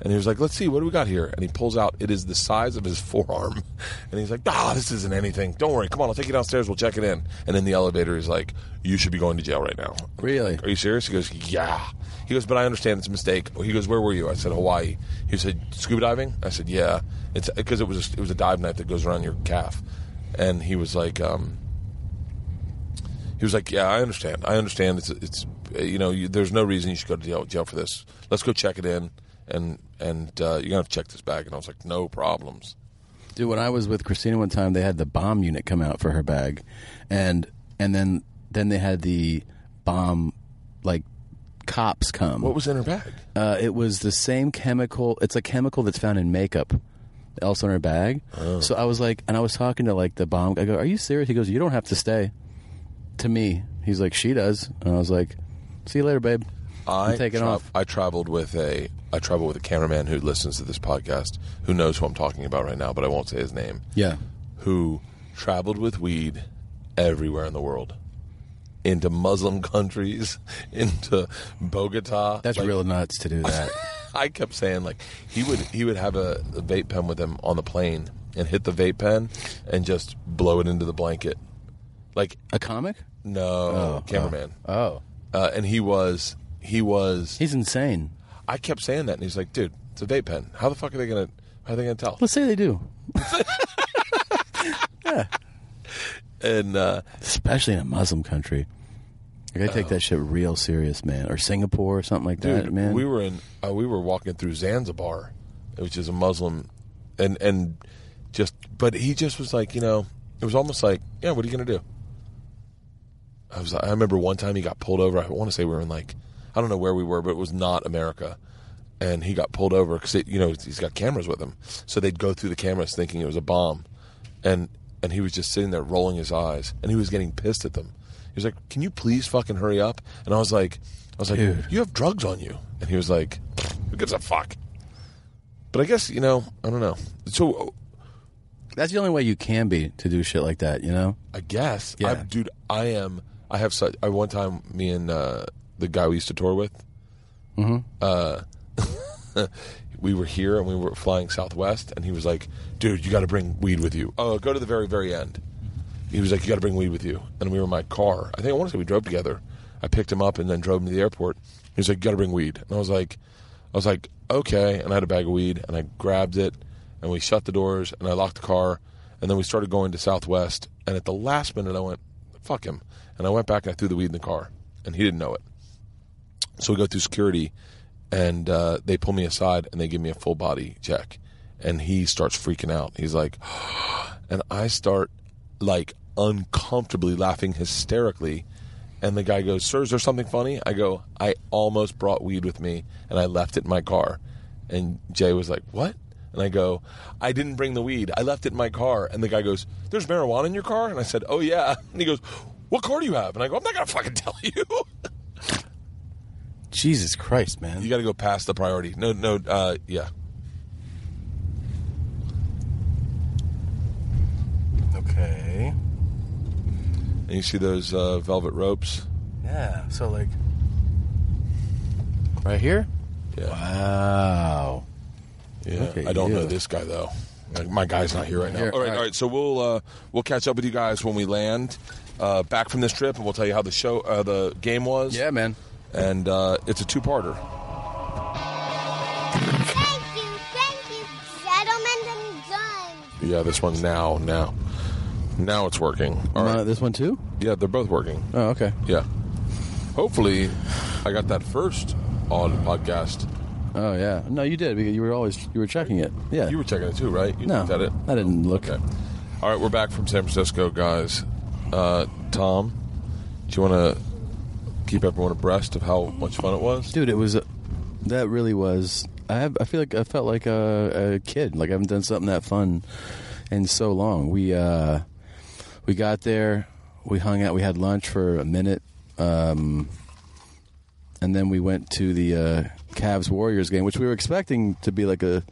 [SPEAKER 1] And he was like, let's see, what do we got here? And he pulls out, it is the size of his forearm. And he's like, ah, this isn't anything. Don't worry. Come on, I'll take you downstairs. We'll check it in. And in the elevator, he's like, you should be going to jail right now.
[SPEAKER 3] Really?
[SPEAKER 1] Are you serious? He goes, yeah. He goes, but I understand it's a mistake. He goes, where were you? I said, Hawaii. He said, scuba diving? I said, yeah. It's because it was a, it was a dive knife that goes around your calf, and he was like, um, he was like, yeah, I understand. I understand. It's it's uh, you know, you, there's no reason you should go to jail, jail for this. Let's go check it in, and and uh, you're gonna have to check this bag. And I was like, no problems.
[SPEAKER 3] Dude, when I was with Christina one time, they had the bomb unit come out for her bag, and and then then they had the bomb like cops come.
[SPEAKER 1] What was in her bag?
[SPEAKER 3] Uh, it was the same chemical. It's a chemical that's found in makeup, also in her bag.
[SPEAKER 1] Oh.
[SPEAKER 3] So I was like, and I was talking to like the bomb. guy. I go, "Are you serious?" He goes, "You don't have to stay." To me, he's like, "She does," and I was like, "See you later, babe."
[SPEAKER 1] I
[SPEAKER 3] I'm taking
[SPEAKER 1] tra-
[SPEAKER 3] off.
[SPEAKER 1] I traveled with a I traveled with a cameraman who listens to this podcast, who knows who I'm talking about right now, but I won't say his name.
[SPEAKER 3] Yeah,
[SPEAKER 1] Who traveled with weed everywhere in the world, into Muslim countries, into Bogota.
[SPEAKER 3] that's
[SPEAKER 1] Like,
[SPEAKER 3] real nuts to do that.
[SPEAKER 1] I kept saying like he would he would have a, a vape pen with him on the plane and hit the vape pen and just blow it into the blanket. Like
[SPEAKER 3] a comic?
[SPEAKER 1] no cameraman,
[SPEAKER 3] Oh,
[SPEAKER 1] Uh, and he was he was
[SPEAKER 3] he's insane.
[SPEAKER 1] I kept saying that, and he's like, "Dude, it's a vape pen. How the fuck are they gonna? How are they gonna tell?"
[SPEAKER 3] Let's say they do,
[SPEAKER 1] And uh,
[SPEAKER 3] especially in a Muslim country. Like, I take that shit real serious, man. Or Singapore or something like
[SPEAKER 1] Oh. dude,
[SPEAKER 3] that, man.
[SPEAKER 1] we were in uh, we were walking through Zanzibar, which is a Muslim, and and just but he just was like, you know, it was almost like, yeah, what are you gonna do? I was I remember one time he got pulled over. I want to say we were in like I don't know where we were, but it was not America. And he got pulled over because you know he's got cameras with him, so they'd go through the cameras thinking it was a bomb, and and he was just sitting there rolling his eyes, and he was getting pissed at them. He was like, "Can you please fucking hurry up?" And I was like, "I was like,
[SPEAKER 3] Dude.
[SPEAKER 1] you have drugs on you," and he was like, "Who gives a fuck?" But I guess you know I don't know. So
[SPEAKER 3] that's the only way you can be to do shit like that, you know?
[SPEAKER 1] I guess.
[SPEAKER 3] Yeah.
[SPEAKER 1] I'm, dude, I am. I have such. I one time, me and uh, the guy we used to tour with, uh, we were here and we were flying Southwest, and he was like, "Dude, you got to bring weed with you." Oh, go to the very, very end. He was like, "You got to bring weed with you," and we were in my car. I think I want to say we drove together. I picked him up and then drove him to the airport. He was like, "You got to bring weed," and I was like, "I was like, okay." And I had a bag of weed, and I grabbed it, and we shut the doors, and I locked the car, and then we started going to Southwest. And at the last minute, I went, "Fuck him," and I went back and I threw the weed in the car, and he didn't know it. So we go through security, and uh, they pull me aside and they give me a full body check, and he starts freaking out. He's like, and I start like uncomfortably laughing hysterically, and the guy goes, "Sir, is there something funny?" I go, "I almost brought weed with me, and I left it in my car," and Jay was like, "What?" And I go, I didn't bring the weed. I left it in my car. And the guy goes, There's marijuana in your car? And I said, Oh, yeah. And he goes, What car do you have? And I go, I'm not going to fucking tell you.
[SPEAKER 3] Jesus Christ, man.
[SPEAKER 1] You got to go past the priority. No, no, uh, yeah.
[SPEAKER 3] okay.
[SPEAKER 1] And you see those uh, velvet ropes?
[SPEAKER 3] Yeah. So like right here?
[SPEAKER 1] Yeah.
[SPEAKER 3] Wow.
[SPEAKER 1] Yeah.
[SPEAKER 3] Look at
[SPEAKER 1] I don't
[SPEAKER 3] you.
[SPEAKER 1] know this guy though. Like, my guy's not here right now.
[SPEAKER 3] Here,
[SPEAKER 1] all right,
[SPEAKER 3] all right.
[SPEAKER 1] all right. So we'll uh, we'll catch up with you guys when we land uh, back from this trip, and we'll tell you how the show, uh, the game was.
[SPEAKER 3] Yeah, man.
[SPEAKER 1] and uh, it's a two-parter.
[SPEAKER 2] Thank you, thank you, gentlemen and guns.
[SPEAKER 1] Yeah, this one now, now, now it's working. All right.
[SPEAKER 3] Uh, this one too?
[SPEAKER 1] Yeah, they're both working.
[SPEAKER 3] Oh, okay.
[SPEAKER 1] Yeah. Hopefully, I got that first on podcast.
[SPEAKER 3] Oh, yeah. No, you did because you were always you were checking it. Yeah.
[SPEAKER 1] You were checking it too, right? You
[SPEAKER 3] no,
[SPEAKER 1] looked at it.
[SPEAKER 3] I didn't look.
[SPEAKER 1] Okay. All right, we're back from San Francisco, guys. Uh, Tom, do you want to keep everyone abreast of how much fun it was?
[SPEAKER 3] dude it was that really was i have i feel like i felt like a, a kid like i haven't done something that fun in so long we uh we got there we hung out we had lunch for a minute um and then we went to the uh Cavs Warriors game, which we were expecting to be like a,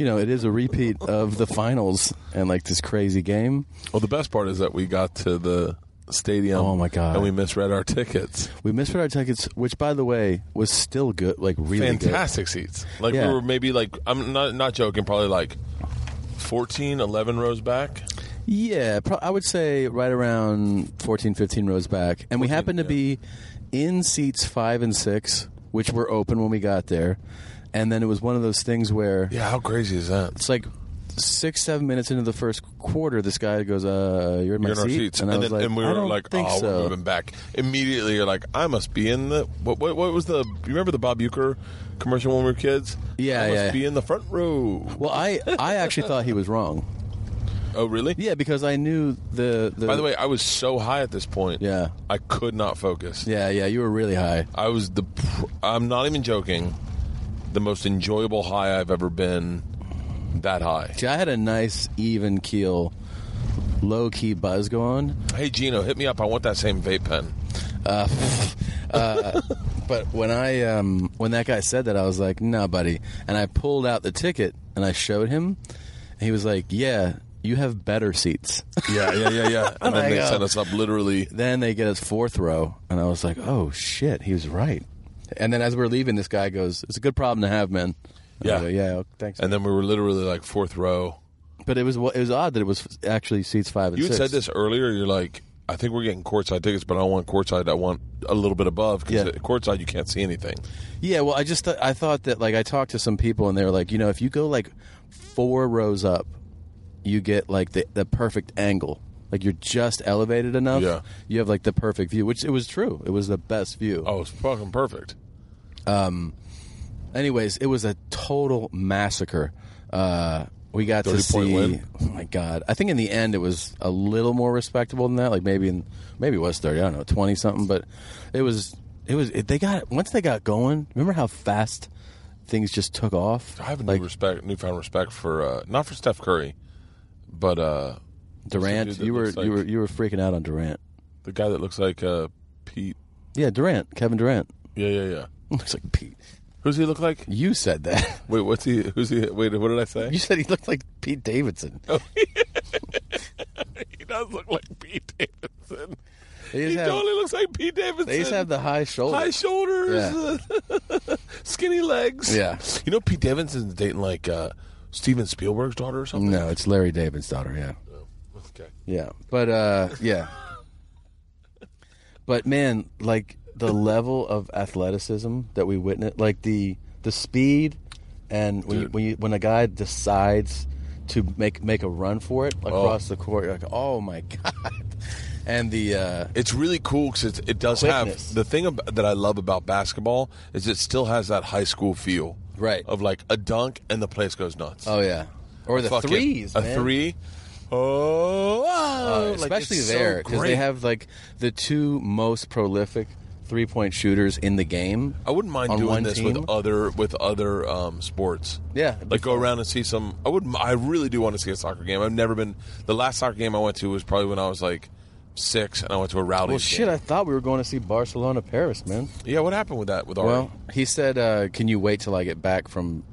[SPEAKER 3] you know, it is a repeat of the finals and like this crazy game.
[SPEAKER 1] Well, the best part is that we got to the stadium.
[SPEAKER 3] Oh, my God.
[SPEAKER 1] And we misread our tickets.
[SPEAKER 3] We missed our tickets, which by the way was still good, like really good.
[SPEAKER 1] Fantastic seats. Like
[SPEAKER 3] Yeah.
[SPEAKER 1] we were maybe like I'm not not joking, probably like 14, 11 rows back.
[SPEAKER 3] Yeah, pro- I would say right around 14, 15 rows back. And we
[SPEAKER 1] 14,
[SPEAKER 3] happened to
[SPEAKER 1] yeah.
[SPEAKER 3] be in seats five and six, which were open when we got there. And then it was one of those things where
[SPEAKER 1] Yeah, how crazy is that?
[SPEAKER 3] it's like six, seven minutes into the first quarter, this guy goes, uh, You're in my
[SPEAKER 1] You're in our
[SPEAKER 3] seat.
[SPEAKER 1] seats,
[SPEAKER 3] And,
[SPEAKER 1] and,
[SPEAKER 3] I was
[SPEAKER 1] then,
[SPEAKER 3] like,
[SPEAKER 1] and we
[SPEAKER 3] I
[SPEAKER 1] were
[SPEAKER 3] don't
[SPEAKER 1] like,
[SPEAKER 3] think
[SPEAKER 1] "Oh,
[SPEAKER 3] so.
[SPEAKER 1] we're moving back." Immediately, you're like, "I must be in the what? What, what was the? You remember the Bob Euchre commercial when we were kids?
[SPEAKER 3] Yeah,
[SPEAKER 1] I must
[SPEAKER 3] yeah.
[SPEAKER 1] be in the front row.
[SPEAKER 3] Well, I, I actually thought he was wrong.
[SPEAKER 1] Oh, really?
[SPEAKER 3] Yeah, because I knew the. the
[SPEAKER 1] By the way, I was so high at this point.
[SPEAKER 3] Yeah.
[SPEAKER 1] I could not focus.
[SPEAKER 3] Yeah, yeah, you were really high.
[SPEAKER 1] I was the. Pr- I'm not even joking. The most enjoyable high I've ever been. That high.
[SPEAKER 3] See, I had a nice, even keel, low key buzz going.
[SPEAKER 1] Hey Gino, hit me up. I want that same vape pen.
[SPEAKER 3] But when I um, when that guy said that, I was like, "Nah, buddy." And I pulled out the ticket and I showed him. And he was like, "Yeah, you have better seats."
[SPEAKER 1] Yeah, yeah, yeah, yeah. And
[SPEAKER 3] my
[SPEAKER 1] then they
[SPEAKER 3] God.
[SPEAKER 1] sent us up literally.
[SPEAKER 3] then they get us fourth row, and I was like, "Oh shit, he was right." And then as we're leaving, this guy goes, "It's a good problem to have, man." And I
[SPEAKER 1] Yeah.
[SPEAKER 3] go, yeah, thanks.
[SPEAKER 1] And then we were literally like fourth row.
[SPEAKER 3] but it was it was odd that it was actually seats five and
[SPEAKER 1] You had said
[SPEAKER 3] six.
[SPEAKER 1] this earlier. You're like, I think we're getting courtside tickets, but I don't want courtside. I want a little bit above because
[SPEAKER 3] Yeah.
[SPEAKER 1] at courtside you can't see anything.
[SPEAKER 3] Yeah, well, I just th- I thought that like I talked to some people and they were like, you know, if you go like four rows up, you get like the the perfect angle. Like you're just elevated enough.
[SPEAKER 1] Yeah.
[SPEAKER 3] You have like the perfect view, which it was true. It was the best view.
[SPEAKER 1] Oh, it's fucking perfect.
[SPEAKER 3] Anyways, it was a total massacre. Uh, we got to
[SPEAKER 1] 30 point
[SPEAKER 3] see.
[SPEAKER 1] win.
[SPEAKER 3] Oh my god! I think in the end it was a little more respectable than that. Like maybe in maybe it was thirty. I don't know, twenty something. But it was it was it, they got once they got going. Remember how fast things just took off?
[SPEAKER 1] I have a
[SPEAKER 3] like
[SPEAKER 1] new respect, newfound respect for uh, not for Steph Curry, but uh,
[SPEAKER 3] Durant.
[SPEAKER 1] Some dude that
[SPEAKER 3] You were
[SPEAKER 1] looks like-
[SPEAKER 3] you were you were freaking out on Durant.
[SPEAKER 1] the guy that looks like uh, Pete.
[SPEAKER 3] Yeah, Durant, Kevin Durant.
[SPEAKER 1] Yeah, yeah, yeah.
[SPEAKER 3] Looks like Pete.
[SPEAKER 1] Who's he look like?
[SPEAKER 3] You said that.
[SPEAKER 1] Wait, what's he? Who's he? Wait, what did I say?
[SPEAKER 3] You said he looked like Pete Davidson.
[SPEAKER 1] Oh, He does look like Pete Davidson.
[SPEAKER 3] They
[SPEAKER 1] He
[SPEAKER 3] just have,
[SPEAKER 1] totally looks like Pete Davidson.
[SPEAKER 3] they just have the high shoulders.
[SPEAKER 1] high shoulders, uh, skinny legs.
[SPEAKER 3] Yeah.
[SPEAKER 1] you know Pete Davidson's dating like uh, Steven Spielberg's daughter or something.
[SPEAKER 3] no, it's Larry David's daughter. Yeah.
[SPEAKER 1] Okay.
[SPEAKER 3] Yeah. But uh yeah. But man, like the level of athleticism that we witnessed, like the the speed and when you, when you, when a guy decides to make make a run for it across the court, you're like, "Oh my god." And the uh
[SPEAKER 1] It's really cool because it does
[SPEAKER 3] Quickness.
[SPEAKER 1] have the thing ab- that I love about basketball is it still has that high school feel,
[SPEAKER 3] Right.
[SPEAKER 1] Of like a dunk and the place goes nuts.
[SPEAKER 3] oh yeah. Or the
[SPEAKER 1] Fuck it.
[SPEAKER 3] threes,
[SPEAKER 1] a
[SPEAKER 3] man.
[SPEAKER 1] three. Oh,
[SPEAKER 3] Uh,
[SPEAKER 1] wow. Like,
[SPEAKER 3] especially
[SPEAKER 1] it's so
[SPEAKER 3] there because they
[SPEAKER 1] great.
[SPEAKER 3] have like the two most prolific three-point shooters in the game.
[SPEAKER 1] I wouldn't mind
[SPEAKER 3] on
[SPEAKER 1] doing
[SPEAKER 3] one
[SPEAKER 1] this
[SPEAKER 3] team.
[SPEAKER 1] with other with other um, sports.
[SPEAKER 3] Yeah, it'd be
[SPEAKER 1] like go
[SPEAKER 3] fun.
[SPEAKER 1] around and see some. I would. I really do want to see a soccer game. I've never been. The last soccer game I went to was probably when I was like six, and I went to a rally.
[SPEAKER 3] Well, shit! I thought we were going to see Barcelona, Paris, man.
[SPEAKER 1] yeah, what happened with that? With Ari?
[SPEAKER 3] Well, he said, uh, "Can you wait till I get back from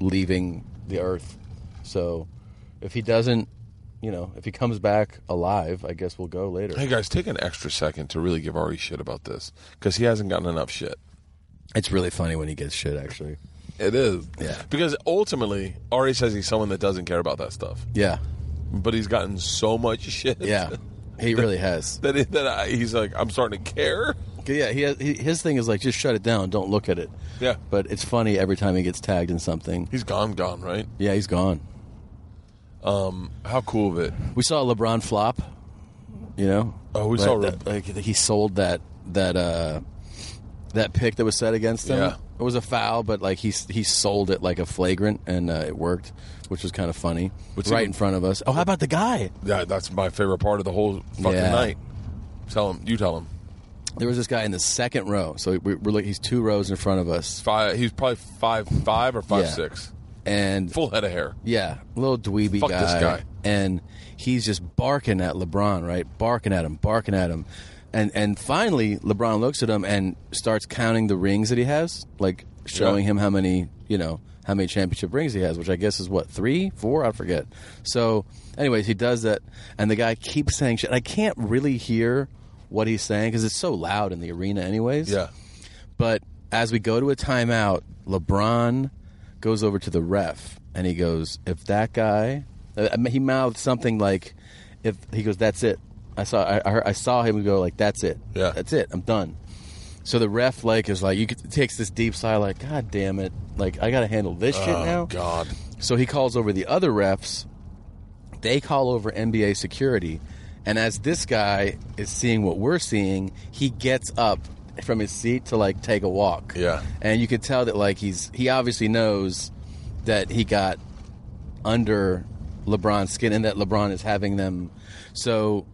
[SPEAKER 3] leaving the Earth?" So, if he doesn't, you know, if he comes back alive, I guess we'll go later.
[SPEAKER 1] hey guys, take an extra second to really give Ari shit about this because he hasn't gotten enough shit.
[SPEAKER 3] It's really funny when he gets shit, actually.
[SPEAKER 1] It is.
[SPEAKER 3] Yeah.
[SPEAKER 1] Because ultimately, Ari says he's someone that doesn't care about that stuff,
[SPEAKER 3] Yeah,
[SPEAKER 1] but he's gotten so much shit.
[SPEAKER 3] yeah. He really has.
[SPEAKER 1] That, it, that I, he's like, I'm starting to care.
[SPEAKER 3] Yeah, he, has, he his thing is like just shut it down, don't look at it.
[SPEAKER 1] Yeah.
[SPEAKER 3] But it's funny every time he gets tagged in something.
[SPEAKER 1] He's gone, gone, right?
[SPEAKER 3] Yeah, he's gone.
[SPEAKER 1] How cool of it.
[SPEAKER 3] We saw LeBron flop. You know.
[SPEAKER 1] Oh, we
[SPEAKER 3] Like
[SPEAKER 1] saw
[SPEAKER 3] that- like, he sold that that uh that pick that was set against him.
[SPEAKER 1] Yeah.
[SPEAKER 3] It was a foul, but like he he sold it like a flagrant, and uh, it worked, which was kind of funny.
[SPEAKER 1] Which
[SPEAKER 3] right
[SPEAKER 1] even-
[SPEAKER 3] in front of us. Oh, how about the guy?
[SPEAKER 1] That, that's my favorite part of the whole fucking
[SPEAKER 3] Yeah.
[SPEAKER 1] night. Tell him. You tell him.
[SPEAKER 3] There was this guy in the second row, so we, we're like he's two rows in front of us,
[SPEAKER 1] Five. He's probably five, five or five,
[SPEAKER 3] Yeah.
[SPEAKER 1] six.
[SPEAKER 3] and
[SPEAKER 1] Full head of hair.
[SPEAKER 3] Yeah, little dweeby
[SPEAKER 1] Fuck
[SPEAKER 3] guy.
[SPEAKER 1] this guy.
[SPEAKER 3] And he's just barking at LeBron, right? Barking at him, barking at him. And and finally LeBron looks at him and starts counting the rings that he has, like showing
[SPEAKER 1] Yeah.
[SPEAKER 3] him how many, you know, how many championship rings he has, which I guess is what, three, four? I forget. So anyways, he does that and the guy keeps saying shit. I can't really hear what he's saying because it's so loud in the arena anyways.
[SPEAKER 1] Yeah.
[SPEAKER 3] But as we go to a timeout, LeBron goes over to the ref and he goes, "If that guy," uh, I mean, he mouthed something like, "If he goes, that's it." I saw I, I, heard, I saw him go like, "That's it.
[SPEAKER 1] Yeah.
[SPEAKER 3] that's it. I'm done." So the ref like is like, you could, takes this deep sigh like, "God damn it! Like I got to handle this shit now."
[SPEAKER 1] Oh, God.
[SPEAKER 3] So he calls over the other refs. They call over NBA security. And as this guy is seeing what we're seeing, he gets up from his seat to like take a walk.
[SPEAKER 1] Yeah.
[SPEAKER 3] And you could tell that like he's he obviously knows that he got under LeBron's skin and that LeBron is having them. So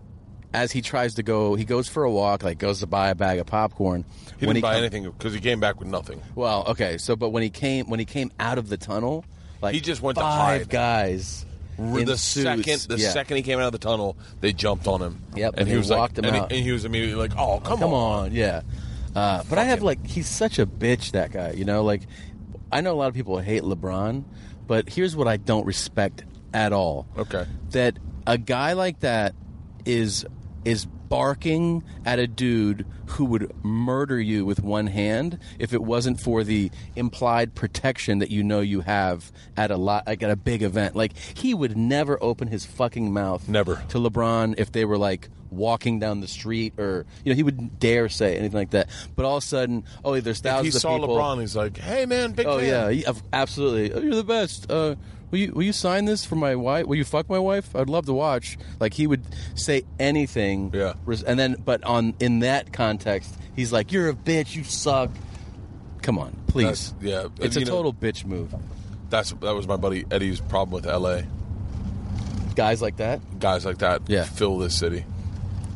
[SPEAKER 3] as he tries to go, he goes for a walk, like goes to buy a bag of popcorn.
[SPEAKER 1] He didn't buy anything because he came back with nothing.
[SPEAKER 3] Well, okay. So, but when he came, when he came out of the tunnel, like
[SPEAKER 1] He just went to
[SPEAKER 3] five
[SPEAKER 1] hide.
[SPEAKER 3] guys. in
[SPEAKER 1] the
[SPEAKER 3] suits.
[SPEAKER 1] second the
[SPEAKER 3] Yeah.
[SPEAKER 1] second he came out of the tunnel, they jumped on him.
[SPEAKER 3] Yep,
[SPEAKER 1] and,
[SPEAKER 3] and
[SPEAKER 1] he
[SPEAKER 3] they
[SPEAKER 1] was
[SPEAKER 3] walked
[SPEAKER 1] like,
[SPEAKER 3] him
[SPEAKER 1] and,
[SPEAKER 3] out.
[SPEAKER 1] He, and he was immediately like, "Oh, come,
[SPEAKER 3] Come on, yeah. Uh, but I have
[SPEAKER 1] Fucking-
[SPEAKER 3] like he's such a bitch that guy. You know, like I know a lot of people hate LeBron, but here's what I don't respect at all.
[SPEAKER 1] Okay.
[SPEAKER 3] that a guy like that is is barking at a dude who would murder you with one hand if it wasn't for the implied protection that you know you have at a lot like at a big event like he would never open his fucking mouth
[SPEAKER 1] Never.
[SPEAKER 3] to LeBron if they were like walking down the street or you know he wouldn't dare say anything like that but all of a sudden oh there's
[SPEAKER 1] If
[SPEAKER 3] thousands
[SPEAKER 1] he
[SPEAKER 3] of
[SPEAKER 1] saw
[SPEAKER 3] people
[SPEAKER 1] LeBron. He's like, "Hey, man, big
[SPEAKER 3] Oh
[SPEAKER 1] fan."
[SPEAKER 3] yeah, yeah, of- absolutely. Oh, you're the best. Uh, will you will you sign this for my wife? Will you fuck my wife? I'd love to watch. Like he would say anything.
[SPEAKER 1] Yeah.
[SPEAKER 3] Res- And then, but on in that context, he's like, "You're a bitch. You suck." Come on, please.
[SPEAKER 1] That's- yeah,
[SPEAKER 3] it's
[SPEAKER 1] you
[SPEAKER 3] a
[SPEAKER 1] know-
[SPEAKER 3] total bitch move.
[SPEAKER 1] That's that was my buddy Eddie's problem with L.A.
[SPEAKER 3] Guys like that.
[SPEAKER 1] Guys like that
[SPEAKER 3] Yeah.
[SPEAKER 1] fill this city,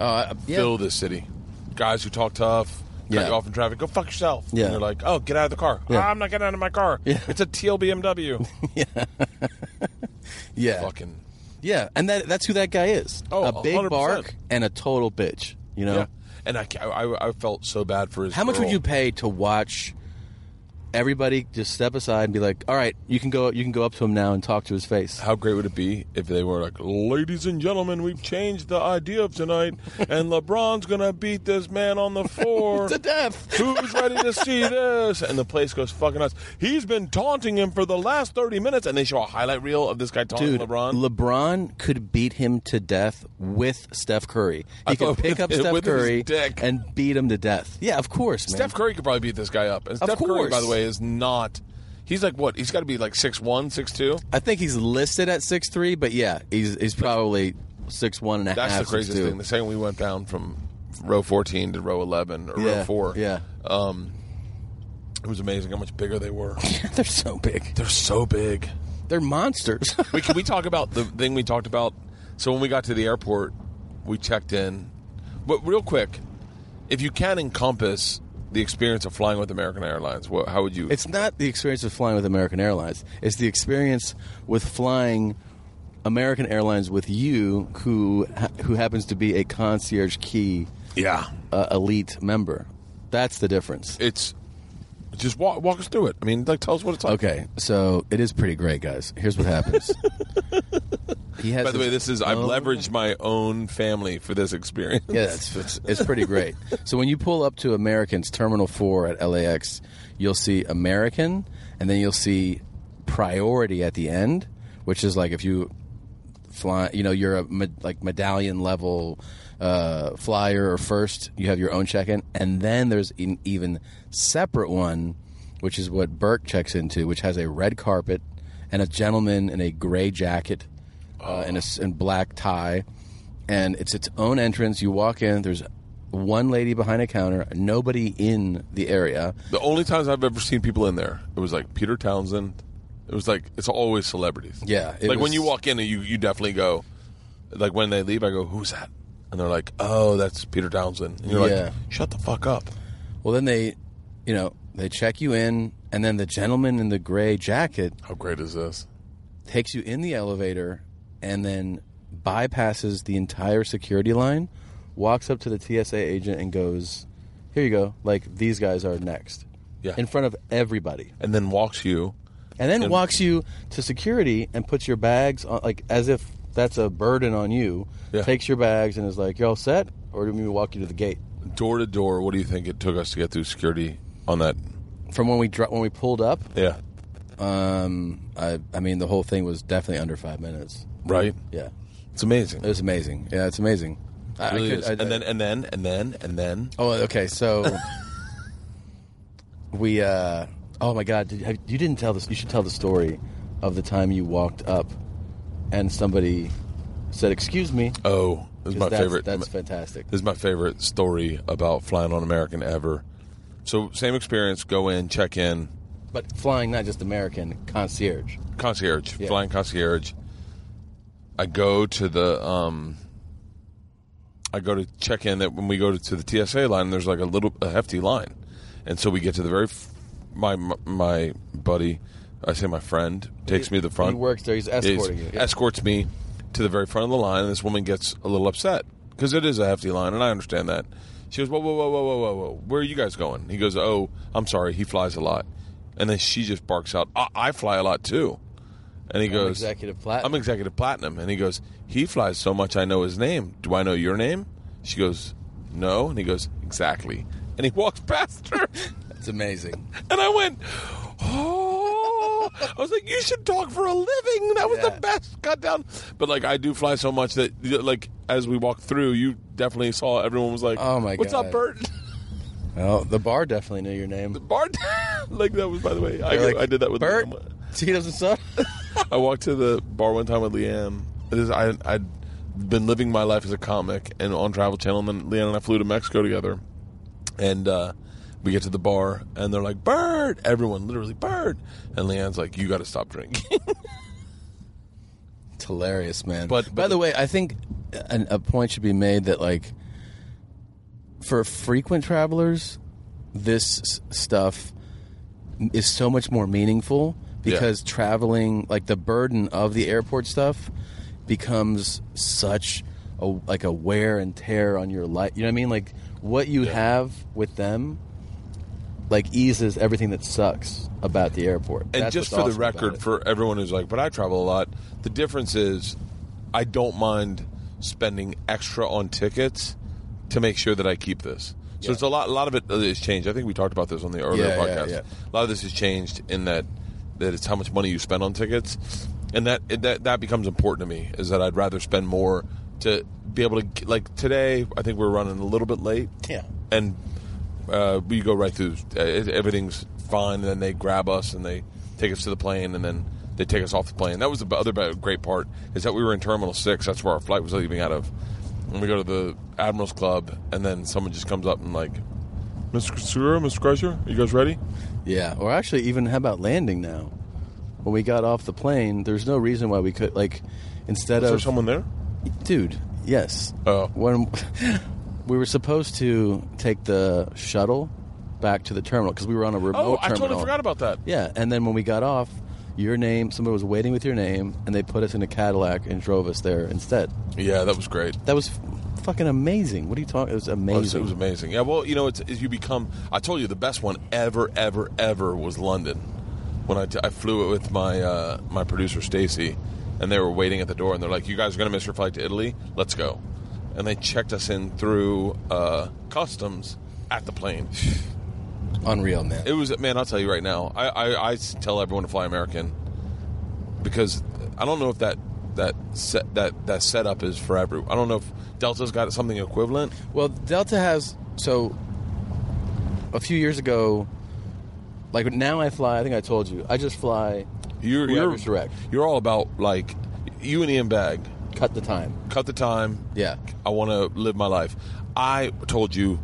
[SPEAKER 3] Uh, yeah.
[SPEAKER 1] fill this city. Guys who talk tough, cut
[SPEAKER 3] Yeah.
[SPEAKER 1] you off in traffic, go fuck yourself.
[SPEAKER 3] Yeah.
[SPEAKER 1] and you're like, "Oh, get out of the car."
[SPEAKER 3] Yeah.
[SPEAKER 1] "Ah, I'm not getting out of my car.
[SPEAKER 3] Yeah.
[SPEAKER 1] It's a teal BMW.
[SPEAKER 3] yeah.
[SPEAKER 1] Fucking
[SPEAKER 3] Yeah. And that that's who that guy is.
[SPEAKER 1] Oh,
[SPEAKER 3] a big
[SPEAKER 1] 100%.
[SPEAKER 3] bark and a total bitch. You know.
[SPEAKER 1] yeah. And I, ca- I, I felt so bad for his.
[SPEAKER 3] How much would
[SPEAKER 1] girl.
[SPEAKER 3] you pay to watch everybody just step aside and be like, "All right, you can go. You can go up to him now and talk to his face."
[SPEAKER 1] How great would it be if they were like, ladies and gentlemen, we've changed the idea of tonight, and LeBron's gonna beat this man on the floor.
[SPEAKER 3] To death.
[SPEAKER 1] Who's ready to see this? And the place goes fucking nuts. He's been taunting him for the last thirty minutes, and they show a highlight reel of this guy taunting
[SPEAKER 3] Dude,
[SPEAKER 1] LeBron.
[SPEAKER 3] LeBron could beat him to death with Steph Curry. He
[SPEAKER 1] I
[SPEAKER 3] could
[SPEAKER 1] thought
[SPEAKER 3] pick up
[SPEAKER 1] with-
[SPEAKER 3] Steph
[SPEAKER 1] with his
[SPEAKER 3] Curry
[SPEAKER 1] dick.
[SPEAKER 3] and beat him to death. Yeah, of course, man.
[SPEAKER 1] Steph Curry could probably beat this guy up. And
[SPEAKER 3] Of
[SPEAKER 1] Steph Curry, by
[SPEAKER 3] course.
[SPEAKER 1] the way, is not. He's like what? He's got to be like six one, six two.
[SPEAKER 3] I think he's listed at six three, but yeah, he's he's probably six one and a half.
[SPEAKER 1] That's the craziest
[SPEAKER 3] 6'2".
[SPEAKER 1] thing. The second we went down from row fourteen to row eleven or
[SPEAKER 3] yeah,
[SPEAKER 1] row four,
[SPEAKER 3] Yeah,
[SPEAKER 1] it was amazing how much bigger they were.
[SPEAKER 3] they're so big.
[SPEAKER 1] They're so big.
[SPEAKER 3] They're monsters.
[SPEAKER 1] Wait, can we talk about the thing we talked about? So when we got to the airport, we checked in. But real quick, if you can encompass the experience of flying with American Airlines, what, how would you?
[SPEAKER 3] It's not the experience of flying with American Airlines. It's the experience with flying American Airlines with you, who who happens to be a concierge key
[SPEAKER 1] yeah,
[SPEAKER 3] uh, elite member. That's the difference.
[SPEAKER 1] it's just walk, walk us through it. I mean, like tell us what it's like.
[SPEAKER 3] Okay, so it is pretty great, guys. Here's what happens. He has
[SPEAKER 1] By the
[SPEAKER 3] his
[SPEAKER 1] way, this is I've
[SPEAKER 3] own-
[SPEAKER 1] leveraged my own family for this experience.
[SPEAKER 3] Yeah, it's, it's, it's pretty great. So when you pull up to Americans Terminal 4 at LAX, you'll see American, and then you'll see priority at the end, which is like if you fly, you know, you're a med- like medallion level uh, flyer or first, you have your own check-in, and then there's an even separate one, which is what Burke checks into, which has a red carpet and a gentleman in a gray jacket uh, and a s- and black tie, and it's its own entrance. You walk in, there's one lady behind a counter, nobody in the area.
[SPEAKER 1] The only times I've ever seen people in there, it was like Peter Townsend. It was like it's always celebrities.
[SPEAKER 3] Yeah, it
[SPEAKER 1] like when
[SPEAKER 3] was-
[SPEAKER 1] you walk in, you you definitely go. Like when they leave, I go, "Who's that?" And they're like, "Oh, that's Peter Townsend." And you're
[SPEAKER 3] Yeah.
[SPEAKER 1] like, "Shut the fuck up."
[SPEAKER 3] Well, then they, you know, they check you in, and then the gentleman in the gray jacket
[SPEAKER 1] How great is this?
[SPEAKER 3] takes you in the elevator and then bypasses the entire security line, walks up to the TSA agent and goes, "Here you go. Like these guys are next."
[SPEAKER 1] Yeah.
[SPEAKER 3] In front of everybody.
[SPEAKER 1] And then walks you.
[SPEAKER 3] And then
[SPEAKER 1] And-
[SPEAKER 3] walks you to security and puts your bags on like as if that's a burden on you.
[SPEAKER 1] Yeah.
[SPEAKER 3] Takes your bags and is like, "You're all set?" Or do we walk you to the gate?
[SPEAKER 1] door to door. What do you think it took us to get through security on that?
[SPEAKER 3] From when we dro- when we pulled up,
[SPEAKER 1] Yeah,
[SPEAKER 3] um, I I mean the whole thing was definitely under 5 minutes.
[SPEAKER 1] right.
[SPEAKER 3] Yeah.
[SPEAKER 1] It's amazing.
[SPEAKER 3] It was amazing. Yeah, it's amazing. I- I
[SPEAKER 1] It really
[SPEAKER 3] could-
[SPEAKER 1] is.
[SPEAKER 3] I-
[SPEAKER 1] and then and then and then and then.
[SPEAKER 3] Oh, okay. So we. uh Oh my God! Did, have, you didn't tell this. You should tell the story of the time you walked up, and somebody said, "Excuse me."
[SPEAKER 1] Oh, this is my
[SPEAKER 3] 'Cause that's,
[SPEAKER 1] favorite.
[SPEAKER 3] That's fantastic.
[SPEAKER 1] This is my favorite story about flying on American ever. So same experience. Go in, check in,
[SPEAKER 3] But flying, not just American concierge.
[SPEAKER 1] concierge,
[SPEAKER 3] Yeah.
[SPEAKER 1] flying concierge. I go to the um. I go to check in that when we go to, to the TSA line, there's like a little a hefty line, and so we get to the very. F- my my buddy, I say my friend, takes me to the front.
[SPEAKER 3] He works there. He's escorting
[SPEAKER 1] is-
[SPEAKER 3] you. Yeah.
[SPEAKER 1] Escorts me to the very front of the line, and this woman gets a little upset because it is a hefty line, and I understand that. She goes, "Whoa, whoa, whoa, whoa, whoa, whoa, whoa! Where are you guys going?" He goes, "Oh, I'm sorry. He flies a lot," and then she just barks out, "I, I fly a lot too," and he goes,
[SPEAKER 3] executive platinum.
[SPEAKER 1] I'm executive platinum," and he goes, "He flies so much, I know his name. Do I know your name?" She goes, "No," and he goes, "Exactly," and he walks past her.
[SPEAKER 3] It's amazing.
[SPEAKER 1] And I went, oh. I was like, you should talk for a living. That was
[SPEAKER 3] Yeah.
[SPEAKER 1] the best cut down. But like, I do fly so much that like as we walked through, you definitely saw everyone was like,
[SPEAKER 3] Oh, my
[SPEAKER 1] what's
[SPEAKER 3] God.
[SPEAKER 1] up, Bert?
[SPEAKER 3] Well, the bar definitely knew your name.
[SPEAKER 1] Bart. like that was by the way, I,
[SPEAKER 3] They're like,
[SPEAKER 1] I did that with
[SPEAKER 3] Bert.
[SPEAKER 1] Liam.
[SPEAKER 3] Tito's son.
[SPEAKER 1] I walked to the bar one time with Liam. This is- I I'd been living my life as a comic and on Travel Channel, and then Leanne and I flew to Mexico together, and uh, we get to the bar, and they're like, "Bird!" Everyone, literally, "Bird!" And Leanne's like, "You got to stop drinking."
[SPEAKER 3] It's hilarious, man.
[SPEAKER 1] But-
[SPEAKER 3] by the way, I think an, a point should be made that like for frequent travelers, this s- stuff is so much more meaningful because traveling, like the burden of the airport stuff, becomes such a like a wear and tear on your life. You know what I mean? Like what you have with them. Like eases everything that sucks about the airport.
[SPEAKER 1] and just for the record, for everyone who's like, "But I travel a lot," the difference is, I don't mind spending extra on tickets to make sure that I keep this. So
[SPEAKER 3] Yeah.
[SPEAKER 1] it's a lot. A lot of it is changed. I think we talked about this on the earlier
[SPEAKER 3] Yeah, yeah,
[SPEAKER 1] podcast.
[SPEAKER 3] yeah.
[SPEAKER 1] A lot of this has changed in that that it's how much money you spend on tickets, and that that that becomes important to me. Is that I'd rather spend more to be able to like today. I think we're running a little bit late
[SPEAKER 3] yeah,
[SPEAKER 1] and uh, we go right through. Uh, it- everything's fine, and then they grab us and they take us to the plane, and then they take us off the plane. That was the b- other b- great part is that we were in Terminal Six. That's where our flight was leaving out of. And we go to the Admiral's Club, and then someone just comes up and like, Mr. Segura, Mr. Crusher, are you guys ready?
[SPEAKER 3] Yeah, or actually, even how about landing now? When we got off the plane, there's no reason why we could like instead
[SPEAKER 1] Is there
[SPEAKER 3] of
[SPEAKER 1] someone there?
[SPEAKER 3] dude. Yes.
[SPEAKER 1] Oh.
[SPEAKER 3] When we were supposed to take the shuttle back to the terminal because we were on a remote
[SPEAKER 1] Oh, I
[SPEAKER 3] terminal.
[SPEAKER 1] totally forgot about that.
[SPEAKER 3] Yeah, and then when we got off, your name, somebody was waiting with your name, and they put us in a Cadillac and drove us there instead.
[SPEAKER 1] Yeah, that was great.
[SPEAKER 3] That was f- fucking amazing. What are you talking? It was amazing.
[SPEAKER 1] Oh, so it was amazing. Yeah, well, you know, it's, it's you become. I told you the best one ever, ever, ever was London. When I, t- I flew it with my uh, my producer Stacy, and they were waiting at the door, and they're like, "You guys are gonna miss your flight to Italy. Let's go." And they checked us in through uh, customs at the plane.
[SPEAKER 3] Unreal, man.
[SPEAKER 1] It was man. I'll tell you right now. I, I, I tell everyone to fly American because I don't know if that that set, that that setup is for every. I don't know if Delta's got something equivalent.
[SPEAKER 3] Well, Delta has so a few years ago. Like now, I fly. I think I told you. I just fly.
[SPEAKER 1] You're
[SPEAKER 3] Whoever's
[SPEAKER 1] you're,
[SPEAKER 3] direct.
[SPEAKER 1] you're all about like you and Ian Bag.
[SPEAKER 3] Cut the time.
[SPEAKER 1] Cut the time.
[SPEAKER 3] Yeah.
[SPEAKER 1] I want to live my life. I told you,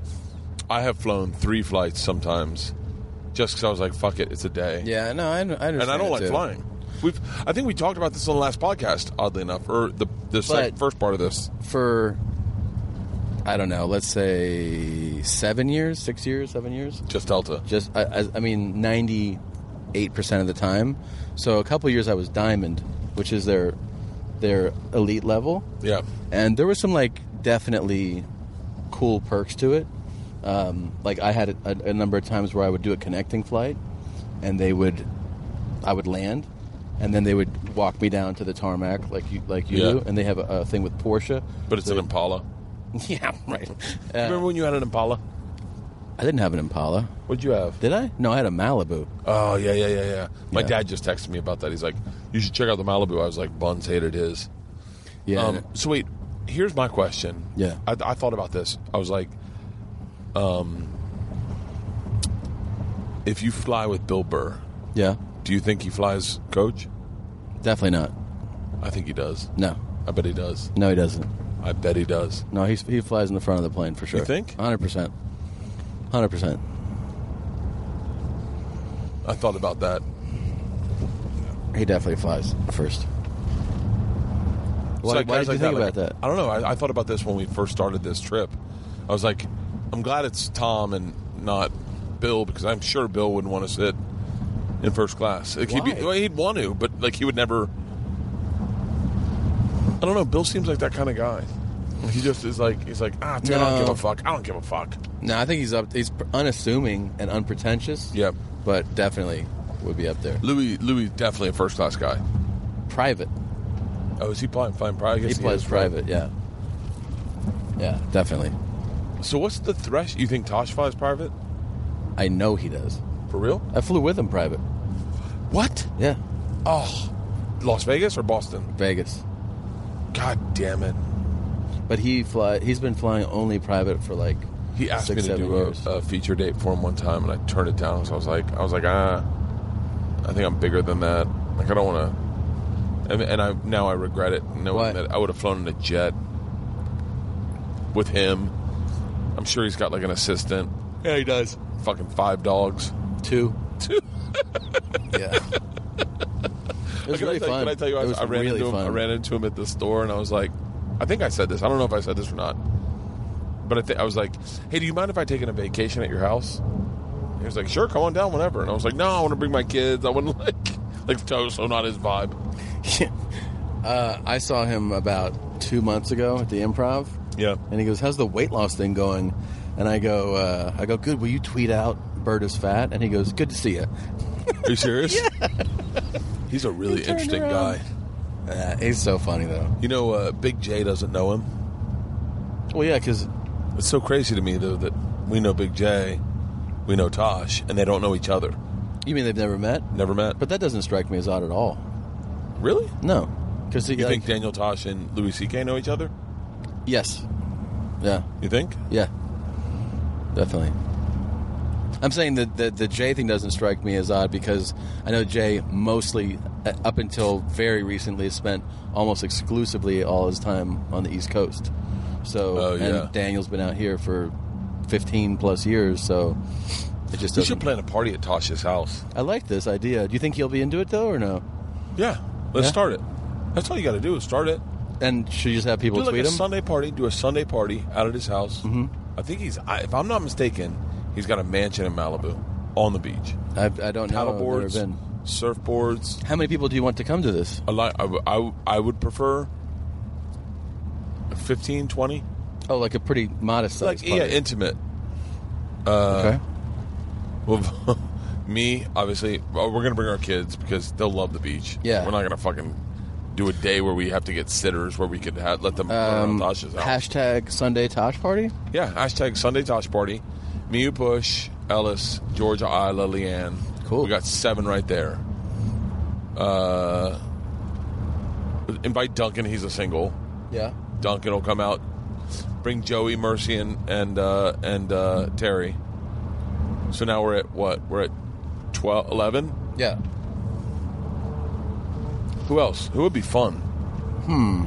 [SPEAKER 1] I have flown three flights sometimes, just because I was like, "Fuck it, it's a day."
[SPEAKER 3] Yeah. No, I, I understand.
[SPEAKER 1] and I don't
[SPEAKER 3] it,
[SPEAKER 1] like
[SPEAKER 3] too.
[SPEAKER 1] flying. We've, I think we talked about this on the last podcast, oddly enough, or the the sec-
[SPEAKER 3] But-
[SPEAKER 1] first part of this.
[SPEAKER 3] for I don't know, let's say seven years, six years, seven years.
[SPEAKER 1] Just Delta.
[SPEAKER 3] Just I, I, I mean, ninety eight percent of the time. So a couple years I was diamond, which is their their elite level,
[SPEAKER 1] Yeah,
[SPEAKER 3] and there was some like definitely cool perks to it. Um, like I had a, a, a number of times where I would do a connecting flight, and they would I would land, and then they would walk me down to the tarmac like you like you
[SPEAKER 1] Yeah.
[SPEAKER 3] do, and they have a, a thing with Porsche.
[SPEAKER 1] but it's an Impala.
[SPEAKER 3] Yeah, right.
[SPEAKER 1] Remember
[SPEAKER 3] Uh,
[SPEAKER 1] when you had an Impala?
[SPEAKER 3] I didn't have an Impala.
[SPEAKER 1] What'd you have?
[SPEAKER 3] Did I? No, I had a Malibu.
[SPEAKER 1] Oh yeah, yeah, yeah, yeah. My
[SPEAKER 3] Yeah.
[SPEAKER 1] dad just texted me about that. He's like, "You should check out the Malibu." I was like, "Buns hated his."
[SPEAKER 3] Yeah.
[SPEAKER 1] Um, so wait, here's my question.
[SPEAKER 3] Yeah.
[SPEAKER 1] I, I thought about this. I was like, um, if you fly with Bill Burr,
[SPEAKER 3] yeah.
[SPEAKER 1] do you think he flies coach?
[SPEAKER 3] Definitely not.
[SPEAKER 1] I think he does.
[SPEAKER 3] No.
[SPEAKER 1] I bet he does.
[SPEAKER 3] No, he doesn't.
[SPEAKER 1] I bet he does.
[SPEAKER 3] No, he's, he flies in the front of the plane for sure.
[SPEAKER 1] think?
[SPEAKER 3] 100%. 100%.
[SPEAKER 1] I thought about that.
[SPEAKER 3] He definitely flies first. Why,
[SPEAKER 1] So, like,
[SPEAKER 3] why
[SPEAKER 1] guys
[SPEAKER 3] did you
[SPEAKER 1] like
[SPEAKER 3] think
[SPEAKER 1] like,
[SPEAKER 3] about that?
[SPEAKER 1] I don't know. I, I thought about this when we first started this trip. I was like, I'm glad it's Tom and not Bill because I'm sure Bill wouldn't want to sit in first class. Like, He'd, be,
[SPEAKER 3] Why?
[SPEAKER 1] well, he'd want to, but like he would never. I don't know. Bill seems like that kind of guy. He just is like he's like ah dude I don't
[SPEAKER 3] No.
[SPEAKER 1] give a fuck I don't give a fuck
[SPEAKER 3] No, I think he's up. He's pr- unassuming and unpretentious.
[SPEAKER 1] Yep.
[SPEAKER 3] But definitely would be up there.
[SPEAKER 1] Louis Louis definitely a first class guy
[SPEAKER 3] Private.
[SPEAKER 1] oh is he flying flying private I
[SPEAKER 3] He
[SPEAKER 1] guess
[SPEAKER 3] flies
[SPEAKER 1] is, right?
[SPEAKER 3] private, yeah. Yeah, definitely.
[SPEAKER 1] so what's the thresh you think Tosh flies private
[SPEAKER 3] I know he does.
[SPEAKER 1] for real
[SPEAKER 3] I flew with him private.
[SPEAKER 1] what
[SPEAKER 3] Yeah.
[SPEAKER 1] oh Las Vegas or Boston
[SPEAKER 3] Vegas.
[SPEAKER 1] God damn it.
[SPEAKER 3] But he fly. He's been flying only private for like
[SPEAKER 1] He asked
[SPEAKER 3] six,
[SPEAKER 1] me to
[SPEAKER 3] seven
[SPEAKER 1] do a,
[SPEAKER 3] years.
[SPEAKER 1] a feature date for him one time, and I turned it down. So I was like, I was like, ah, I think I'm bigger than that. Like I don't want to. And, and I now I regret it, knowing
[SPEAKER 3] Why?
[SPEAKER 1] that I would have flown in a jet with him. I'm sure he's got like an assistant. Yeah, he does. Fucking five dogs.
[SPEAKER 3] two. yeah. It was
[SPEAKER 1] Can
[SPEAKER 3] really
[SPEAKER 1] I tell,
[SPEAKER 3] fun.
[SPEAKER 1] Can I tell you? I,
[SPEAKER 3] it was
[SPEAKER 1] I ran
[SPEAKER 3] really
[SPEAKER 1] into him.
[SPEAKER 3] fun.
[SPEAKER 1] I ran into him at the store, and I was like, I think I said this. I don't know if I said this or not, but I, th- I was like, Hey, do you mind if I take in a vacation at your house? He was like, Sure, come on down whenever. And I was like, No, I want to bring my kids. I wouldn't like like so, so not his vibe.
[SPEAKER 3] uh, I saw him about two months ago at the Improv,
[SPEAKER 1] Yeah,
[SPEAKER 3] and he goes, "How's the weight loss thing going?" And I go, uh, "I go, good. Will you tweet out Bird is fat?" And he goes, "Good to see you."
[SPEAKER 1] are you serious? He's a really
[SPEAKER 3] He turned
[SPEAKER 1] interesting
[SPEAKER 3] around.
[SPEAKER 1] guy.
[SPEAKER 3] Uh, he's so funny though.
[SPEAKER 1] You know, uh, Big J doesn't know him.
[SPEAKER 3] Well, yeah, because
[SPEAKER 1] It's so crazy to me though that we know Big J, we know Tosh, and they don't know each other.
[SPEAKER 3] you mean they've never met,
[SPEAKER 1] Never met.
[SPEAKER 3] but that doesn't strike me as odd at all.
[SPEAKER 1] really,
[SPEAKER 3] No, because
[SPEAKER 1] you think Daniel Tosh and Louis C.K. know each other?
[SPEAKER 3] Yes. Yeah.
[SPEAKER 1] You think?
[SPEAKER 3] Yeah. Definitely. I'm saying that the, the Jay thing doesn't strike me as odd because I know Jay mostly, uh, up until very recently, spent almost exclusively all his time on the East Coast. So,
[SPEAKER 1] Oh, yeah.
[SPEAKER 3] and Daniel's been out here for 15 plus years, so it just
[SPEAKER 1] We should
[SPEAKER 3] doesn't.
[SPEAKER 1] plan a party at Tasha's house.
[SPEAKER 3] I like this idea. Do you think he'll be into it though, or no?
[SPEAKER 1] Yeah, let's
[SPEAKER 3] Yeah.
[SPEAKER 1] start it. That's all you got to do is start it.
[SPEAKER 3] And should you just have people
[SPEAKER 1] do like
[SPEAKER 3] tweet
[SPEAKER 1] a
[SPEAKER 3] him?
[SPEAKER 1] Sunday party. Do a Sunday party out at his house. Mm-hmm. I think he's, I, if I'm not mistaken, he's got a mansion in Malibu on the beach.
[SPEAKER 3] I, I don't know. I've never
[SPEAKER 1] Paddleboards,
[SPEAKER 3] been.
[SPEAKER 1] surfboards.
[SPEAKER 3] How many people do you want to come to this?
[SPEAKER 1] A lot, I, w- I w- I would prefer 15, 20.
[SPEAKER 3] Oh, like a pretty modest size.
[SPEAKER 1] Like, yeah,
[SPEAKER 3] party.
[SPEAKER 1] intimate.
[SPEAKER 3] okay.
[SPEAKER 1] Well, me, obviously, well, we're gonna bring our kids because they'll love the beach.
[SPEAKER 3] Yeah.
[SPEAKER 1] we're not gonna fucking do a day where we have to get sitters where we could ha- let them
[SPEAKER 3] Um,
[SPEAKER 1] run Oh, Tasha's out.
[SPEAKER 3] hashtag Sunday Tosh Party.
[SPEAKER 1] yeah, hashtag Sunday Tosh Party. Me, you, Bush, Ellis, Georgia, Isla, Leanne.
[SPEAKER 3] Cool.
[SPEAKER 1] We got seven right there. Uh, invite Duncan. He's a single.
[SPEAKER 3] Yeah.
[SPEAKER 1] Duncan will come out. Bring Joey, Mercy, and and uh, and uh, Terry. So now we're at what? We're at 12, 11?
[SPEAKER 3] Yeah.
[SPEAKER 1] Who else? Who would be fun? Hmm.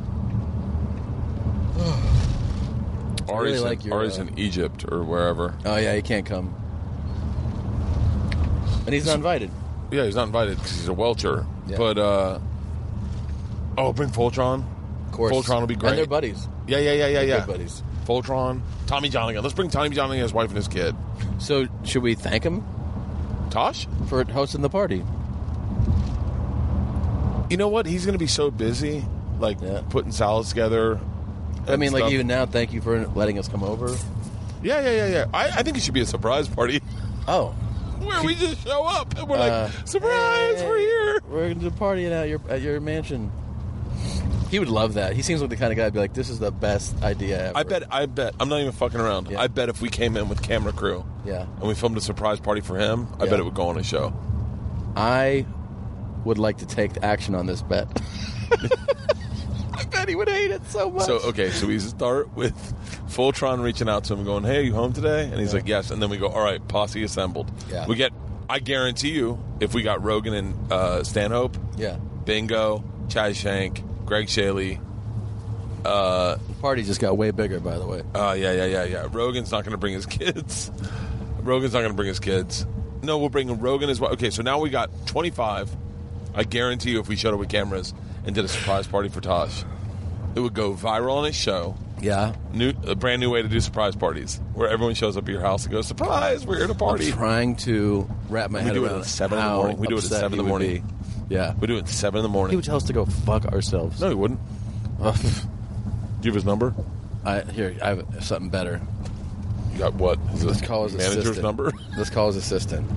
[SPEAKER 1] Ari's,
[SPEAKER 3] really
[SPEAKER 1] in,
[SPEAKER 3] like your,
[SPEAKER 1] Ari's
[SPEAKER 3] uh,
[SPEAKER 1] in Egypt or wherever.
[SPEAKER 3] Oh yeah, he can't come. And he's not invited.
[SPEAKER 1] Yeah, he's not invited because he's a welcher.
[SPEAKER 3] Yeah.
[SPEAKER 1] But uh, oh, bring Voltron.
[SPEAKER 3] Of course.
[SPEAKER 1] Voltron will be great.
[SPEAKER 3] And they're buddies.
[SPEAKER 1] Yeah, yeah, yeah, yeah,
[SPEAKER 3] They're
[SPEAKER 1] yeah.
[SPEAKER 3] Good buddies.
[SPEAKER 1] Voltron, Tommy John again. Let's bring Tommy John and his wife and his kid.
[SPEAKER 3] So should we thank him
[SPEAKER 1] Tosh,
[SPEAKER 3] for hosting the party?
[SPEAKER 1] you know what? He's going to be so busy, like
[SPEAKER 3] Yeah.
[SPEAKER 1] putting salads together.
[SPEAKER 3] I
[SPEAKER 1] and
[SPEAKER 3] mean, like
[SPEAKER 1] stuff.
[SPEAKER 3] even now, thank you for letting us come over.
[SPEAKER 1] Yeah, yeah, yeah, yeah. I, I think it should be a surprise party
[SPEAKER 3] Oh,
[SPEAKER 1] where we just show up and we're like,
[SPEAKER 3] Uh,
[SPEAKER 1] surprise,
[SPEAKER 3] hey,
[SPEAKER 1] we're here.
[SPEAKER 3] We're going to party at your at your mansion. He would love that. He seems like the kind of guy to be like, "This is the best idea ever."
[SPEAKER 1] I bet, I bet. I'm not even fucking around.
[SPEAKER 3] Yeah.
[SPEAKER 1] I bet if we came in with camera crew
[SPEAKER 3] Yeah,
[SPEAKER 1] and we filmed a surprise party for him, I
[SPEAKER 3] Yeah.
[SPEAKER 1] bet it would go on a show.
[SPEAKER 3] I would like to take action on this bet. I bet he would hate it so much.
[SPEAKER 1] So okay, so we start with Voltron reaching out to him, going, "Hey, you home today?" And he's like, "Yes." And then we go, "All right, posse assembled."
[SPEAKER 3] Yeah.
[SPEAKER 1] We get. I guarantee you, if we got Rogan and uh, Stanhope,
[SPEAKER 3] yeah,
[SPEAKER 1] Bingo, Chad Shank, Greg Shaley. Uh,
[SPEAKER 3] the party just got way bigger. By the way,
[SPEAKER 1] uh, yeah, yeah, yeah, yeah. Rogan's not going to bring his kids. Rogan's not going to bring his kids. No, we'll bring Rogan as well. Okay, so now we got 25. I guarantee you, if we showed up with cameras and did a surprise party for Tosh, it would go viral on his show.
[SPEAKER 3] yeah.
[SPEAKER 1] New, a brand new way to do surprise parties, where everyone shows up at your house and goes, "Surprise, we're here to
[SPEAKER 3] I'm
[SPEAKER 1] party."
[SPEAKER 3] trying to wrap my
[SPEAKER 1] We
[SPEAKER 3] head
[SPEAKER 1] do it
[SPEAKER 3] around
[SPEAKER 1] at seven in the
[SPEAKER 3] how
[SPEAKER 1] morning. We do it at
[SPEAKER 3] upset
[SPEAKER 1] seven in the
[SPEAKER 3] he would
[SPEAKER 1] morning.
[SPEAKER 3] be. Yeah,
[SPEAKER 1] We do it at seven in the
[SPEAKER 3] he
[SPEAKER 1] morning.
[SPEAKER 3] would tell us to go fuck ourselves.
[SPEAKER 1] No, he wouldn't. Do you have his number?
[SPEAKER 3] I, here, I have something better.
[SPEAKER 1] You got what? Is
[SPEAKER 3] Let's
[SPEAKER 1] it
[SPEAKER 3] call his
[SPEAKER 1] manager's
[SPEAKER 3] assistant.
[SPEAKER 1] number.
[SPEAKER 3] Let's call his assistant.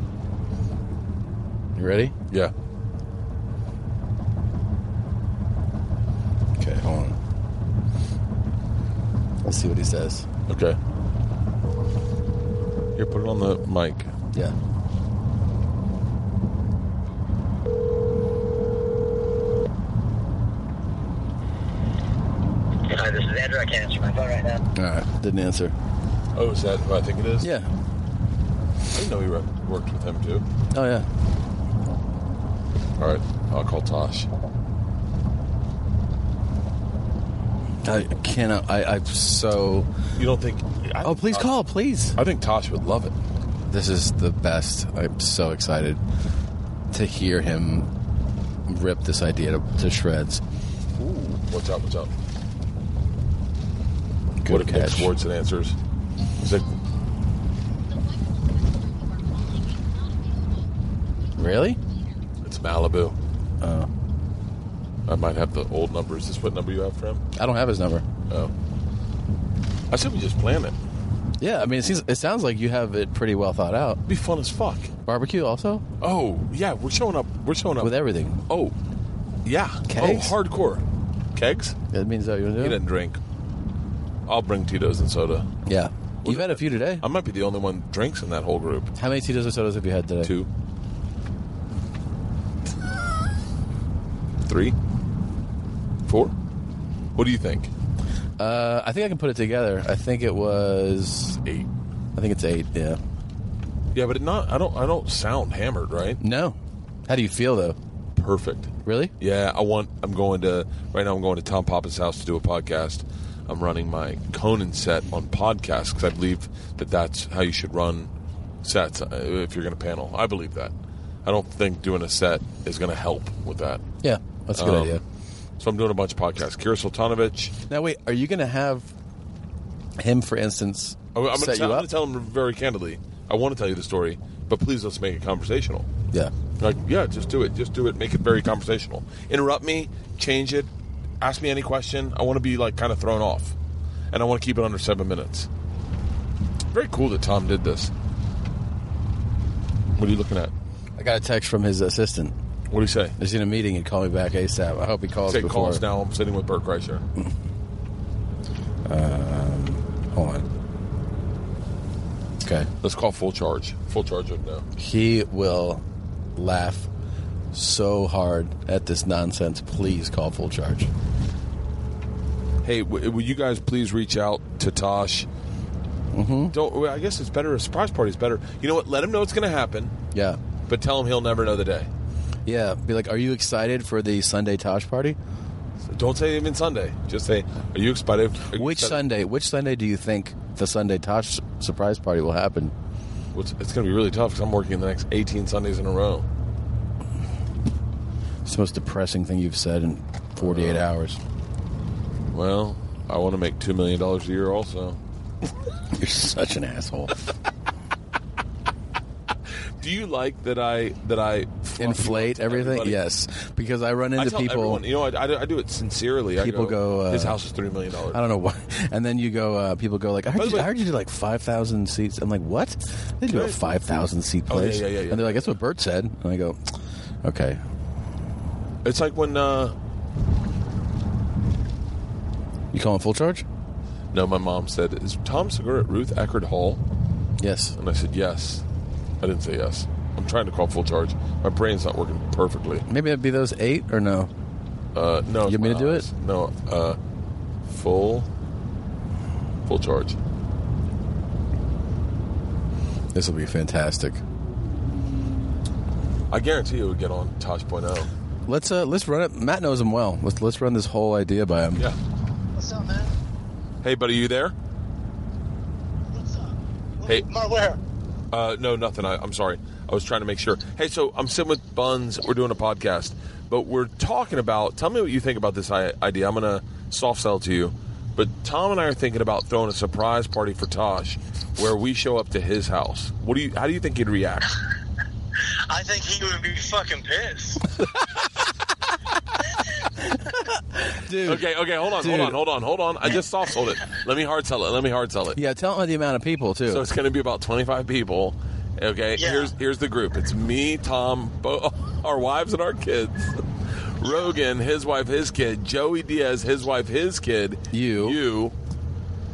[SPEAKER 3] You ready?
[SPEAKER 1] Yeah.
[SPEAKER 3] Okay, hold on. Let's see what he says.
[SPEAKER 1] Okay. Here, put it on the mic.
[SPEAKER 3] Yeah.
[SPEAKER 5] Hi, this is Andrew. I can't answer my phone right now.
[SPEAKER 3] All right. Didn't answer.
[SPEAKER 1] Oh, is that who I think it is?
[SPEAKER 3] Yeah.
[SPEAKER 1] I didn't know we re- worked with him too.
[SPEAKER 3] Oh yeah.
[SPEAKER 1] All right, I'll call Tosh.
[SPEAKER 3] I cannot. I. I'm so.
[SPEAKER 1] You don't think? I
[SPEAKER 3] Oh,
[SPEAKER 1] think
[SPEAKER 3] please
[SPEAKER 1] Tosh-
[SPEAKER 3] call, please.
[SPEAKER 1] I think Tosh would love it.
[SPEAKER 3] This is the best. I'm so excited to hear him rip this idea to, to shreds.
[SPEAKER 1] Ooh, what's up? What's up?
[SPEAKER 3] Good
[SPEAKER 1] what a
[SPEAKER 3] catch.
[SPEAKER 1] mix words and answers. Is it?
[SPEAKER 3] Really?
[SPEAKER 1] It's Malibu.
[SPEAKER 3] Oh,
[SPEAKER 1] I might have the old number. Is this what number you have for him?
[SPEAKER 3] I don't have his number.
[SPEAKER 1] Oh. I said we just plan it.
[SPEAKER 3] Yeah, I mean, it, seems, it sounds like you have it pretty well thought out.
[SPEAKER 1] It'd be fun as fuck.
[SPEAKER 3] Barbecue also
[SPEAKER 1] Oh yeah, we're showing up. We're showing up.
[SPEAKER 3] with everything.
[SPEAKER 1] oh, yeah.
[SPEAKER 3] Kegs?
[SPEAKER 1] Oh, hardcore. Kegs.
[SPEAKER 3] That means that you want
[SPEAKER 1] He
[SPEAKER 3] to do. it?
[SPEAKER 1] didn't drink. I'll bring Tito's and soda.
[SPEAKER 3] Yeah, you've had a few today.
[SPEAKER 1] I might be the only one that drinks in that whole group.
[SPEAKER 3] How many Tito's or sodas have you had today?
[SPEAKER 1] Two. Three. Four. What do you think?
[SPEAKER 3] Uh, I think I can put it together. I think it was.
[SPEAKER 1] Eight.
[SPEAKER 3] I think it's eight. Yeah.
[SPEAKER 1] Yeah, but it not I don't I don't sound hammered, right?
[SPEAKER 3] No. How do you feel though?
[SPEAKER 1] Perfect.
[SPEAKER 3] Really?
[SPEAKER 1] Yeah, I want I'm going to right now I'm going to Tom Papa's house to do a podcast. I'm running my Conan set on podcast cuz I believe that that's how you should run sets uh, if you're going to panel. I believe that. I don't think doing a set is going to help with that.
[SPEAKER 3] Yeah, that's a good
[SPEAKER 1] Um,
[SPEAKER 3] idea.
[SPEAKER 1] So I'm doing a bunch of podcasts. Kira Sultanovich.
[SPEAKER 3] Now wait, are you going to have him, for instance,
[SPEAKER 1] Oh, I'm going
[SPEAKER 3] set
[SPEAKER 1] to tell,
[SPEAKER 3] you
[SPEAKER 1] I'm
[SPEAKER 3] up?
[SPEAKER 1] gonna tell him very candidly. I want to tell you the story, but please let's make it conversational.
[SPEAKER 3] yeah.
[SPEAKER 1] Like, yeah, just do it. Just do it. Make it very conversational. Interrupt me. Change it. Ask me any question. I want to be like kind of thrown off, and I want to keep it under seven minutes. Very cool that Tom did this. What are you looking at?
[SPEAKER 3] I got a text from his assistant.
[SPEAKER 1] What do you say?
[SPEAKER 3] He's in a meeting and call me back ASAP. I hope he calls
[SPEAKER 1] Say
[SPEAKER 3] before.
[SPEAKER 1] calls now. I'm sitting with Bert Kreischer.
[SPEAKER 3] Hold on. Okay.
[SPEAKER 1] Let's call full charge. Full charge right now.
[SPEAKER 3] He will laugh so hard at this nonsense. Please call full charge.
[SPEAKER 1] Hey, w- will you guys please reach out to Tosh? Mm-hmm. Don't. well, I guess it's better. A surprise party's better. You know what? Let him know it's going to happen,
[SPEAKER 3] Yeah.
[SPEAKER 1] but tell him he'll never know the day.
[SPEAKER 3] Yeah. Be like, are you excited for the Sunday Tosh party?
[SPEAKER 1] Don't say even Sunday. Just say, "Are you excited?"
[SPEAKER 3] Which
[SPEAKER 1] excited-
[SPEAKER 3] Sunday? Which Sunday do you think the Sunday Tosh su- surprise party will happen?
[SPEAKER 1] It's, it's going to be really tough because I'm working the next 18 Sundays in a row.
[SPEAKER 3] It's the most depressing thing you've said in 48
[SPEAKER 1] Uh,
[SPEAKER 3] hours.
[SPEAKER 1] Well, I want to make two million dollars a year. Also,
[SPEAKER 3] You're such an asshole.
[SPEAKER 1] do you like that I that I fluff you
[SPEAKER 3] Inflate
[SPEAKER 1] onto
[SPEAKER 3] everything?
[SPEAKER 1] everybody?
[SPEAKER 3] Yes. Because I run
[SPEAKER 1] I
[SPEAKER 3] into
[SPEAKER 1] tell
[SPEAKER 3] people.
[SPEAKER 1] everyone, you know, I, I, do- I do it sincerely. I
[SPEAKER 3] People go, uh,
[SPEAKER 1] his house is three million dollars.
[SPEAKER 3] I don't know why. And then you go, uh, people go like, I
[SPEAKER 1] By
[SPEAKER 3] heard,
[SPEAKER 1] the
[SPEAKER 3] you,
[SPEAKER 1] way-
[SPEAKER 3] I heard you did like five thousand seats. I'm like, what? They do
[SPEAKER 1] Can
[SPEAKER 3] a
[SPEAKER 1] I-
[SPEAKER 3] five thousand seat
[SPEAKER 1] Oh, yeah,
[SPEAKER 3] place.
[SPEAKER 1] yeah, yeah, yeah.
[SPEAKER 3] And they're like, that's what Bert said. And I go, okay.
[SPEAKER 1] It's like when uh,
[SPEAKER 3] You calling full charge?
[SPEAKER 1] no, my mom said, "Is Tom Segura at Ruth Eckerd Hall?"
[SPEAKER 3] Yes.
[SPEAKER 1] And I said, "Yes." I didn't say yes. I'm trying to call full charge. My brain's not working perfectly.
[SPEAKER 3] Maybe it'd be those eight or no?
[SPEAKER 1] Uh, no, it's
[SPEAKER 3] You want me
[SPEAKER 1] my
[SPEAKER 3] to do
[SPEAKER 1] eyes. No, uh, full, full charge.
[SPEAKER 3] This will be fantastic.
[SPEAKER 1] I guarantee you would get on oh. Tosh.0.
[SPEAKER 3] Let's uh, let's run it. Matt knows him well. Let's let's run this whole idea by him.
[SPEAKER 1] Yeah.
[SPEAKER 6] What's up, man?
[SPEAKER 1] Hey, buddy, you there?
[SPEAKER 6] What's up?
[SPEAKER 1] Hey.
[SPEAKER 6] Mark, where?
[SPEAKER 1] Uh, no, nothing. I, I'm sorry. I was trying to make sure. Hey, so I'm sitting with Buns. We're doing a podcast, but we're talking about. Tell me what you think about this i- idea. I'm gonna soft sell to you, but Tom and I are thinking about throwing a surprise party for Tosh, where we show up to his house. What do you? How do you think he'd react?
[SPEAKER 6] I think he would be fucking pissed.
[SPEAKER 3] Dude.
[SPEAKER 1] Okay, okay, hold on, hold
[SPEAKER 3] Dude.
[SPEAKER 1] on, hold on, hold on. I just soft sold it. Let me hard sell it. Let me hard sell it.
[SPEAKER 3] Yeah. Tell him the amount of people too.
[SPEAKER 1] So it's going to be about 25 people. Okay,
[SPEAKER 6] Yeah.
[SPEAKER 1] here's here's the group. It's me, Tom, bo- our wives and our kids. Rogan, his wife, his kid. Joey Diaz, his wife, his kid.
[SPEAKER 3] You.
[SPEAKER 1] you,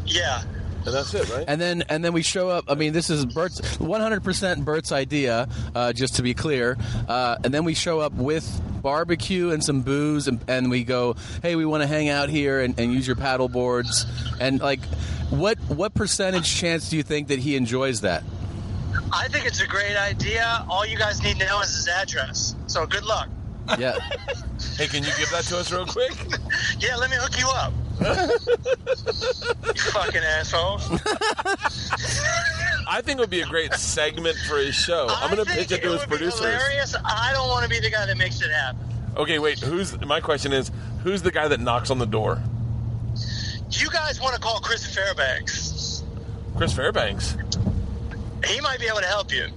[SPEAKER 6] yeah.
[SPEAKER 1] and that's it, right?
[SPEAKER 3] and then and then we show up. I mean, this is Bert's 100% Bert's idea, uh, just to be clear. Uh, and then we show up with barbecue and some booze, and, and we go, "Hey, we want to hang out here and, and use your paddle boards." And like, what what percentage chance do you think that he enjoys that?
[SPEAKER 6] I think it's a great idea. All you guys need to know is his address. So good luck.
[SPEAKER 3] Yeah,
[SPEAKER 1] hey, can you give that to us real quick?
[SPEAKER 6] Yeah, let me hook you up. you fucking assholes.
[SPEAKER 1] I think it would be a great segment for his show. I'm
[SPEAKER 6] I
[SPEAKER 1] going to
[SPEAKER 6] think
[SPEAKER 1] pitch it to his
[SPEAKER 6] would be
[SPEAKER 1] producers.
[SPEAKER 6] Hilarious. I don't want to be the guy that makes it happen.
[SPEAKER 1] Okay, wait. Who's my question is who's the guy that knocks on the door?
[SPEAKER 6] You guys want to call Chris Fairbanks?
[SPEAKER 1] Chris Fairbanks.
[SPEAKER 6] He might be able to help you.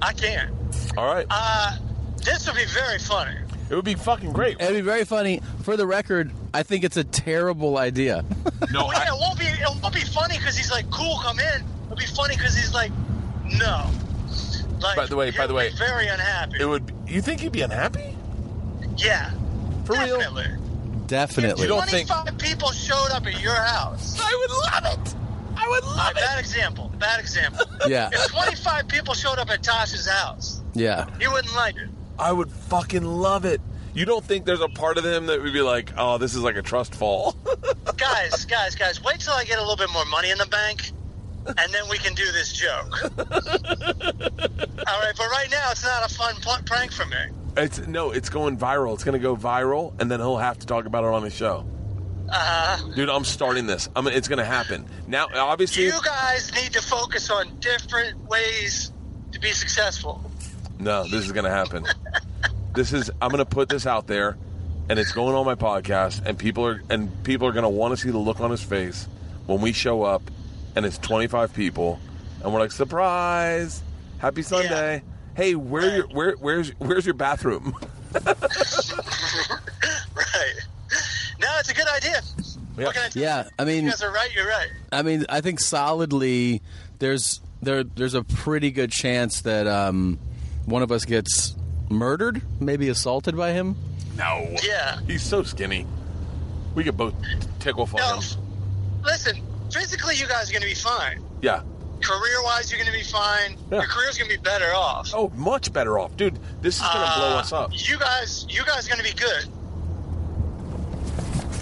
[SPEAKER 6] I can't.
[SPEAKER 1] All right,
[SPEAKER 6] Uh, this would be very funny.
[SPEAKER 1] it would be fucking great.
[SPEAKER 3] it'd be very funny. For the record, I think it's a terrible idea.
[SPEAKER 1] No,
[SPEAKER 6] Well, yeah,
[SPEAKER 1] I,
[SPEAKER 6] it won't be. It won't be funny because he's like, "Cool, come in." It'll be funny because he's like, "No." Like,
[SPEAKER 1] By the way, by
[SPEAKER 6] he'll
[SPEAKER 1] the way,
[SPEAKER 6] be very unhappy.
[SPEAKER 1] it would. You think he'd be unhappy?
[SPEAKER 6] yeah,
[SPEAKER 1] For real?
[SPEAKER 6] definitely.
[SPEAKER 3] Definitely.
[SPEAKER 1] You don't- think-
[SPEAKER 6] Twenty-five people showed up at your house.
[SPEAKER 1] I would love it. I would
[SPEAKER 6] All
[SPEAKER 1] love
[SPEAKER 6] right, bad example. Bad example.
[SPEAKER 3] yeah,
[SPEAKER 6] if twenty-five people showed up at Tasha's house,
[SPEAKER 3] yeah.
[SPEAKER 6] you wouldn't like it.
[SPEAKER 1] I would fucking love it. You don't think there's a part of him that would be like, oh, this is like a trust fall?
[SPEAKER 6] Guys, guys, guys, wait till I get a little bit more money in the bank, and then we can do this joke. All right, but right now it's not a fun pl- prank for me.
[SPEAKER 1] it's no, it's going viral. It's gonna go viral, and then he'll have to talk about it on his show. Dude, I'm starting this. I'm. It's gonna happen now. Obviously,
[SPEAKER 6] You guys need to focus on different ways to be successful.
[SPEAKER 1] no. This is gonna happen. this is. I'm gonna put this out there, and it's going on my podcast, and people are and people are gonna want to see the look on his face when we show up, and it's 25 people, and we're like, surprise, happy Sunday. Hey, where your where where's where's your bathroom?
[SPEAKER 6] Right. No, it's a good idea.
[SPEAKER 1] Yeah.
[SPEAKER 6] What can I tell
[SPEAKER 3] Yeah, I
[SPEAKER 6] you?
[SPEAKER 3] mean,
[SPEAKER 6] You guys are right, you're right.
[SPEAKER 3] I mean, I think solidly there's there there's a pretty good chance that um one of us gets murdered, maybe assaulted by him.
[SPEAKER 1] No.
[SPEAKER 6] Yeah.
[SPEAKER 1] He's so skinny. We could both tickle fuck
[SPEAKER 6] No,
[SPEAKER 1] him.
[SPEAKER 6] f- listen, physically, you guys are going to be fine.
[SPEAKER 1] Yeah.
[SPEAKER 6] Career wise, you're going to be fine.
[SPEAKER 1] Yeah.
[SPEAKER 6] Your career's going to be better off.
[SPEAKER 1] Oh, much better off, dude. This is gonna blow
[SPEAKER 6] Uh,
[SPEAKER 1] us up.
[SPEAKER 6] You guys, you guys are going to be good.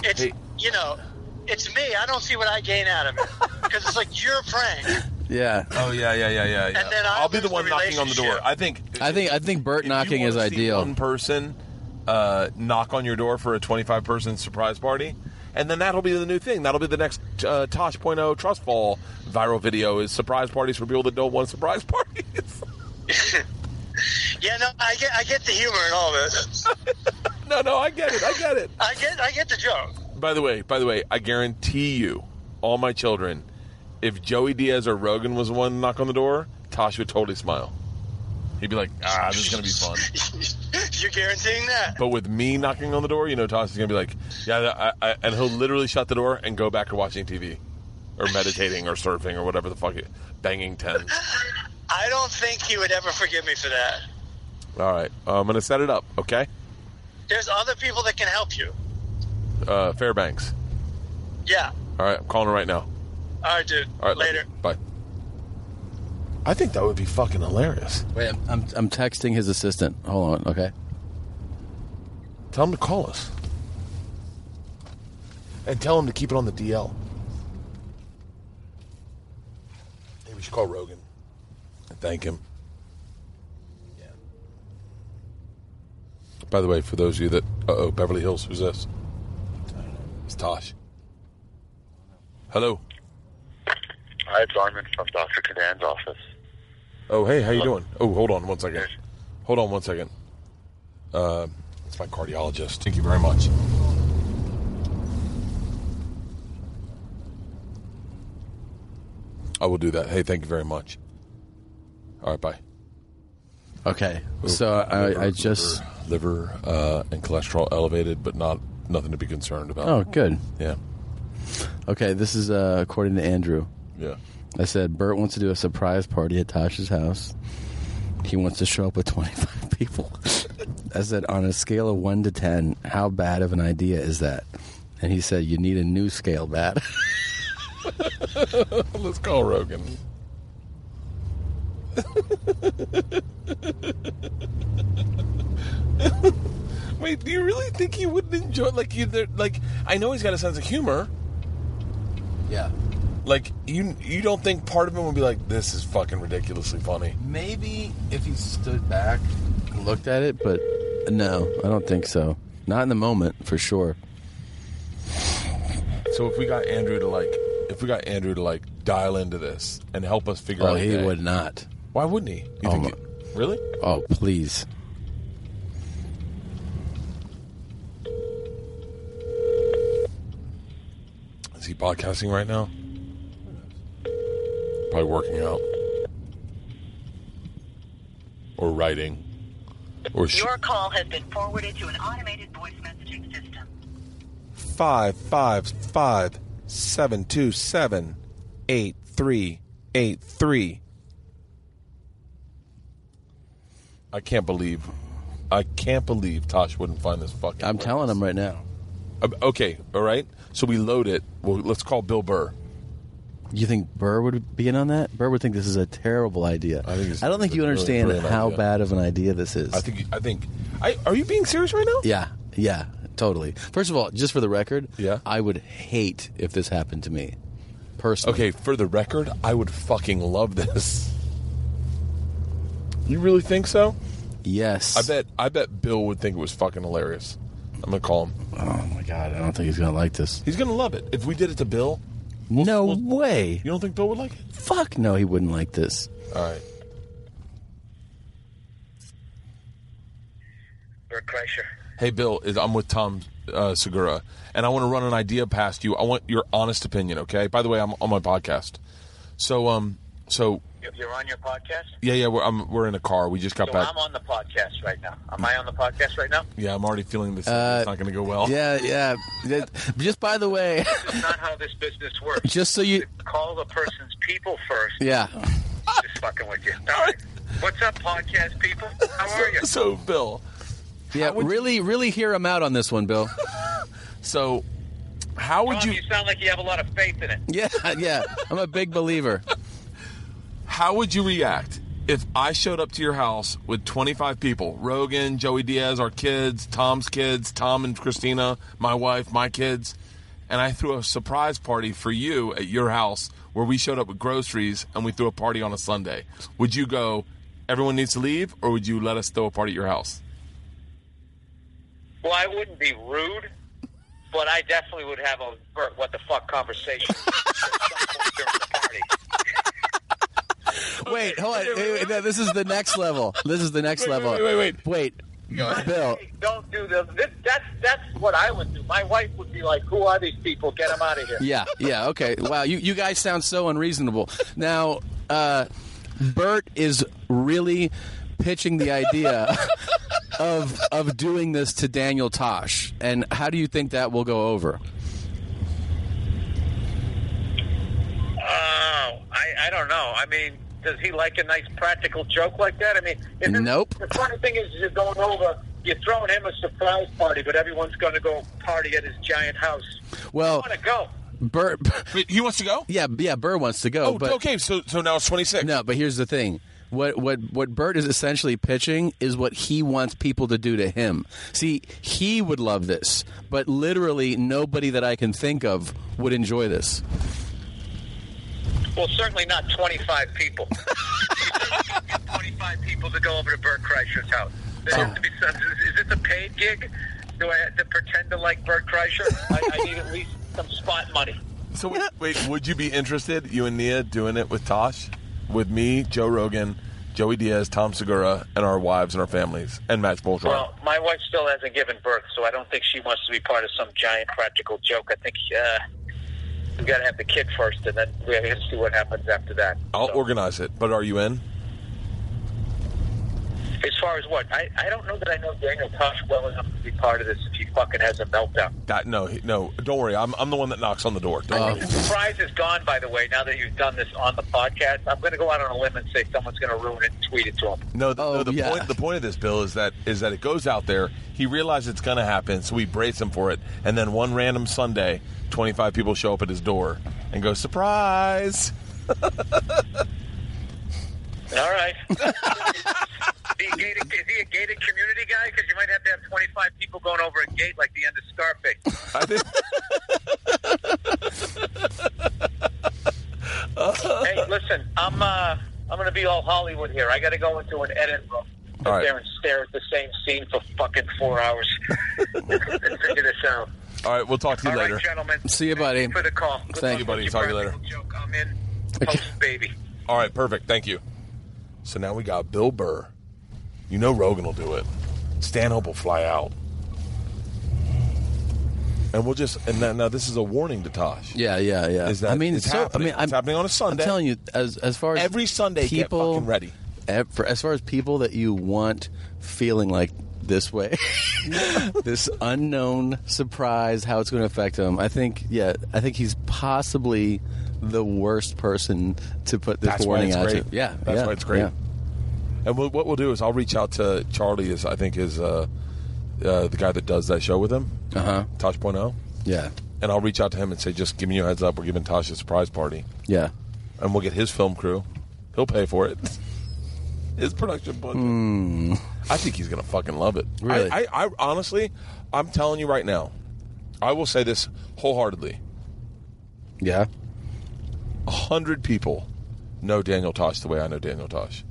[SPEAKER 6] It's
[SPEAKER 1] Hey.
[SPEAKER 6] you know, it's me. I don't see what I gain out of it because it's like you're praying.
[SPEAKER 3] Yeah,
[SPEAKER 1] Oh yeah, yeah, yeah, yeah. yeah.
[SPEAKER 6] then I
[SPEAKER 1] will be the
[SPEAKER 6] lose
[SPEAKER 1] one
[SPEAKER 6] the
[SPEAKER 1] knocking on the door.
[SPEAKER 6] relationship.
[SPEAKER 1] I think.
[SPEAKER 3] I think I think Bert
[SPEAKER 1] if you
[SPEAKER 3] knocking
[SPEAKER 1] wanna
[SPEAKER 3] is
[SPEAKER 1] see One
[SPEAKER 3] ideal.
[SPEAKER 1] person uh, knock on your door for a twenty-five person surprise party, and then that'll be the new thing. That'll be the next uh, Tosh.0 trust fall viral video is surprise parties for people that don't want surprise parties.
[SPEAKER 6] Yeah, no, I get, I get the humor in all this.
[SPEAKER 1] no, no, I get it. I get it.
[SPEAKER 6] I get, I get the joke.
[SPEAKER 1] By the way, by the way, I guarantee you, all my children, if Joey Diaz or Rogan was the one to knock on the door, Tosh would totally smile. He'd be like, "Ah, this is gonna be fun."
[SPEAKER 6] You're guaranteeing that.
[SPEAKER 1] But with me knocking on the door, you know, Tosh is gonna be like, "Yeah," I, I, and he'll literally shut the door and go back to watching TV, or meditating, or surfing, or whatever the fuck it, banging tens.
[SPEAKER 6] I don't think he would ever forgive me for that.
[SPEAKER 1] All right, uh, I'm gonna set it up. Okay,
[SPEAKER 6] There's other people that can help you.
[SPEAKER 1] uh, Fairbanks.
[SPEAKER 6] Yeah.
[SPEAKER 1] All right, I'm calling her right now.
[SPEAKER 6] All right, dude.
[SPEAKER 1] All right, love
[SPEAKER 6] Later.
[SPEAKER 1] you. bye. I think that would be fucking hilarious.
[SPEAKER 3] Wait, I'm, I'm I'm texting his assistant. Hold on, okay.
[SPEAKER 1] Tell him to call us. And tell him to keep it on the DL. Maybe we should call Rogan. And thank him. By the way, for those of you that uh oh, Beverly Hills, who's this? It's Tosh. Hello.
[SPEAKER 7] Hi, it's Armin from Dr. Cadan's office.
[SPEAKER 1] Oh hey, how you doing? Oh, hold on one second. Hold on one second. Uh, it's my cardiologist. Thank you very much. I will do that. Hey, thank you very much. All right, bye. Oh,
[SPEAKER 3] Okay, so I, I just
[SPEAKER 1] liver, liver uh, and cholesterol elevated, but not nothing to be concerned about.
[SPEAKER 3] oh good.
[SPEAKER 1] yeah,
[SPEAKER 3] Okay, this is uh, according to Andrew.
[SPEAKER 1] yeah.
[SPEAKER 3] I said Bert wants to do a surprise party at Tasha's house. He wants to show up with 25 people. I said, on a scale of 1 to 10, how bad of an idea is that? And he said, you need a new scale, bad.
[SPEAKER 1] Let's call Rogan. Wait, do you really think he wouldn't enjoy? Like you, there- like I know he's got a sense of humor.
[SPEAKER 3] yeah.
[SPEAKER 1] Like you, you don't think part of him would be like, "This is fucking ridiculously funny."
[SPEAKER 3] Maybe if he stood back and looked at it, but no, I don't think so. Not in the moment, for sure.
[SPEAKER 1] So if we got Andrew to like, if we got Andrew to like dial into this and help us figure
[SPEAKER 3] Oh,
[SPEAKER 1] out, a
[SPEAKER 3] he
[SPEAKER 1] day-
[SPEAKER 3] would not.
[SPEAKER 1] Why wouldn't he? You
[SPEAKER 3] Oh,
[SPEAKER 1] think
[SPEAKER 3] my-
[SPEAKER 1] he- really?
[SPEAKER 3] Oh, please.
[SPEAKER 1] Is he podcasting right now? Probably working out. Or writing. Or sh-
[SPEAKER 8] Your call has been forwarded to an automated voice messaging system.
[SPEAKER 9] Five five five seven two seven eight three eight three.
[SPEAKER 1] I can't believe. I can't believe Tosh wouldn't find this fucking.
[SPEAKER 3] I'm
[SPEAKER 1] place.
[SPEAKER 3] telling him right now.
[SPEAKER 1] Uh, Okay, all right. So we load it. Well, let's call Bill Burr.
[SPEAKER 3] You think Burr would be in on that? Burr would think this is a terrible idea.
[SPEAKER 1] I think it's-
[SPEAKER 3] I don't think
[SPEAKER 1] it's
[SPEAKER 3] you
[SPEAKER 1] a really
[SPEAKER 3] understand
[SPEAKER 1] brilliant
[SPEAKER 3] how
[SPEAKER 1] idea.
[SPEAKER 3] bad of an idea this is.
[SPEAKER 1] I think. I think. I, are you being serious right now?
[SPEAKER 3] Yeah, yeah, totally. First of all, just for the record,
[SPEAKER 1] Yeah.
[SPEAKER 3] I would hate if this happened to me, personally.
[SPEAKER 1] Okay, for the record, I would fucking love this. You really think so?
[SPEAKER 3] Yes.
[SPEAKER 1] I bet. I bet Bill would think it was fucking hilarious. I'm gonna call him.
[SPEAKER 3] Oh my god, I don't think he's gonna like this.
[SPEAKER 1] He's gonna love it. If we did it to Bill,
[SPEAKER 3] no
[SPEAKER 1] we'll-
[SPEAKER 3] way.
[SPEAKER 1] you don't think Bill would like it?
[SPEAKER 3] Fuck no, he wouldn't like this.
[SPEAKER 1] All right.
[SPEAKER 5] Bert Kreischer.
[SPEAKER 1] Hey, Bill, is- I'm with Tom uh, Segura, and I want to run an idea past you. I want your honest opinion. Okay. By the way, I'm on my podcast. So, um, so
[SPEAKER 5] You- You're on your podcast?
[SPEAKER 1] yeah, yeah, we're I'm, we're in a car. We just got
[SPEAKER 5] So
[SPEAKER 1] back.
[SPEAKER 5] I'm on the podcast right now. Am I on the podcast right now?
[SPEAKER 1] yeah, I'm already feeling this.
[SPEAKER 3] Uh,
[SPEAKER 1] it's not gonna go well.
[SPEAKER 3] Yeah, yeah. That- Just by the way,
[SPEAKER 5] This is not how this business works.
[SPEAKER 3] just so you,
[SPEAKER 5] Call the person's people first.
[SPEAKER 3] yeah.
[SPEAKER 5] Just fucking with you. All right. What's up, podcast people? How are you?
[SPEAKER 1] So, Bill,
[SPEAKER 3] Yeah, really, really hear him out on this one, Bill.
[SPEAKER 1] so how would
[SPEAKER 5] Tom,
[SPEAKER 1] you
[SPEAKER 5] you sound like you have a lot of faith in it.
[SPEAKER 3] Yeah, yeah. I'm a big believer.
[SPEAKER 1] how would you react if I showed up to your house with 25 people? Rogan, Joey Diaz, our kids, Tom's kids, Tom and Christina, my wife, my kids, and I threw a surprise party for you at your house where we showed up with groceries and we threw a party on a Sunday. Would you go? Everyone needs to leave, or would you let us throw a party at your house?
[SPEAKER 5] Well, I wouldn't be rude, but I definitely would have a Bert, what the fuck conversation at some point during the party.
[SPEAKER 3] Wait, hold on. Wait, wait, no, this is the next level. This is the next level.
[SPEAKER 1] wait, wait, wait.
[SPEAKER 3] Wait, Bill.
[SPEAKER 5] Hey, don't do this. this. That's that's what I would do. My wife would be like, "Who are these people? Get them out of here."
[SPEAKER 3] Yeah, yeah. Okay. Wow, you you guys sound so unreasonable. Now, uh, Bert is really pitching the idea of of doing this to Daniel Tosh, and how do you think that will go over?
[SPEAKER 5] Oh, I, I don't know. I mean, does he like a nice practical joke like that? I mean, if it-
[SPEAKER 3] Nope.
[SPEAKER 5] The funny thing is, you're going over. You're throwing him a surprise party, but everyone's going to go party at his giant house. I
[SPEAKER 3] Well,
[SPEAKER 5] want to go.
[SPEAKER 3] Bert.
[SPEAKER 1] Wait, he wants to go?
[SPEAKER 3] Yeah, yeah. Bert wants to go,
[SPEAKER 1] Oh,
[SPEAKER 3] but
[SPEAKER 1] okay. So, so now it's 26.
[SPEAKER 3] No, but here's the thing. What what what Bert is essentially pitching is what he wants people to do to him. See, he would love this, but literally nobody that I can think of would enjoy this.
[SPEAKER 5] Well, certainly not 25 people. 25 people to go over to Bert Kreischer's house. There has to be some, is, is this a paid gig? Do I have to pretend to like Bert Kreischer? I, I need at least some spot money.
[SPEAKER 1] So wait, wait, would you be interested, you and Nia, doing it with Tosh, with me, Joe Rogan, Joey Diaz, Tom Segura, and our wives and our families, and Max Boltron?
[SPEAKER 5] Well, my wife still hasn't given birth, so I don't think she wants to be part of some giant practical joke. I think uh, we got to have the kid first, and then we have to see what happens after that.
[SPEAKER 1] I'll
[SPEAKER 5] So,
[SPEAKER 1] organize it. But are you in?
[SPEAKER 5] as far as what, I, I don't know that I know Daniel Tosh well enough to be part of this if he fucking has a meltdown.
[SPEAKER 1] That, no, he- no. Don't worry. I'm, I'm the one that knocks on the door. Don't worry.
[SPEAKER 3] Oh.
[SPEAKER 5] The surprise is gone, by the way, now that you've done this on the podcast. I'm going to go out on a limb and say someone's going to ruin it and tweet it to him.
[SPEAKER 1] No, the,
[SPEAKER 3] Oh,
[SPEAKER 1] no, the
[SPEAKER 3] yeah.
[SPEAKER 1] point the point of this bill is that is that it goes out there. He realizes it's going to happen, so we brace him for it. And then one random Sunday, 25 people show up at his door and go surprise.
[SPEAKER 5] All right. is, he a gated, is he a gated community guy? Because you might have to have 25 people going over a gate like the end of Scarface.
[SPEAKER 1] I think
[SPEAKER 5] hey, listen, I'm uh, I'm going to be all Hollywood here. I got to go into an edit room. Sit
[SPEAKER 1] All right.
[SPEAKER 5] there and stare at the same scene for fucking four hours. Figure this out.
[SPEAKER 1] All right, we'll talk to you
[SPEAKER 5] All right,
[SPEAKER 1] later.
[SPEAKER 5] gentlemen.
[SPEAKER 3] See you,
[SPEAKER 5] Thank
[SPEAKER 3] buddy.
[SPEAKER 5] for the call. Good
[SPEAKER 3] Thank
[SPEAKER 1] you,
[SPEAKER 5] luck
[SPEAKER 1] buddy.
[SPEAKER 5] with
[SPEAKER 1] Talk to
[SPEAKER 5] your
[SPEAKER 1] you later.
[SPEAKER 5] practical Joke. I'm in. Post baby.
[SPEAKER 1] All right, perfect. Thank you. So now we got Bill Burr. You know Rogan will do it. Stanhope will fly out. And we'll just and then, now this is a warning to Tosh.
[SPEAKER 3] Yeah, yeah, yeah.
[SPEAKER 1] Is that-
[SPEAKER 3] I mean,
[SPEAKER 1] it's
[SPEAKER 3] so
[SPEAKER 1] happening.
[SPEAKER 3] I mean, I'm,
[SPEAKER 1] It's happening on a Sunday.
[SPEAKER 3] I'm telling you, as as far as
[SPEAKER 1] Every Sunday, get
[SPEAKER 3] people
[SPEAKER 1] fucking ready.
[SPEAKER 3] ev- for- as far as people that you want feeling like this way, this unknown surprise, how it's going to affect him. I think, yeah, I think he's possibly the worst person to put this
[SPEAKER 1] That's why
[SPEAKER 3] warning
[SPEAKER 1] it's
[SPEAKER 3] out
[SPEAKER 1] great.
[SPEAKER 3] to. Yeah,
[SPEAKER 1] That's
[SPEAKER 3] yeah,
[SPEAKER 1] why it's great.
[SPEAKER 3] yeah.
[SPEAKER 1] And we'll, what we'll do is I'll reach out to Charlie, is I think is uh, uh, the guy that does that show with him,
[SPEAKER 3] Uh-huh.
[SPEAKER 1] Tosh.0.
[SPEAKER 3] Yeah.
[SPEAKER 1] And I'll reach out to him and say, just give me your heads up. We're giving Tosh a surprise party.
[SPEAKER 3] Yeah.
[SPEAKER 1] and we'll get his film crew. He'll pay for it. his production budget. I think he's gonna fucking love it.
[SPEAKER 3] Really?
[SPEAKER 1] I, I, I honestly, I'm telling you right now, I will say this wholeheartedly:
[SPEAKER 3] Yeah.
[SPEAKER 1] a hundred people know Daniel Tosh the way I know Daniel Tosh.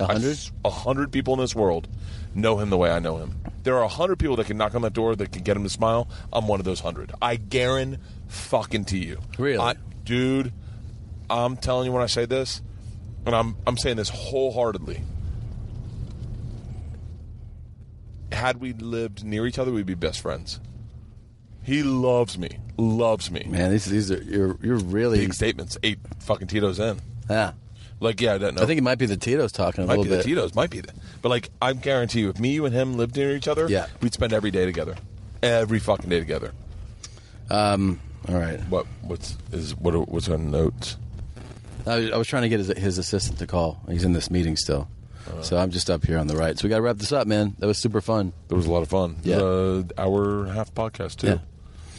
[SPEAKER 3] A
[SPEAKER 1] I-
[SPEAKER 3] hundred?
[SPEAKER 1] A hundred people in this world know him the way I know him. There are a hundred people that can knock on that door that can get him to smile. I'm one of those hundred. I guarantee fucking to you.
[SPEAKER 3] Really?
[SPEAKER 1] I, dude, I'm telling you when I say this, and I'm I'm saying this wholeheartedly. Had we lived near each other, we'd be best friends. He loves me. Loves me.
[SPEAKER 3] Man, these these are you're you're really
[SPEAKER 1] Big statements. Eight fucking Tito's in.
[SPEAKER 3] yeah.
[SPEAKER 1] Like, yeah, I don't know.
[SPEAKER 3] I think it might be the Tito's talking a
[SPEAKER 1] Might
[SPEAKER 3] little
[SPEAKER 1] be the
[SPEAKER 3] bit.
[SPEAKER 1] Tito's. Might be the. But like, I guarantee you, if me, you, and him lived near each other,
[SPEAKER 3] Yeah.
[SPEAKER 1] we'd spend every day together, every fucking day together.
[SPEAKER 3] All right.
[SPEAKER 1] What? What's is what? are- What's on notes?
[SPEAKER 3] I was, I was trying to get his his assistant to call. He's in this meeting still.
[SPEAKER 1] Uh-huh.
[SPEAKER 3] so I'm just up here on the right. So we got to wrap this up, man. That was super fun.
[SPEAKER 1] There was a lot of fun.
[SPEAKER 3] Yeah.
[SPEAKER 1] Uh, hour and a half podcast too.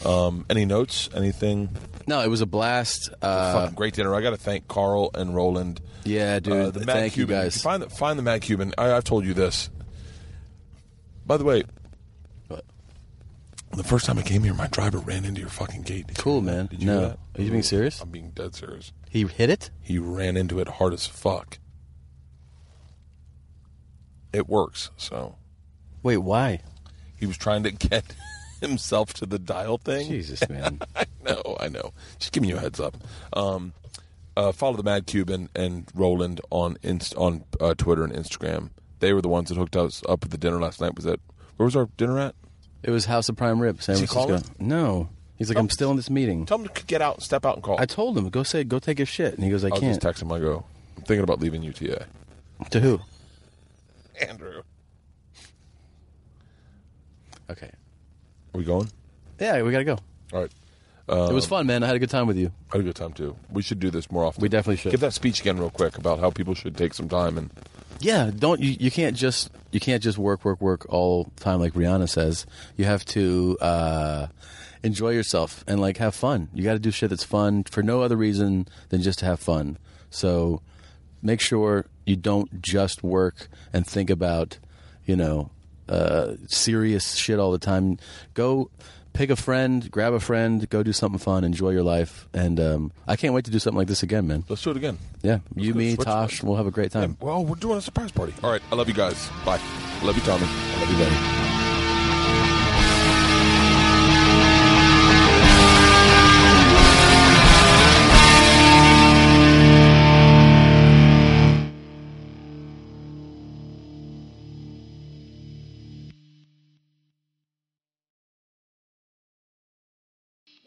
[SPEAKER 1] Um, any notes? Anything?
[SPEAKER 3] No, it was a blast. Uh,
[SPEAKER 1] Fucking great dinner. I got to thank Carl and Roland.
[SPEAKER 3] yeah, dude.
[SPEAKER 1] Uh, the Matt
[SPEAKER 3] thank
[SPEAKER 1] Cuban.
[SPEAKER 3] you
[SPEAKER 1] If
[SPEAKER 3] guys.
[SPEAKER 1] Find the find the Matt Cuban. I, I've told you this. By the way,
[SPEAKER 3] But-
[SPEAKER 1] the first time I came here, my driver ran into your fucking gate. Did you
[SPEAKER 3] Cool,
[SPEAKER 1] hear that?
[SPEAKER 3] man.
[SPEAKER 1] Did you
[SPEAKER 3] No.
[SPEAKER 1] hear that?
[SPEAKER 3] Are you being serious?
[SPEAKER 1] I'm being dead serious.
[SPEAKER 3] He hit it.
[SPEAKER 1] He ran into it hard as fuck. It works. So
[SPEAKER 3] Wait, why?
[SPEAKER 1] he was trying to get himself to the dial thing.
[SPEAKER 3] Jesus, man.
[SPEAKER 1] I know, I know. Just giving you a heads up. Um, uh, follow the Mad Cuban and Roland on inst- on uh, Twitter and Instagram. They were the ones that hooked us up at the dinner last night. Was that where was our dinner at?
[SPEAKER 3] It was House of Prime Rib, San
[SPEAKER 1] Is he
[SPEAKER 3] Francisco. No, he's
[SPEAKER 1] Oh.
[SPEAKER 3] like, I'm still in this meeting.
[SPEAKER 1] Tell him to get out, step out, and call.
[SPEAKER 3] I told him, go say, go take a shit, and he goes, I
[SPEAKER 1] I'll
[SPEAKER 3] can't.
[SPEAKER 1] just text him. I go, I'm thinking about leaving UTA.
[SPEAKER 3] to who?
[SPEAKER 1] Andrew,
[SPEAKER 3] Okay.
[SPEAKER 1] are we going?
[SPEAKER 3] Yeah, we gotta go.
[SPEAKER 1] All right, Um,
[SPEAKER 3] it was fun, man. I had a good time with you.
[SPEAKER 1] I had a good time too. We should do this more often.
[SPEAKER 3] We definitely should.
[SPEAKER 1] Give that speech again, real quick, about how people should take some time and
[SPEAKER 3] Yeah, don't you, you can't just you can't just work work work all the time like Rihanna says. You have to uh, enjoy yourself and like have fun. You got to do shit that's fun for no other reason than just to have fun. So make sure you don't just work and think about you know uh, serious shit all the time. Go pick a friend, grab a friend, go do something fun, enjoy your life. And um, I can't wait to do something like this again, man.
[SPEAKER 1] let's do it again.
[SPEAKER 3] Yeah,
[SPEAKER 1] go
[SPEAKER 3] you,
[SPEAKER 1] to
[SPEAKER 3] me,
[SPEAKER 1] Switzerland.
[SPEAKER 3] Tosh, we'll have a great time.
[SPEAKER 1] Well, we're doing a surprise party. All right, I love you guys. Bye. I love you, Tommy. I love you, buddy.